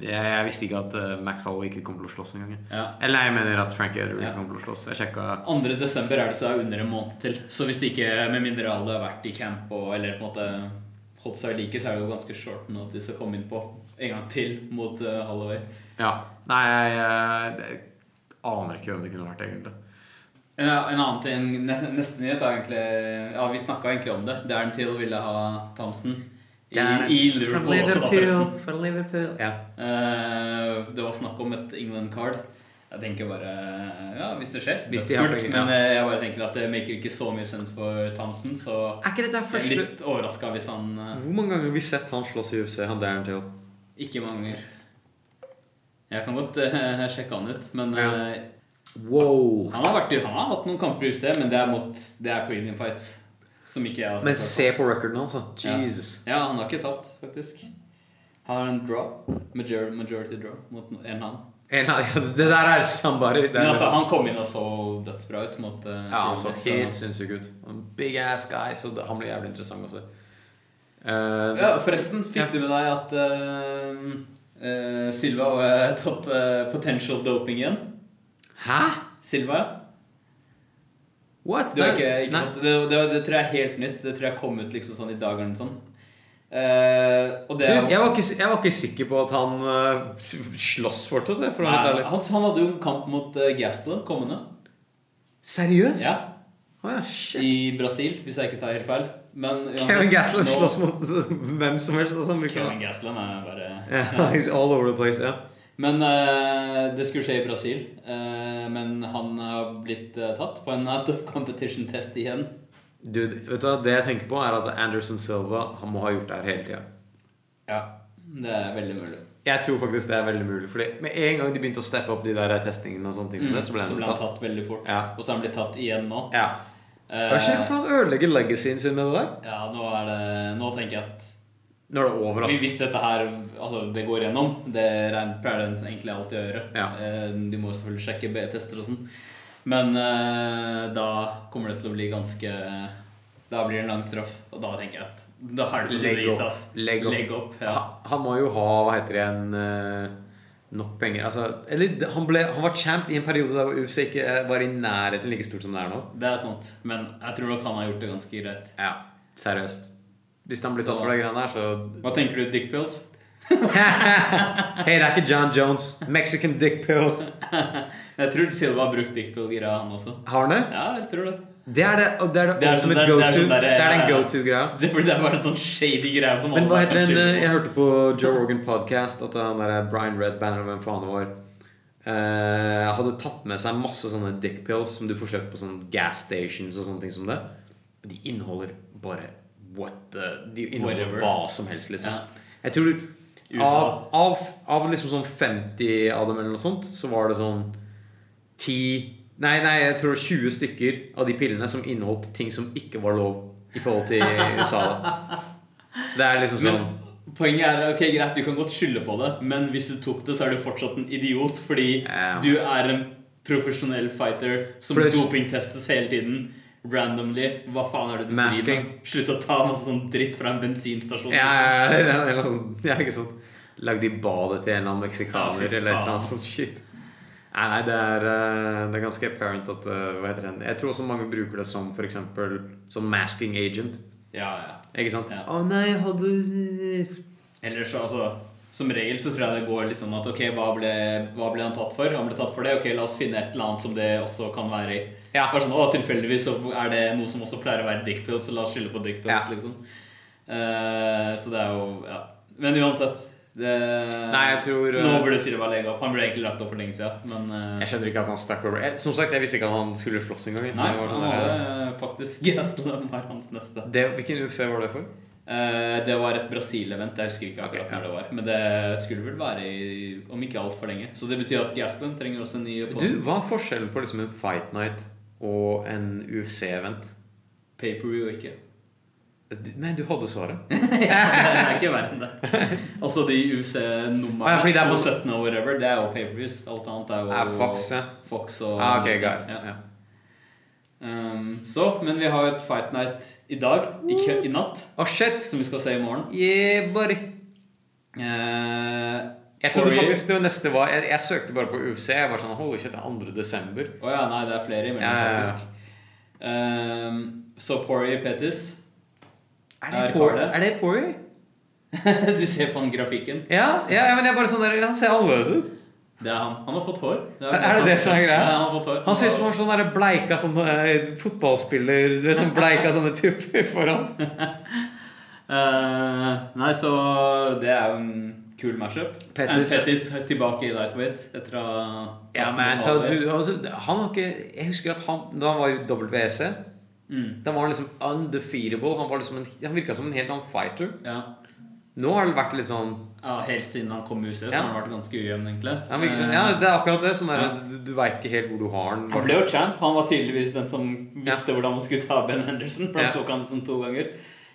Speaker 2: jeg, jeg visste ikke at eh, Max Holloway ikke kom til å slåss engang. jeg.
Speaker 1: Ja.
Speaker 2: Eller jeg mener at Frank Edward
Speaker 1: Ja.
Speaker 2: ikke kom til å slåss. Jeg sjekka
Speaker 1: 2. desember er det så det er under en måned til. Så hvis ikke med mindre alle har vært i camp og eller på en måte holdt seg like, så er det jo ganske short notice å komme inn på en gang til mot eh, Holloway.
Speaker 2: Ja. Nei, jeg, jeg, jeg aner ikke hvem det kunne vært, egentlig.
Speaker 1: En, en annen ting, ne- neste nyhet er egentlig Ja, vi snakka egentlig om det. Darren Till ville ha Thompson. I, I Liverpool også, da, forresten.
Speaker 8: Fra Liverpool. Ja.
Speaker 1: Eh, det var snakk om et England card. Jeg tenker bare Ja, hvis det skjer.
Speaker 8: Hvis
Speaker 1: Hvis
Speaker 8: de
Speaker 1: det
Speaker 8: har
Speaker 1: er kult.
Speaker 8: penger, ja.
Speaker 1: Men eh, jeg bare tenker at det maker ikke så mye sens for Thompson, så
Speaker 8: Er ikke dette
Speaker 1: jeg er
Speaker 8: første
Speaker 1: litt overraska hvis han eh,
Speaker 8: Hvor mange ganger har vi sett han slåss i UFC? Han Darren Till.
Speaker 1: Ikke mange. Jeg kan godt eh, sjekke han ut, men
Speaker 8: Ja.
Speaker 1: eh,
Speaker 8: Wow.
Speaker 1: han, har vært, i- han har hatt noen kamper i UC, men det er mot Det er prelim fights. Som ikke jeg har
Speaker 8: Men
Speaker 1: sett.
Speaker 8: se på recorden
Speaker 2: altså.
Speaker 8: hans, da.
Speaker 1: Ja.
Speaker 8: Jesus.
Speaker 1: Ja, han har ikke tapt, faktisk. Han har en draw. Major, majority draw mot no- en han.
Speaker 8: En av- ja, Det der er somebody. Det
Speaker 1: Men
Speaker 8: er-
Speaker 1: altså, han kom inn og så dødsbra ut mot eh,
Speaker 2: Ja, han så
Speaker 1: Cerrone, så-
Speaker 2: helt sinnssyk ut. En Big ass guy, så det- han blir jævlig interessant også. Eh,
Speaker 1: Ja, forresten, fikk du med deg at eh, eh, Silva har tatt eh, potential doping igjen?
Speaker 2: Hæ?
Speaker 1: Silva?
Speaker 2: What?
Speaker 1: Du har ikke, ikke
Speaker 2: Nei.
Speaker 1: fått- det, det, det tror jeg er helt nytt. Det tror jeg kom ut liksom sånn i dag eller noe sånt. Eh, og det
Speaker 2: Dude, jeg, var ikke, jeg var ikke sikker på at han eh, slåss fortsatt. det, For å
Speaker 1: Nei,
Speaker 2: være helt
Speaker 1: han,
Speaker 2: ærlig.
Speaker 1: han hadde jo en kamp mot uh, Gastelum kommende.
Speaker 8: Seriøst?
Speaker 1: Ja,
Speaker 8: Å, ja, shit.
Speaker 1: I Brasil, hvis jeg ikke tar helt feil. Men uansett,
Speaker 8: Kevin Gaslam
Speaker 1: nå-
Speaker 8: slåss mot hvem som helst. Altså, vi kan-
Speaker 1: Kevin Gastelum er bare
Speaker 8: Ja, he's all over the place. Ja.
Speaker 1: Men eh, det skulle skje i Brasil. Eh, men han har blitt eh, tatt på en out of competition test igjen.
Speaker 2: Dude, vet du hva? Det jeg tenker på, er at Anderson Silva han må ha gjort det her hele tida.
Speaker 1: Ja, det er veldig mulig.
Speaker 2: Jeg tror faktisk det er veldig mulig. Fordi med en gang de begynte å steppe opp de der testingene, og sånne ting som
Speaker 1: Mm,
Speaker 2: Liksom det, så ble han tatt.
Speaker 1: veldig fort.
Speaker 2: Ja.
Speaker 1: Og så er han blitt tatt igjen nå.
Speaker 2: Ja.
Speaker 1: Eh,
Speaker 2: Hva skjer for han ødelegger legacyen sin med det der?
Speaker 1: ja, nå er det Nå tenker jeg at
Speaker 2: Nå er det over,
Speaker 1: vi-
Speaker 2: ass.
Speaker 1: hvis dette her Altså, det går gjennom. Det regn- pleier den egentlig alltid å gjøre.
Speaker 2: Ja.
Speaker 1: Eh, De må selvfølgelig sjekke B-tester og sånn. Men eh, da kommer det til å bli ganske Da blir det en lang straff. Og da tenker jeg at da er det
Speaker 2: Legg
Speaker 1: litt is,
Speaker 2: opp.
Speaker 1: ass.
Speaker 2: Legg opp.
Speaker 1: ja.
Speaker 2: Ha- Han må jo ha hva heter det igjen eh, nok penger. Altså, eller det- han, ble, han var champ i en periode der UFC ikke eh, var i nærheten like stort som det er nå.
Speaker 1: Det er sant. Men jeg tror nok han har gjort det ganske greit.
Speaker 2: Ja, seriøst. Hvis han blir tatt
Speaker 1: Så-
Speaker 2: for de greiene der, så
Speaker 1: Hva tenker du, dickpills?
Speaker 2: Hei, det er ikke John Jones. Mexican dick pills.
Speaker 1: Jeg tror Silva har brukt dickpill-greia, han også.
Speaker 2: Har han det?
Speaker 1: Ja, jeg tror det.
Speaker 2: Det er det, og det, er det,
Speaker 1: Det er sånn der-
Speaker 2: ultimate
Speaker 1: det er
Speaker 2: go-to.
Speaker 1: sånn der-
Speaker 2: Det er den
Speaker 1: ja, ja.
Speaker 2: go-to-greia.
Speaker 1: Det, fordi det er bare en sånn shady greie som
Speaker 2: Men
Speaker 1: alle
Speaker 2: hva
Speaker 1: kan
Speaker 2: heter den
Speaker 1: skylde
Speaker 2: eh, Jeg
Speaker 1: på.
Speaker 2: hørte på Joe Rogan podcast at han der Brian Redband eller hvem faen det var eh, hadde tatt med seg masse sånne dick pills som du får kjøpt på sånne gas stations og sånne ting som det. Og de inneholder bare what the De inneholder
Speaker 1: Whatever.
Speaker 2: hva som helst, liksom.
Speaker 1: Ja.
Speaker 2: Jeg tror av,
Speaker 1: USA.
Speaker 2: av, av liksom sånn 50 av dem eller noe sånt, så var det sånn 10 Nei, nei, jeg tror 20 stykker av de pillene som inneholdt ting som ikke var lov i forhold til USA. da. Så det er liksom sånn
Speaker 1: Men poenget er ok, greit, du kan godt skylde på det, men hvis du tok det, så er du fortsatt en idiot fordi
Speaker 2: Ja.
Speaker 1: du er en profesjonell fighter som
Speaker 2: Pluss-
Speaker 1: dopingtestes hele tiden. Randomly. Hva faen er det du driver med?
Speaker 2: Masking.
Speaker 1: Slutt å ta masse sånn dritt fra en bensinstasjon.
Speaker 2: Ja, ja, ja, eller- eller sånn. Ja, ikke sånn Lagde i badet til en eller annen
Speaker 1: Ja,
Speaker 2: meksikaner
Speaker 1: fy
Speaker 2: eller et eller
Speaker 1: faen,
Speaker 2: annet
Speaker 1: ass.
Speaker 2: sånt shit. Nei, nei, det er, eh, det er ganske apparent at eh, Hva heter den? Jeg tror også mange bruker det som for eksempel som masking agent.
Speaker 1: Ja, ja.
Speaker 2: Ikke sant? Å
Speaker 1: Ja.
Speaker 2: nei, eh, hadde
Speaker 1: Ellers så, altså Som regel så tror jeg det går litt sånn at ok, hva ble, hva ble han tatt for? Han ble tatt for det. Ok, la oss finne et eller annet som det også kan være i.
Speaker 2: Ja.
Speaker 1: Bare sånn, å, tilfeldigvis så er det noe som også pleier å være dickpics, så la oss skylde på dickpics,
Speaker 2: Ja.
Speaker 1: liksom. Eh, så det er jo Ja. Men uansett det,
Speaker 2: Nei, jeg tror, eh,
Speaker 1: Nå burde Sylva legge opp. Han burde egentlig lagt opp for lenge siden, men eh,
Speaker 2: Jeg skjønner ikke at han stakk over. Jeg, som sagt, jeg visste ikke at han skulle slåss engang.
Speaker 1: Nei,
Speaker 2: Det var
Speaker 1: han
Speaker 2: sånn der-
Speaker 1: hadde faktisk Gastelum var hans neste.
Speaker 2: Det- Hvilken UFC var det for?
Speaker 1: Eh, Det var et Brasil-event. Jeg husker ikke akkurat
Speaker 2: Ok, ja.
Speaker 1: når det var. Men det skulle vel være i, om ikke altfor lenge. Så det betyr at Gaston trenger også en ny
Speaker 2: Du, Hva er forskjellen på liksom en Fight Night og en UFC-event?
Speaker 1: pay-per-view og ikke.
Speaker 2: Nei, du hadde svaret.
Speaker 1: Det er ikke verre enn det. Altså de
Speaker 2: Ah, ja, fordi
Speaker 1: UC-numrene
Speaker 2: det er
Speaker 1: på
Speaker 2: på-
Speaker 1: 17 og whatever, det er jo pay-per-views. Alt annet er jo
Speaker 2: Er Fox, ja.
Speaker 1: Fox og
Speaker 2: Ah, ok,
Speaker 1: ja.
Speaker 2: got it. Ja.
Speaker 1: Um, så, men vi har jo et Fight Night i dag, i, kø- i natt,
Speaker 2: Å, shit!
Speaker 1: som vi skal se i morgen.
Speaker 2: Yeah, buddy.
Speaker 1: Eh,
Speaker 2: Jeg trodde
Speaker 1: Corey-
Speaker 2: faktisk det neste var Jeg, jeg søkte bare på UFC. Jeg var sånn Holy shit, det er 2. desember.
Speaker 1: Å ja, nei, det er flere imellom,
Speaker 2: Ja, ja, ja.
Speaker 1: faktisk. Ehm, så Pori Petis
Speaker 2: Er
Speaker 1: Er
Speaker 2: det, Por-
Speaker 1: Carl det?
Speaker 2: er det Poirier?
Speaker 1: Du ser på han grafikken.
Speaker 2: Ja, ja, ja, men jeg er bare sånn der Han ser annerledes ut.
Speaker 1: Det er han. Han har fått hår.
Speaker 2: Er- er det det som er greia?
Speaker 1: Ja, han har fått hår.
Speaker 2: Han ser ut som en sånn der bleika sånn eh, fotballspiller Du vet, sånn bleika sånne tupper foran.
Speaker 1: Eh, Nei, så det er jo en kul matchup.
Speaker 2: Pettis-
Speaker 1: Eh, Pettis er tilbake i lightweight etter å ha
Speaker 2: Ja, men ta, du, altså, Han har ikke Jeg husker at han da han var i WC,
Speaker 1: Mm,
Speaker 2: da var han liksom undefeatable. Han, var liksom en, han virka som en helt annen fighter.
Speaker 1: ja.
Speaker 2: Nå har det vært litt sånn
Speaker 1: ja, helt siden han kom i UC, så
Speaker 2: Ja.
Speaker 1: har han vært ganske ujevn, egentlig.
Speaker 2: han virker sånn,
Speaker 1: Eh,
Speaker 2: Ja, det er akkurat det. Sånn der,
Speaker 1: Ja.
Speaker 2: Du, du veit ikke helt hvor du har den.
Speaker 1: Han ble jo champ. Han var tydeligvis den som visste hvordan man skulle ta Ben Henderson. For han
Speaker 2: Ja.
Speaker 1: tok han liksom to ganger.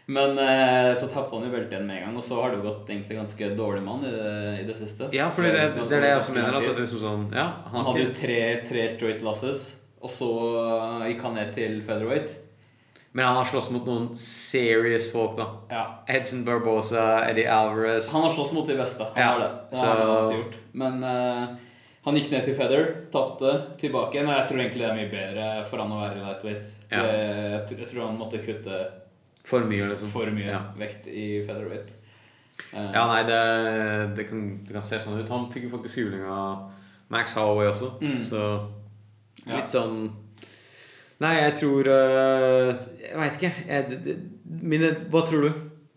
Speaker 1: Men eh, så tapte han jo beltet igjen med en gang, og så har det jo gått egentlig ganske dårlig med han i det, i det siste.
Speaker 2: Ja, fordi det, det er det jeg også mener. At det er
Speaker 1: Han
Speaker 2: liksom sånn Ja, han har
Speaker 1: hadde jo
Speaker 2: ikke
Speaker 1: tre, tre straight losses, og så eh, gikk han ned til featherweight.
Speaker 2: Men han har slåss mot noen serious folk, da.
Speaker 1: Ja.
Speaker 2: Edson Barbosa, Eddie Alvarez
Speaker 1: Han har slåss mot de beste. Han
Speaker 2: Ja,
Speaker 1: har det. Det har
Speaker 2: så-
Speaker 1: han alltid gjort. Men eh, han gikk ned til feather, tapte, tilbake igjen. Og jeg tror egentlig det er mye bedre for han å være i lightweight.
Speaker 2: Ja.
Speaker 1: Det, jeg, tror, jeg tror han måtte kutte
Speaker 2: For mye, liksom.
Speaker 1: for mye
Speaker 2: Ja,
Speaker 1: vekt i featherweight. Eh,
Speaker 2: ja nei, det, det, kan, det kan se sånn ut. Han fikk jo faktisk juling av Max Holloway også,
Speaker 1: Mm.
Speaker 2: så
Speaker 1: Ja.
Speaker 2: litt sånn Nei, jeg tror øh, Jeg veit ikke. Jeg, det, det, mine, hva tror du?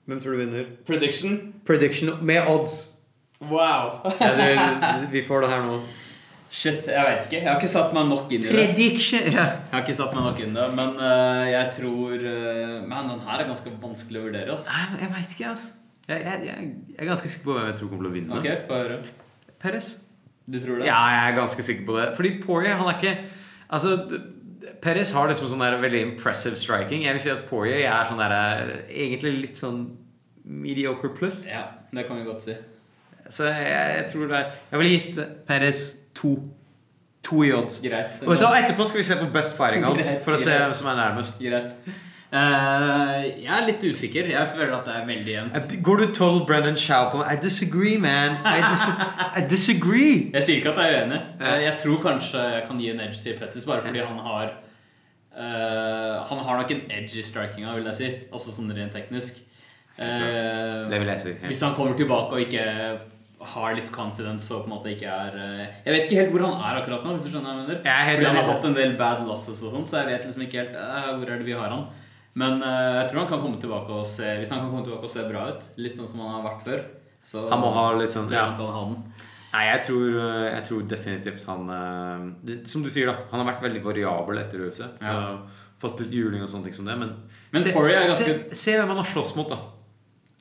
Speaker 2: Hvem tror du vinner?
Speaker 1: Prediction?
Speaker 2: Prediction med odds.
Speaker 1: Wow!
Speaker 2: Ja, det, det, vi får det her nå.
Speaker 1: Shit, jeg veit ikke. Jeg har ikke satt meg nok inn i det.
Speaker 2: Prediction!
Speaker 1: Jeg har ikke satt meg nok inn i det, Men eh, jeg tror eh, Man, den her er ganske vanskelig å vurdere, ass.
Speaker 2: Nei, men jeg veit ikke, altså. Jeg, jeg, jeg, jeg er ganske sikker på hvem jeg tror kommer til å vinne.
Speaker 1: Ok, få høre.
Speaker 2: Perez.
Speaker 1: Du tror det?
Speaker 2: Mm. Ja, jeg er ganske sikker på det. Fordi Poirier, han er ikke Altså, d- Perez har liksom sånn der veldig impressive striking. Jeg vil si at Poirier er sånn der egentlig litt sånn mediocre pluss.
Speaker 1: Ja, det kan vi godt si.
Speaker 2: Så jeg, jeg tror det er Jeg ville gitt Perez to. To i odds.
Speaker 1: Greit.
Speaker 2: Og vet du hva, etterpå skal vi se på best firing hans
Speaker 1: Greit,
Speaker 2: for å se
Speaker 1: greit.
Speaker 2: hvem som er nærmest.
Speaker 1: Greit. Eh, jeg er litt usikker. Jeg føler at det er veldig jevnt.
Speaker 2: Går du total Brennan Chow på meg? I disagree, man. I, dis I disagree.
Speaker 1: Jeg sier ikke at jeg er uenig. Eh, Jeg tror kanskje jeg kan gi en edge til Pettis, bare fordi han har eh, Han har nok en edge i strikinga, vil jeg si. Altså sånn rent teknisk. Eh,
Speaker 2: Det vil jeg si.
Speaker 1: hvis han kommer tilbake og ikke har litt confidence og på en måte ikke er eh, Jeg vet ikke helt hvor han er akkurat nå, hvis du skjønner hva jeg mener.
Speaker 2: Jeg er helt
Speaker 1: Fordi han
Speaker 2: enig.
Speaker 1: har hatt en del bad losses og sånn, så jeg vet liksom ikke helt eh, hvor er det vi har han. Men eh, jeg tror han kan komme tilbake og se Hvis han kan komme tilbake og se bra ut, litt sånn som han har vært før, så
Speaker 2: Han må ha litt
Speaker 1: så
Speaker 2: sånn-
Speaker 1: tror jeg han
Speaker 2: ja.
Speaker 1: kan ha den.
Speaker 2: Nei, jeg tror, eh, jeg tror definitivt han eh, det- Som du sier, da. Han har vært veldig variabel etter UFC. så
Speaker 1: Ja.
Speaker 2: Fått litt juling og sånne ting som det, men
Speaker 1: Men
Speaker 2: se,
Speaker 1: Poirier er
Speaker 2: se,
Speaker 1: ganske-
Speaker 2: se hvem han har slåss mot, da.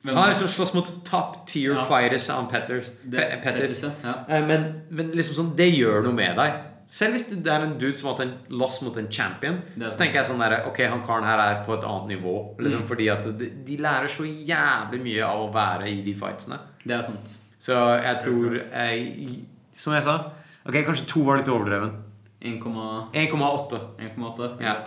Speaker 1: Men-
Speaker 2: Han har liksom slåss mot top tier
Speaker 1: Ja.
Speaker 2: fighters av Petters. Pe
Speaker 1: Det- Pettis,
Speaker 2: Petters.
Speaker 1: ja.
Speaker 2: Eh, Men, men liksom sånn, det gjør noe med deg. Selv hvis det er en dude som har hatt en loss mot en champion,
Speaker 1: Det er
Speaker 2: så
Speaker 1: sant. Mm.
Speaker 2: tenker jeg sånn der, Ok, han karen her er på et annet nivå. Liksom, Fordi at de, de lærer så jævlig mye av å være i de fightsene.
Speaker 1: Det er sant.
Speaker 2: Så jeg tror jeg, Som jeg sa Ok, kanskje to var litt overdreven.
Speaker 1: 1,8.
Speaker 2: 1,8.
Speaker 1: greit.
Speaker 2: Ja.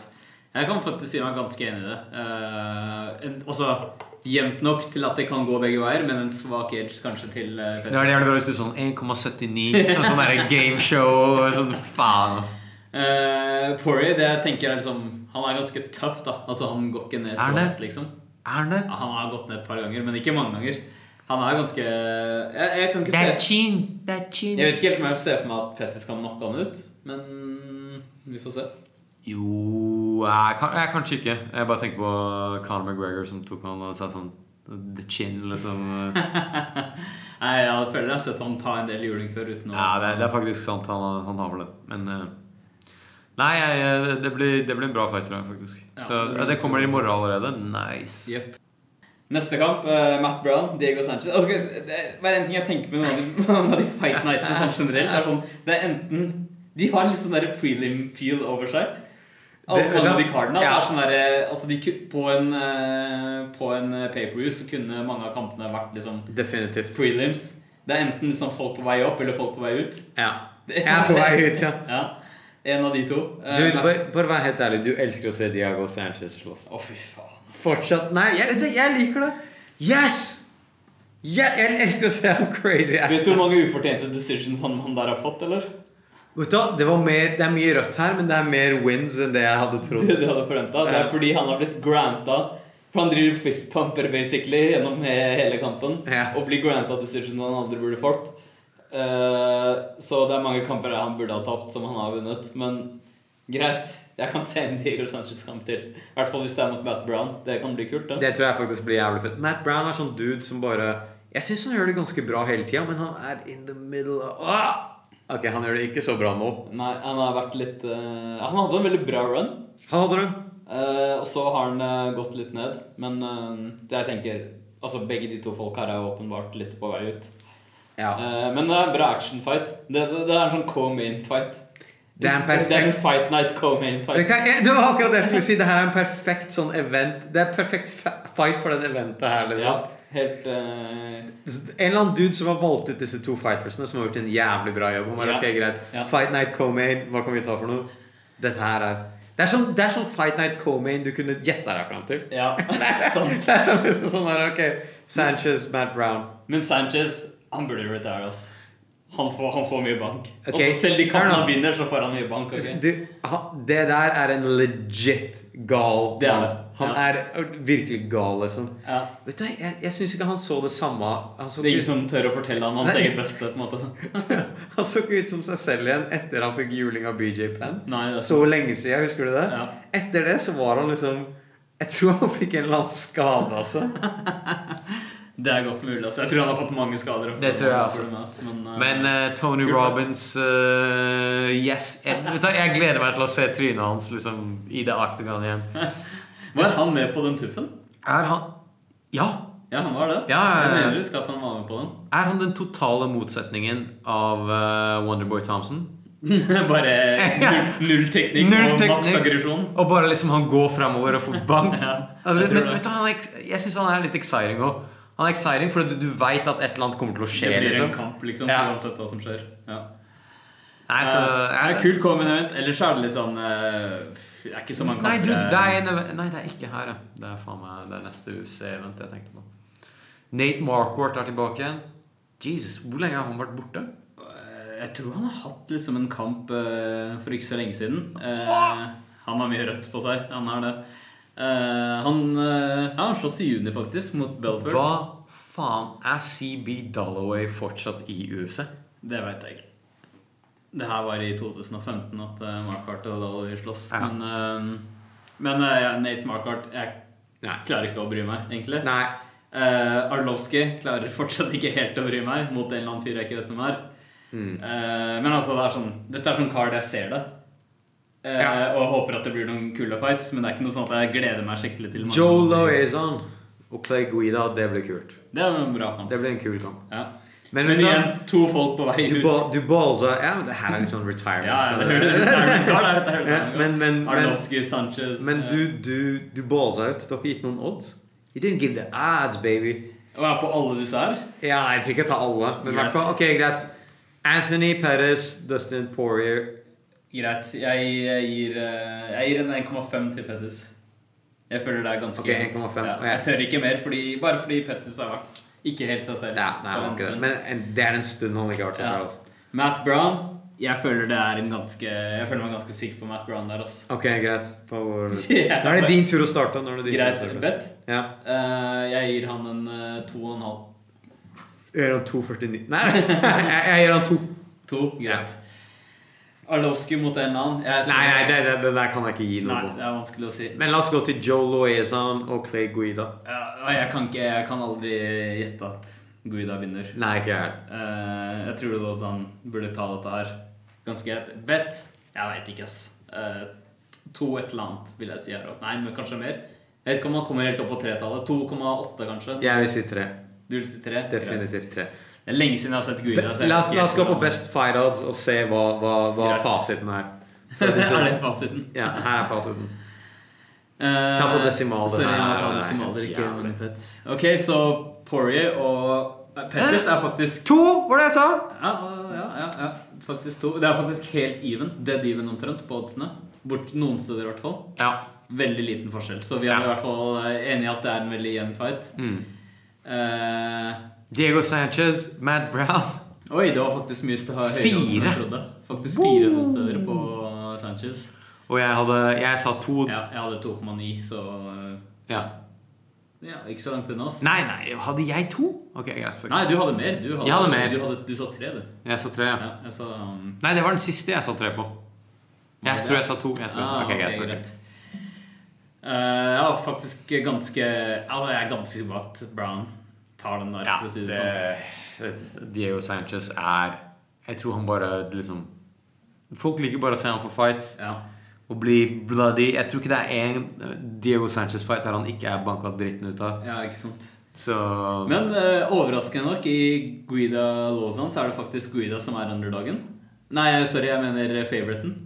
Speaker 1: Jeg kan faktisk si meg ganske enig i det. Eh, en, også jevnt nok til at det kan gå begge veier, men en svak edge kanskje til eh,
Speaker 2: Det var
Speaker 1: Pettersen.
Speaker 2: jævlig bra hvis du sånn 1,79 som sånn der gameshow. Sånn faen, altså.
Speaker 1: Eh, Poirier, det jeg tenker er liksom Han er ganske tøff, da. Altså, han går ikke ned så
Speaker 2: Er det?
Speaker 1: lett, liksom.
Speaker 2: Er han det?
Speaker 1: Ja, Han har gått ned et par ganger, men ikke mange ganger. Han er ganske Jeg, jeg kan ikke
Speaker 2: That
Speaker 1: se
Speaker 2: chin, that chin.
Speaker 1: Jeg vet ikke helt om jeg ser for meg at Pettis kan knocke han ut, men vi får se.
Speaker 2: Jo jeg kan, jeg, Kanskje ikke. Jeg bare tenker på Conor McGregor som tok han og sa sånn The chin, liksom.
Speaker 1: Nei, Jeg føler jeg har sett han ta en del juling før uten å
Speaker 2: Ja, det, det er faktisk sant. Han, han har vel det. Men eh, Nei, jeg, jeg- det, blir, det blir en bra fight, tror jeg, faktisk.
Speaker 1: Ja,
Speaker 2: Så
Speaker 1: det blir
Speaker 2: ja, Det
Speaker 1: ganske
Speaker 2: kommer i morgen allerede. Nice.
Speaker 1: Jep. Neste kamp, eh, Matt Brown, Diego Sanchez. Ok, det er bare en ting jeg tenker på med noen av de- noen av de fight nightene sånn generelt. Det er sånn, det er enten De har litt sånn der prelim-feel over seg. Alle
Speaker 2: Det-
Speaker 1: mange av de
Speaker 2: det-
Speaker 1: kardene. at
Speaker 2: ja.
Speaker 1: Det er sånn der, eh, altså de, ku- på en, eh, på en eh, pay-per-view så kunne mange av kampene vært liksom
Speaker 2: Definitivt.
Speaker 1: prelims. Det er enten liksom folk på vei opp eller folk på vei ut.
Speaker 2: Ja.
Speaker 1: Det-
Speaker 2: Jeg er på vei ut, ja.
Speaker 1: ja. En av de to. Eh,
Speaker 2: Du,
Speaker 1: Matt-
Speaker 2: bare, bare vær helt ærlig. Du elsker å se Diago Sanchez slåss.
Speaker 1: Å, fy faen. ass.
Speaker 2: Fortsatt Nei, jeg, det- jeg liker det. Yes! Ja, jeg elsker å se ham crazy. ass.
Speaker 1: Vet du hvor mange ufortjente decisions han, han der har fått, eller?
Speaker 2: Vet du hva, det, var mer, det er mye rødt her, men det er mer wins enn det jeg hadde trodd.
Speaker 1: Det, det hadde jeg forventet. Det er
Speaker 2: Ja.
Speaker 1: fordi han har blitt granta For han driver fistpumper basically gjennom he- hele kampen
Speaker 2: Ja.
Speaker 1: og blir granta decisions han aldri burde fått. Eh, så det er mange kamper der han burde ha tapt, som han har vunnet. Men greit, jeg kan se en Diego Sanchez-kamp til. I hvert fall hvis det er mot Matt Brown. Det kan bli kult, det.
Speaker 2: Det tror jeg faktisk blir jævlig fett. Matt Brown er sånn dude som bare Jeg syns han gjør det ganske bra hele tida, men han er in the middle of ah! Ok, han gjør det ikke så bra nå.
Speaker 1: Nei, han har vært litt eh, Han hadde en veldig bra run.
Speaker 2: Han hadde det.
Speaker 1: Eh, og så har han eh, gått litt ned. Men eh, det jeg tenker Altså Begge de to folk her er jo åpenbart litt på vei ut.
Speaker 2: Ja.
Speaker 1: Eh, men det er en bra actionfight. Det, det, det er en sånn co-main fight.
Speaker 2: Det er
Speaker 1: Det er
Speaker 2: en
Speaker 1: en
Speaker 2: perfekt
Speaker 1: fight night co-main
Speaker 2: det,
Speaker 1: fight.
Speaker 2: kan, jeg- det var akkurat det jeg skulle si. Det her er en perfekt sånn event. Det er en perfekt fa- fight for den eventet her.
Speaker 1: Ja,
Speaker 2: liksom
Speaker 1: helt eh,
Speaker 2: En eller annen dude som har valgt ut disse to fightersene, som har gjort en jævlig bra jobb. Han bare,
Speaker 1: Ja.
Speaker 2: ok, greit
Speaker 1: Ja.
Speaker 2: Fight Night Co-Main, hva kan vi ta for noe? Dette her er Det er sånn, det er sånn Fight Night Co-Main du kunne gjette deg fram til.
Speaker 1: Ja, sant.
Speaker 2: Det er sånn, liksom sånn der, ok Sanchez, Matt Brown
Speaker 1: Men Sanchez, han burde retire, altså. Han får, han får mye bank.
Speaker 2: Ok,
Speaker 1: Også selv de
Speaker 2: hør
Speaker 1: kampene
Speaker 2: nå.
Speaker 1: han vinner, så får han mye bank. ok?
Speaker 2: du, ha- Det der er en legit gal
Speaker 1: Det er
Speaker 2: mann.
Speaker 1: det,
Speaker 2: Han
Speaker 1: ja.
Speaker 2: er virkelig gal liksom
Speaker 1: Ja,
Speaker 2: Vet du, hva, jeg, jeg synes ikke han så det samme Han så
Speaker 1: det er
Speaker 2: ikke
Speaker 1: ingen som tør å fortelle han hans
Speaker 2: Nei.
Speaker 1: eget beste. på en måte
Speaker 2: han så ikke ut som seg selv igjen etter han fikk juling av BJ Penn.
Speaker 1: Nei, det er
Speaker 2: Så lenge siden, husker du det?
Speaker 1: Ja.
Speaker 2: Etter det så var han liksom Jeg tror han fikk en eller annen skade, altså.
Speaker 1: Det er godt mulig. altså Jeg tror han har fått mange skader. opp
Speaker 2: Det tror jeg
Speaker 1: gjennom
Speaker 2: også.
Speaker 1: skolen, ass, Men, eh,
Speaker 2: Men eh, Tony
Speaker 1: Kult, da.
Speaker 2: Robbins eh, Yes. Jeg, vet du hva, jeg gleder meg til å se trynet hans liksom, i det octagon igjen. eh,
Speaker 1: Var han med på den tuffen?
Speaker 2: Er han Ja!
Speaker 1: Ja, han var det.
Speaker 2: Ja, ja, ja.
Speaker 1: Jeg mener husk at han var med på den.
Speaker 2: Er han den totale motsetningen av eh, Wonderboy Thompson?
Speaker 1: Bare null, null teknikk
Speaker 2: Null
Speaker 1: og maks
Speaker 2: teknikk.
Speaker 1: aggresjon.
Speaker 2: Og bare liksom han går framover og får bank?
Speaker 1: Ja,
Speaker 2: Altså, Men,
Speaker 1: jeg tror
Speaker 2: men
Speaker 1: det.
Speaker 2: vet du, han er, ex- jeg syns han er litt exciting òg. Han er exciting fordi du, du veit at et eller annet kommer til å
Speaker 1: Det
Speaker 2: skje.
Speaker 1: blir en
Speaker 2: liksom
Speaker 1: kamp, liksom,
Speaker 2: Ja.
Speaker 1: uansett hva som skjer. Ja.
Speaker 2: Nei,
Speaker 1: Eh,
Speaker 2: så,
Speaker 1: det er kul common event. Ellers er det litt sånn eh, Det er ikke så mange
Speaker 2: Nei,
Speaker 1: kamper
Speaker 2: du, det er en, nei, det er ikke her, ja. Det er faen meg det er neste UFC-event jeg tenkte på. Nate Marquardt er tilbake igjen. Jesus, hvor lenge har han vært borte?
Speaker 1: Eh, Jeg tror han har hatt liksom en kamp eh, for ikke så lenge siden. Eh, han har mye rødt på seg. Han har det. Eh, han uh, han slåss i juni, faktisk, mot Belford.
Speaker 2: Hva faen er CB Dalloway fortsatt i UFC?
Speaker 1: Det veit jeg ikke. Det her var i 2015 at eh, Marquardt og Dali slåss.
Speaker 2: Ja.
Speaker 1: Men, eh, men eh, ja, Nate Marquardt Jeg
Speaker 2: Nei.
Speaker 1: klarer ikke å bry meg, egentlig.
Speaker 2: Nei.
Speaker 1: Uh, Arlovski klarer fortsatt ikke helt å bry meg mot en eller annen fyr jeg ikke vet hvem er.
Speaker 2: Mm.
Speaker 1: Eh, men altså, det er sånn, dette er sånn card jeg ser det. Eh,
Speaker 2: Ja.
Speaker 1: Og håper at det blir noen kule fights, men det er ikke noe sånn at jeg gleder meg skikkelig til mange.
Speaker 2: Joe Loazon og Clay Guida, det blir kult.
Speaker 1: Det er jo en bra kamp.
Speaker 2: Det blir en kul kamp.
Speaker 1: Ja. Men
Speaker 2: Men, vet du hva?
Speaker 1: igjen, to folk på vei
Speaker 2: du,
Speaker 1: ut.
Speaker 2: ba, du balsa Ja, men det her er litt sånn retirement.
Speaker 1: Ja, ja, det hører du. Retirement card er dette.
Speaker 2: Ja,
Speaker 1: hører
Speaker 2: men-
Speaker 1: du.
Speaker 2: men- men-
Speaker 1: Arlovski, Sanchez
Speaker 2: Men
Speaker 1: eh,
Speaker 2: du, du, du balsa ut. Du har ikke gitt noen odds. You didn't give the ads, baby.
Speaker 1: eh, Og er på alle disse her?
Speaker 2: Ja, jeg trenger ikke ta alle, men i hvert fall, ok, greit. Anthony Perez, Dustin Poirier
Speaker 1: Greit. Jeg, jeg, gir, eh, jeg gir en 1,5 til Pettis. Jeg føler det er ganske
Speaker 2: Ok,
Speaker 1: jevnt.
Speaker 2: 1,5.
Speaker 1: Ja. Jeg tør ikke mer, fordi, bare fordi Pettis har vært ikke helt seg selv.
Speaker 2: Nei,
Speaker 1: på
Speaker 2: nei, det var
Speaker 1: en
Speaker 2: ikke det.
Speaker 1: stund.
Speaker 2: Men en- det er en stund han ikke har vært
Speaker 1: Ja.
Speaker 2: sånn. altså.
Speaker 1: Matt Brown Jeg føler det er en ganske Jeg føler meg ganske sikker på Matt Brown der, altså.
Speaker 2: Ok, greit. Power.
Speaker 1: Ja.
Speaker 2: Nå er det din tur å starte. Nå er det din
Speaker 1: Greit
Speaker 2: tur å starte.
Speaker 1: bet.
Speaker 2: Ja.
Speaker 1: Eh, jeg gir han en eh, 2,5.
Speaker 2: Jeg gjør han 2,49 Nei, jeg, jeg gjør han 2.
Speaker 1: 2, greit. Arlovski mot en annen. Jeg-
Speaker 2: Nei, nei det, det, det der kan jeg ikke gi noe
Speaker 1: Nei,
Speaker 2: på.
Speaker 1: det er vanskelig å si.
Speaker 2: Men la oss gå til Joe Loezan og Clay Guida.
Speaker 1: Ja, jeg, kan ikke, jeg kan aldri gjette at Guida vinner.
Speaker 2: Nei, ikke jeg heller.
Speaker 1: Eh, jeg tror det også han burde ta dette her ganske greit. Bet? Jeg veit ikke, ass. Eh, to et eller annet, vil jeg si her òg. Nei, men kanskje mer. Jeg vet ikke om han kommer helt opp på tretallet. 2,8 kanskje?
Speaker 2: Jeg vil si tre.
Speaker 1: Du vil si tre? Greit.
Speaker 2: Definitivt tre.
Speaker 1: Det er lenge siden jeg har sett Guida. så jeg
Speaker 2: La oss,
Speaker 1: vet
Speaker 2: la
Speaker 1: ikke
Speaker 2: oss gå på
Speaker 1: hvordan-
Speaker 2: best fight odds og se hva, hva, hva
Speaker 1: Greit.
Speaker 2: fasiten er. For disse-
Speaker 1: er det fasiten?
Speaker 2: Ja, her er fasiten.
Speaker 1: Eh,
Speaker 2: Ta på desimaler
Speaker 1: Sorry,
Speaker 2: her.
Speaker 1: jeg tar
Speaker 2: Nei,
Speaker 1: desimaler, ikke
Speaker 2: jævlig.
Speaker 1: manifets. Ok, så Poirier og eh, Pettis er faktisk
Speaker 2: To, var det jeg sa?
Speaker 1: Ja, ja, ja, ja. Faktisk to. Det er faktisk helt even. Dead even omtrent på oddsene. Bort noen steder i hvert fall.
Speaker 2: Ja.
Speaker 1: Veldig liten forskjell. Så vi er i hvert fall eh, enige at det er en veldig jevn fight.
Speaker 2: Mm.
Speaker 1: Eh,
Speaker 2: Diego Sanchez, Matt Brown.
Speaker 1: oi, det var faktisk mye større høyere odds enn jeg
Speaker 2: Fire.
Speaker 1: trodde. Faktisk fire steder på Sanchez.
Speaker 2: Og jeg hadde Jeg sa to.
Speaker 1: Ja, jeg hadde 2,9, så eh,
Speaker 2: Ja.
Speaker 1: ja, ikke så langt unna oss.
Speaker 2: Nei, nei, hadde jeg to? Ok, greit. fuck.
Speaker 1: Nei, du hadde mer. Du hadde,
Speaker 2: Jeg hadde mer.
Speaker 1: Du, hadde, du sa tre, du.
Speaker 2: Jeg sa tre, ja.
Speaker 1: Ja, jeg sa um,
Speaker 2: Nei, det var den siste jeg sa tre på. Jeg tror jeg sa to. Jeg tror jeg sa.
Speaker 1: Ah,
Speaker 2: Ok, greit.
Speaker 1: ok,
Speaker 2: fuck.
Speaker 1: greit. Eh, ja, faktisk ganske Altså, jeg er ganske sikker på at Brown tar den der,
Speaker 2: Ja,
Speaker 1: for å si det,
Speaker 2: det, sånn. Diego Sanchez er Jeg tror han bare liksom Folk liker bare å se han for fights
Speaker 1: sånn. Ja.
Speaker 2: og bli bloody. Jeg tror ikke det er én Diego Sanchez-fight der han ikke er banka dritten ut av.
Speaker 1: ja, ikke sant.
Speaker 2: Så
Speaker 1: Men eh, overraskende nok, i Guida Lausanne så er det faktisk Guida som er underdagen. Nei, sorry, jeg mener favoriten.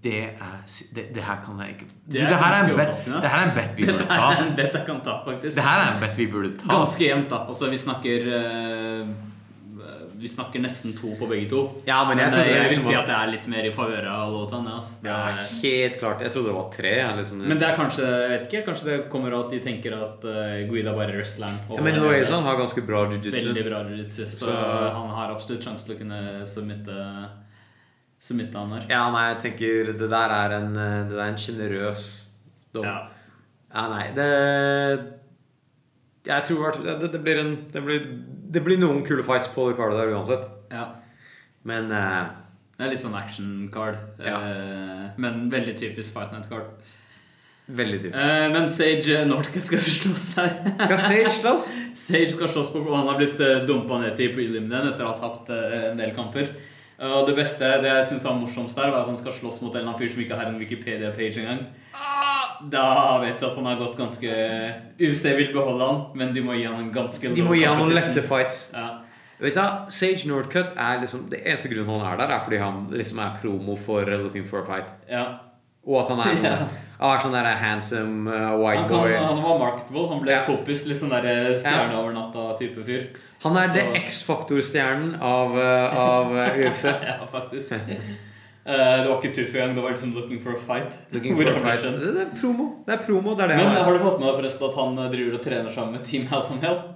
Speaker 2: det er sy- det, det her kan jeg ikke Du,
Speaker 1: er
Speaker 2: det her er en
Speaker 1: ganske
Speaker 2: bet,
Speaker 1: overraskende.
Speaker 2: det her er en bet vi
Speaker 1: Dette
Speaker 2: burde ta.
Speaker 1: er en bet jeg kan ta, faktisk.
Speaker 2: Det her er en bet vi burde ta.
Speaker 1: Ganske jevnt, da. Altså, vi snakker eh, Vi snakker nesten to på begge to.
Speaker 2: Ja, men jeg
Speaker 1: eh,
Speaker 2: trodde det
Speaker 1: jeg,
Speaker 2: liksom
Speaker 1: vil si
Speaker 2: var-
Speaker 1: at det er litt mer i favør av Lausanne. ass. Det
Speaker 2: Ja,
Speaker 1: er-
Speaker 2: helt klart. Jeg trodde det var tre. jeg, Liksom.
Speaker 1: Men det er kanskje jeg vet ikke, kanskje det kommer av at de tenker at eh, Guida bare er wrestleren. og-
Speaker 2: Ja, men Loezan har ganske bra
Speaker 1: Veldig
Speaker 2: jiu-jitsu.
Speaker 1: bra jiu-jitsu, så,
Speaker 2: Så-
Speaker 1: han har absolutt sjanse til å kunne submitte, submitte han der.
Speaker 2: Ja, nei, jeg tenker det der er en eh, Det der er en sjenerøs dom. Ja.
Speaker 1: Ja.
Speaker 2: nei, det Jeg tror hvert- det, det blir en det blir, det blir noen kule fights på det kartet der uansett.
Speaker 1: ja.
Speaker 2: Men eh,
Speaker 1: Det er litt sånn action-card, eh, men veldig typisk Fight Night-card.
Speaker 2: veldig dyrt.
Speaker 1: Eh, men Sage Northcutt skal slåss her.
Speaker 2: Skal Sage slåss?
Speaker 1: Sage skal slåss på, og han har blitt eh, dumpa ned til preliminen etter å ha tapt eh, en del kamper. Eh, Og det beste, det jeg synes var morsomst der, var at han skal slåss mot en eller annen fyr som ikke har en Wikipedia-page engang.
Speaker 2: Ah!
Speaker 1: Da vet du at han har gått ganske UC vil beholde han, men de må gi han en ganske
Speaker 2: De må gi han noen
Speaker 1: competition.
Speaker 2: lette fights.
Speaker 1: Ja.
Speaker 2: Vet du, hva? Sage Nordcutt er liksom Det eneste grunnen han er der, er fordi han liksom er promo for eh, Looking for a Fight.
Speaker 1: ja.
Speaker 2: Og at han er sånn,
Speaker 1: Ja.
Speaker 2: han er sånn der handsome eh,
Speaker 1: Han,
Speaker 2: white
Speaker 1: kan,
Speaker 2: boy.
Speaker 1: han var marketable. Han ble
Speaker 2: Ja.
Speaker 1: poppis, litt sånn der eh, stjerne over natta-type fyr.
Speaker 2: Han er det
Speaker 1: Så-
Speaker 2: X-faktor-stjernen av, eh, av eh, UFC.
Speaker 1: Ja, faktisk. Eh, det var ikke Tuffy engang. Det var liksom Looking for a fight.
Speaker 2: Looking
Speaker 1: Hvor
Speaker 2: for
Speaker 1: han
Speaker 2: a
Speaker 1: ble
Speaker 2: fight.
Speaker 1: skjønt.
Speaker 2: Det det er promo. Det er promo, det er det
Speaker 1: Men
Speaker 2: han er.
Speaker 1: har du fått med deg forresten at han eh, driver og trener sammen med Team Alpha Male?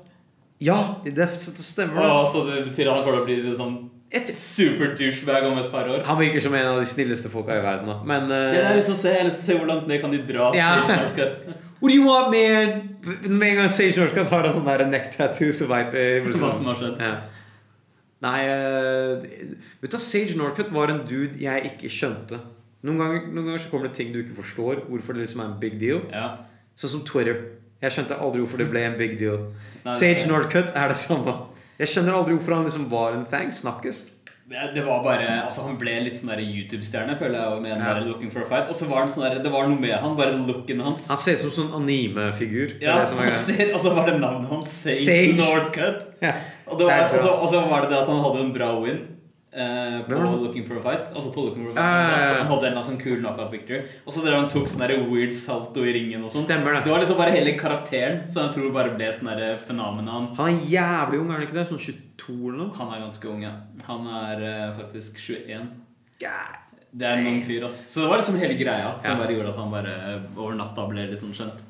Speaker 2: Ja, det det stemmer det.
Speaker 1: Og så det betyr at han kommer til å bli sånn
Speaker 2: Et,
Speaker 1: super douchebag om et par år.
Speaker 2: han virker som en av de snilleste folka i verden, da. Men
Speaker 1: Det er liksom- jeg har
Speaker 2: eh,
Speaker 1: lyst til å se, jeg har lyst til å se hvor langt ned kan de dra.
Speaker 2: Ja.
Speaker 1: til Shortcut.
Speaker 2: What do you want, man? Med en gang Sage Northcutt har en sånn der neck tattoo, så veit vi hvor-
Speaker 1: Hva som har skjedd.
Speaker 2: Ja. Nei eh, Vet du hva, Sage Northcutt var en dude jeg ikke skjønte. Noen ganger, noen ganger så kommer det ting du ikke forstår. Hvorfor det liksom er en big deal.
Speaker 1: Ja.
Speaker 2: Sånn som Twitter. Jeg skjønte aldri hvorfor det ble en big deal.
Speaker 1: Nei,
Speaker 2: Sage
Speaker 1: det-
Speaker 2: Northcutt er det samme. Jeg skjønner aldri hvorfor han liksom var en thang. Snakkes.
Speaker 1: Det det var bare, altså Han ble litt sånn der YouTube-stjerne, føler jeg. med den
Speaker 2: Ja.
Speaker 1: der Looking for a fight Og så var han sånn der, det var noe med han, bare looken hans.
Speaker 2: Han ser ut som sånn anime-figur. Det er
Speaker 1: Ja,
Speaker 2: det som er
Speaker 1: han
Speaker 2: greia.
Speaker 1: ser, Og så var det navnet hans. Sage,
Speaker 2: Sage.
Speaker 1: Northcutt.
Speaker 2: Ja.
Speaker 1: Og, det
Speaker 2: Det
Speaker 1: var,
Speaker 2: er bra.
Speaker 1: og, så, og så var det det at han hadde en bra win eh, på
Speaker 2: Hvem var det?
Speaker 1: Looking for a Fight. Altså på Looking for a Fight
Speaker 2: Ja, ja, ja.
Speaker 1: Han hadde en av sånn kul knockout victory. Og så drev han tok sånn der weird salto i ringen og sånn.
Speaker 2: Stemmer det.
Speaker 1: Det var liksom bare hele karakteren, så jeg tror bare ble sånn der fenomenon.
Speaker 2: Han er jævlig ung, er han ikke det? Sånn 22 eller noe?
Speaker 1: Han er ganske ung, ja. Han er eh, faktisk 21.
Speaker 2: Ja.
Speaker 1: Det er noen fyr, ass. Så det var liksom hele greia som bare gjorde at han bare eh, over natta ble liksom kjent.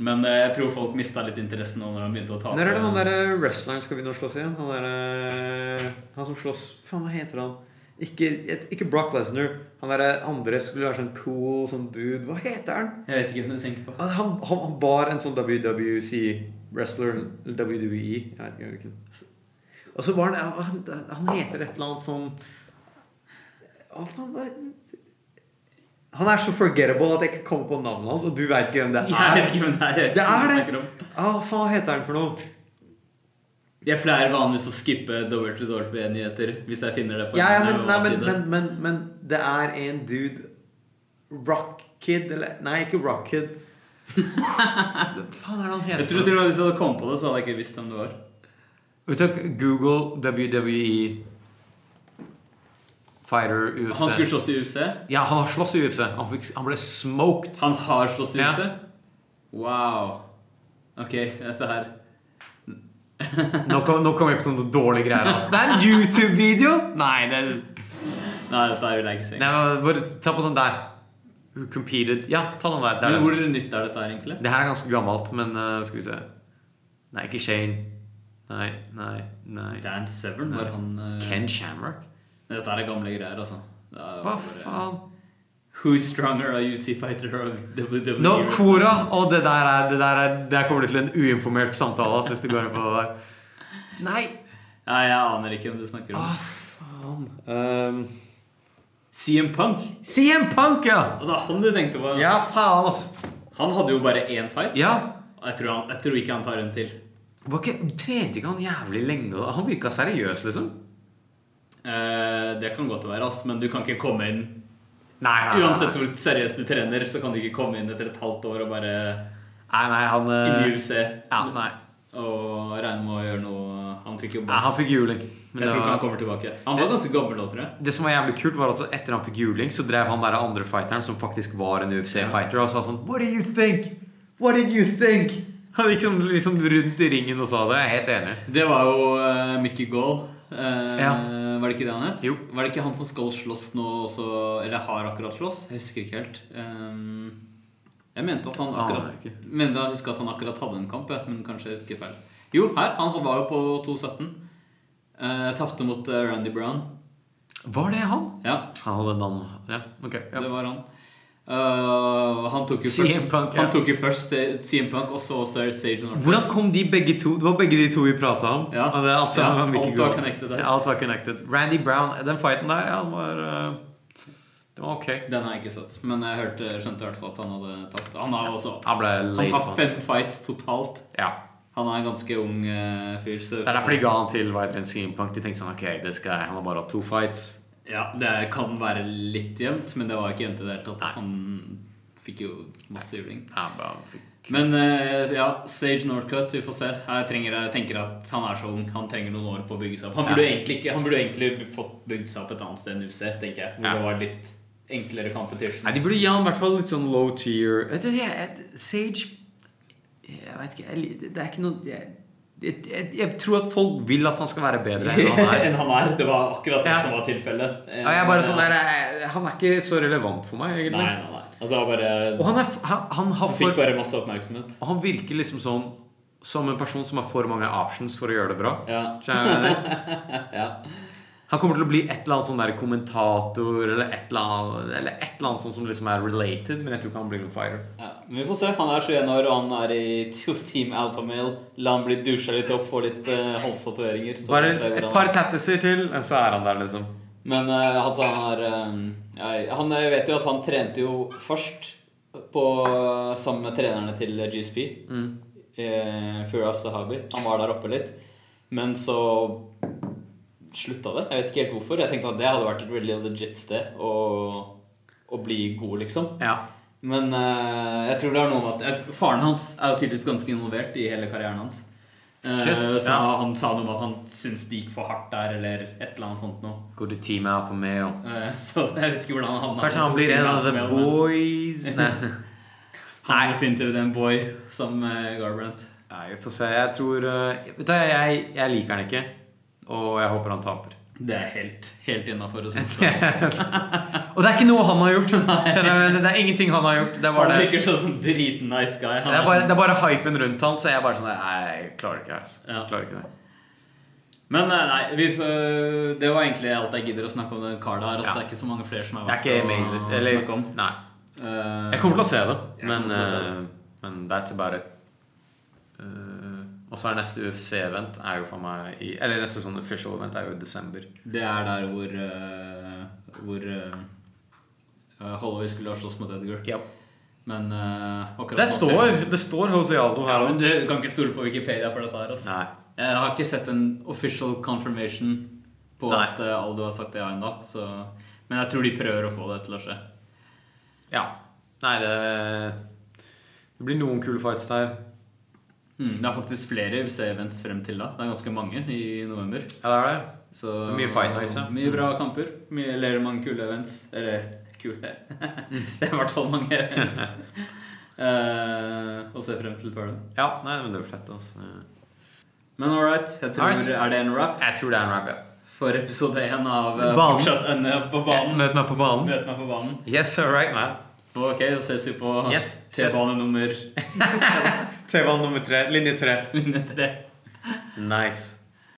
Speaker 1: Men eh, jeg tror folk mista litt interessen nå når han begynte å tape.
Speaker 2: Når er det han derre wrestleren skal begynne å slåss igjen? Han derre Han som slåss Faen, hva heter han? Ikke, et- ikke Brock Lesnar. Han derre andre skulle være sånn cool sånn dude. Hva heter han?
Speaker 1: Jeg vet ikke hvem du tenker på.
Speaker 2: Han, han, han var en sånn WWC-wrestler. Eller WWE. E, Jeg vet ikke hvilken. Og så var han Han, han heter et eller annet sånn Hva faen hva- Han er så forgettable at jeg ikke kommer på navnet hans, og du veit ikke hvem det
Speaker 1: Jeg vet
Speaker 2: er.
Speaker 1: ikke hvem det er. Jeg, vet
Speaker 2: Det
Speaker 1: ikke hvem
Speaker 2: er
Speaker 1: du
Speaker 2: det!
Speaker 1: snakker om.
Speaker 2: Ah, Hva faen heter han for noe?
Speaker 1: jeg pleier vanligvis å skippe WWW-nyheter hvis jeg finner det på
Speaker 2: Ja, ja, men,
Speaker 1: en
Speaker 2: nei, men,
Speaker 1: side.
Speaker 2: men, men, men det er en dude Rock Kid, eller Nei, ikke Rock Kid. Hva faen er det han heter?
Speaker 1: Jeg tror til og med Hvis jeg hadde kommet på det, så hadde jeg ikke visst hvem det var.
Speaker 2: Vi tok Google WWE Fighter UFC.
Speaker 1: Han skulle slåss i UFC.
Speaker 2: Ja, han har slåss i UFC. Han, fikk, han ble smoked.
Speaker 1: Han har slåss i
Speaker 2: Ja.
Speaker 1: UFC? Wow. Ok, dette her
Speaker 2: Nå kom, nå kom jeg på noen dårlige greier. Altså. Det er en YouTube-video! Nei, det,
Speaker 1: Nei, dette vil jeg ikke se.
Speaker 2: nei, bare ta på den der. Who competed Ja, ta den der. Det, er
Speaker 1: Men
Speaker 2: den.
Speaker 1: hvor nytt er dette her, egentlig?
Speaker 2: det her er ganske gammelt, men eh, skal vi se Nei, ikke Shane. Nei, nei, nei.
Speaker 1: Dan Severn, var han eh,
Speaker 2: Ken Shamrock?
Speaker 1: Dette her er gamle greier, altså. Det er
Speaker 2: Hva
Speaker 1: bare-
Speaker 2: faen?
Speaker 1: Who's stronger, a UC fighter or a E? WWE?
Speaker 2: Nå, Kora! Å, det der, er, det der er Der kommer det til en uinformert samtale, altså, hvis du går inn på det der. Nei!
Speaker 1: Nei, jeg aner ikke hvem du snakker om.
Speaker 2: faen. Ah.
Speaker 1: CM Punk?
Speaker 2: CM Punk, ja!
Speaker 1: Og det er han du tenkte på?
Speaker 2: Ja, faen, altså.
Speaker 1: Han hadde jo bare én fight.
Speaker 2: Ja.
Speaker 1: Og Jeg, tror han, jeg tror ikke han tar en til.
Speaker 2: Var ikke, trente ikke han jævlig lenge? da? Han virka seriøs, liksom.
Speaker 1: Eh, det kan godt være, ass, men du kan ikke komme inn
Speaker 2: Nei, nei, nei.
Speaker 1: Uansett hvor seriøst du trener, så kan du ikke komme inn etter et halvt år og bare
Speaker 2: Nei, nei, han
Speaker 1: inn
Speaker 2: eh,
Speaker 1: i UFC
Speaker 2: Ja, nei.
Speaker 1: og regne med å gjøre noe Han fikk jo
Speaker 2: nei.
Speaker 1: bare
Speaker 2: Han fikk juling.
Speaker 1: Jeg tror
Speaker 2: Men det,
Speaker 1: ikke han
Speaker 2: var,
Speaker 1: kommer tilbake. Han var ganske gammel da, tror jeg.
Speaker 2: det som var jævlig kult, var at etter han fikk juling, så drev han der andre fighteren, som faktisk var en UFC-fighter, og sa sånn What did you think? What did you think? Han gikk sånn liksom rundt i ringen og sa det. Jeg er helt enig.
Speaker 1: Det var jo eh, Mickey Gall. Eh,
Speaker 2: Ja.
Speaker 1: Var det ikke det han het?
Speaker 2: Jo.
Speaker 1: Var det ikke han som skal slåss nå også, eller har akkurat slåss? Jeg husker ikke helt. Eh, jeg mente at han
Speaker 2: Aner
Speaker 1: akkurat
Speaker 2: jeg ikke.
Speaker 1: Mente jeg husker at han akkurat hadde en kamp, jeg, men kanskje jeg husker feil. Jo, her. Han var jo på 2.17. Uh, Tapte mot eh, Randy Brown.
Speaker 2: Var det han?
Speaker 1: Ja,
Speaker 2: Han hadde navn Ja, ok. Ja.
Speaker 1: Det var han. Eh, han tok jo
Speaker 2: CM
Speaker 1: først,
Speaker 2: Punk, ja.
Speaker 1: han tok jo først eh, CM Punk, og så også Sage North.
Speaker 2: Hvordan kom de begge to? Det var begge de to vi prata om.
Speaker 1: Ja.
Speaker 2: Og det, altså,
Speaker 1: Ja,
Speaker 2: det var mye
Speaker 1: alt var
Speaker 2: godt.
Speaker 1: connected der.
Speaker 2: Ja, alt var connected. Randy Brown, den fighten der, ja, den var eh, Den var ok.
Speaker 1: Den har jeg ikke sett, men jeg hørte, skjønte i hvert fall at han hadde tapt. Han har også
Speaker 2: Han ble
Speaker 1: han
Speaker 2: late
Speaker 1: har
Speaker 2: på den.
Speaker 1: fem fights totalt.
Speaker 2: Ja.
Speaker 1: Han er en ganske ung eh, fyr. Så,
Speaker 2: Det er derfor de ga han til White Rent Steampunk. De tenkte sånn Ok, det skal jeg. Han har bare hatt to fights.
Speaker 1: ja, det kan være litt jevnt, men det var ikke jevnt i det hele tatt. Han fikk jo masse juling.
Speaker 2: Ja, bare han fikk-
Speaker 1: Men eh, ja, Sage Northcutt, vi får se. Jeg, trenger, jeg tenker at han er så ung. Han trenger noen år på å bygge seg opp. Han burde,
Speaker 2: Ja.
Speaker 1: egentlig, ikke, han burde egentlig fått bygd seg opp et annet sted enn UFC, tenker jeg. Hvor
Speaker 2: Ja.
Speaker 1: det var litt enklere competition.
Speaker 2: Nei, de burde gi han i hvert fall litt sånn low tier Vet du, jeg, jeg, Sage Jeg vet ikke jeg, li- Det er ikke noe jeg, jeg, jeg, jeg tror at folk vil at han skal være bedre enn han er.
Speaker 1: Enn han er. Det var akkurat det
Speaker 2: Ja.
Speaker 1: som var tilfellet. Eh,
Speaker 2: Ja, jeg er bare sånn
Speaker 1: men,
Speaker 2: der, jeg, han er ikke så relevant for meg,
Speaker 1: Nei,
Speaker 2: egentlig.
Speaker 1: Eh, nei, nei. Altså, det var bare
Speaker 2: Og han, er, han, han, har
Speaker 1: Han fikk
Speaker 2: for,
Speaker 1: bare masse oppmerksomhet.
Speaker 2: han virker liksom sånn som en person som har for mange options for å gjøre det bra.
Speaker 1: Ja.
Speaker 2: Skjønner du hva jeg mener?
Speaker 1: ja.
Speaker 2: Han kommer til å bli et eller annet sånn der kommentator eller et eller annet, eller et eller annet sånn som liksom er related, men jeg tror ikke han blir noen fighter.
Speaker 1: ja. Men vi får se. Han er 21 år, og han er i, hos Team Alpha Male. La han bli dusja litt opp, få litt uh, halstatoveringer. så
Speaker 2: Bare
Speaker 1: vi ser
Speaker 2: et
Speaker 1: hvordan-
Speaker 2: par tattiser til, så er han der, liksom.
Speaker 1: Men eh, altså, han er eh, ja, Han jeg vet jo at han trente jo først på, sammen med trenerne til GSP.
Speaker 2: Mm.
Speaker 1: Eh, Firas Sahabi. Han var der oppe litt. Men så slutta det. Jeg vet ikke helt hvorfor. Jeg tenkte at det hadde vært et veldig legit sted å, å bli god, liksom.
Speaker 2: Ja.
Speaker 1: Men eh, jeg tror det er noe med at jeg- Faren hans er jo tydeligvis ganske involvert i hele karrieren hans. Eh,
Speaker 2: Shit,
Speaker 1: så
Speaker 2: ja.
Speaker 1: han sa noe om at han syntes det gikk for hardt der, eller et eller annet sånt noe.
Speaker 2: Går til team Alpha Male.
Speaker 1: Eh, Så jeg vet ikke hvordan han havna
Speaker 2: Kanskje han blir en av the boys? Nei.
Speaker 1: Nei, definitivt en boy sammen med Garbrandt.
Speaker 2: Nei, vi får se. Jeg tror eh, Vet du, jeg, jeg liker han ikke, og jeg håper han taper.
Speaker 1: sånn. Det er helt, helt innafor å synes.
Speaker 2: og Og det er ikke noe han har gjort.
Speaker 1: Nei.
Speaker 2: Skjønner du? Det er ingenting han har gjort. Det er
Speaker 1: Han
Speaker 2: bare, det.
Speaker 1: virker sånn som dritnice guy. Han
Speaker 2: Det
Speaker 1: er
Speaker 2: er bare,
Speaker 1: sånn-
Speaker 2: det er bare hypen rundt han, så jeg er bare sånn Nei, jeg klarer ikke det. Altså.
Speaker 1: Ja.
Speaker 2: Jeg Klarer ikke det.
Speaker 1: Men eh, nei, vi, får- det var egentlig alt jeg gidder å snakke om den karen her. Altså,
Speaker 2: Ja.
Speaker 1: Det er ikke så mange flere som er
Speaker 2: Det er ikke amazing. Eller,
Speaker 1: snakke om.
Speaker 2: nei.
Speaker 1: Eh,
Speaker 2: Jeg kommer til å se det,
Speaker 1: Jeg
Speaker 2: men,
Speaker 1: kommer til å se
Speaker 2: eh, men that's about it. Eh, og så er neste UFC-event er jo for meg i, Eller neste sånn official event er jo i desember.
Speaker 1: Det er der hvor, eh, hvor eh, Holloway skulle ha slåss mot Edgar. Men eh, akkurat
Speaker 2: Det
Speaker 1: nå ser det
Speaker 2: står, det står Jose Aldo her
Speaker 1: Ja, men
Speaker 2: òg.
Speaker 1: du kan ikke stole på Wikipedia for dette her. ass.
Speaker 2: Nei.
Speaker 1: Jeg har ikke sett en official confirmation på
Speaker 2: Nei.
Speaker 1: at eh, Aldo har sagt ja ennå. så- Men jeg tror de prøver å få det til å skje.
Speaker 2: Ja. Nei, det Det blir noen kule fights der.
Speaker 1: Mm, det er faktisk flere UFC-events frem til da. Det er ganske mange i november.
Speaker 2: Ja, det er det.
Speaker 1: Så,
Speaker 2: Det er mye fight nights, ja.
Speaker 1: Mye bra kamper. Mye, eller mange kule events. Eller kule Det er i hvert fall mange events eh, å se frem til før det.
Speaker 2: Ja, nei, men det er jo fett, altså.
Speaker 1: Men all right, jeg tror,
Speaker 2: Alright.
Speaker 1: er det en wrap
Speaker 2: Jeg tror det er en rap, ja.
Speaker 1: for episode én av eh,
Speaker 2: Banen.
Speaker 1: Fortsatt Ønne på banen?
Speaker 2: Møt meg på banen.
Speaker 1: Møt meg på banen.
Speaker 2: Yes, all right, man.
Speaker 1: Ok, da ses vi på
Speaker 2: Yes, ses.
Speaker 1: T-bane nummer
Speaker 2: T-banen nummer tre. Linje tre.
Speaker 1: linje tre.
Speaker 2: Nice.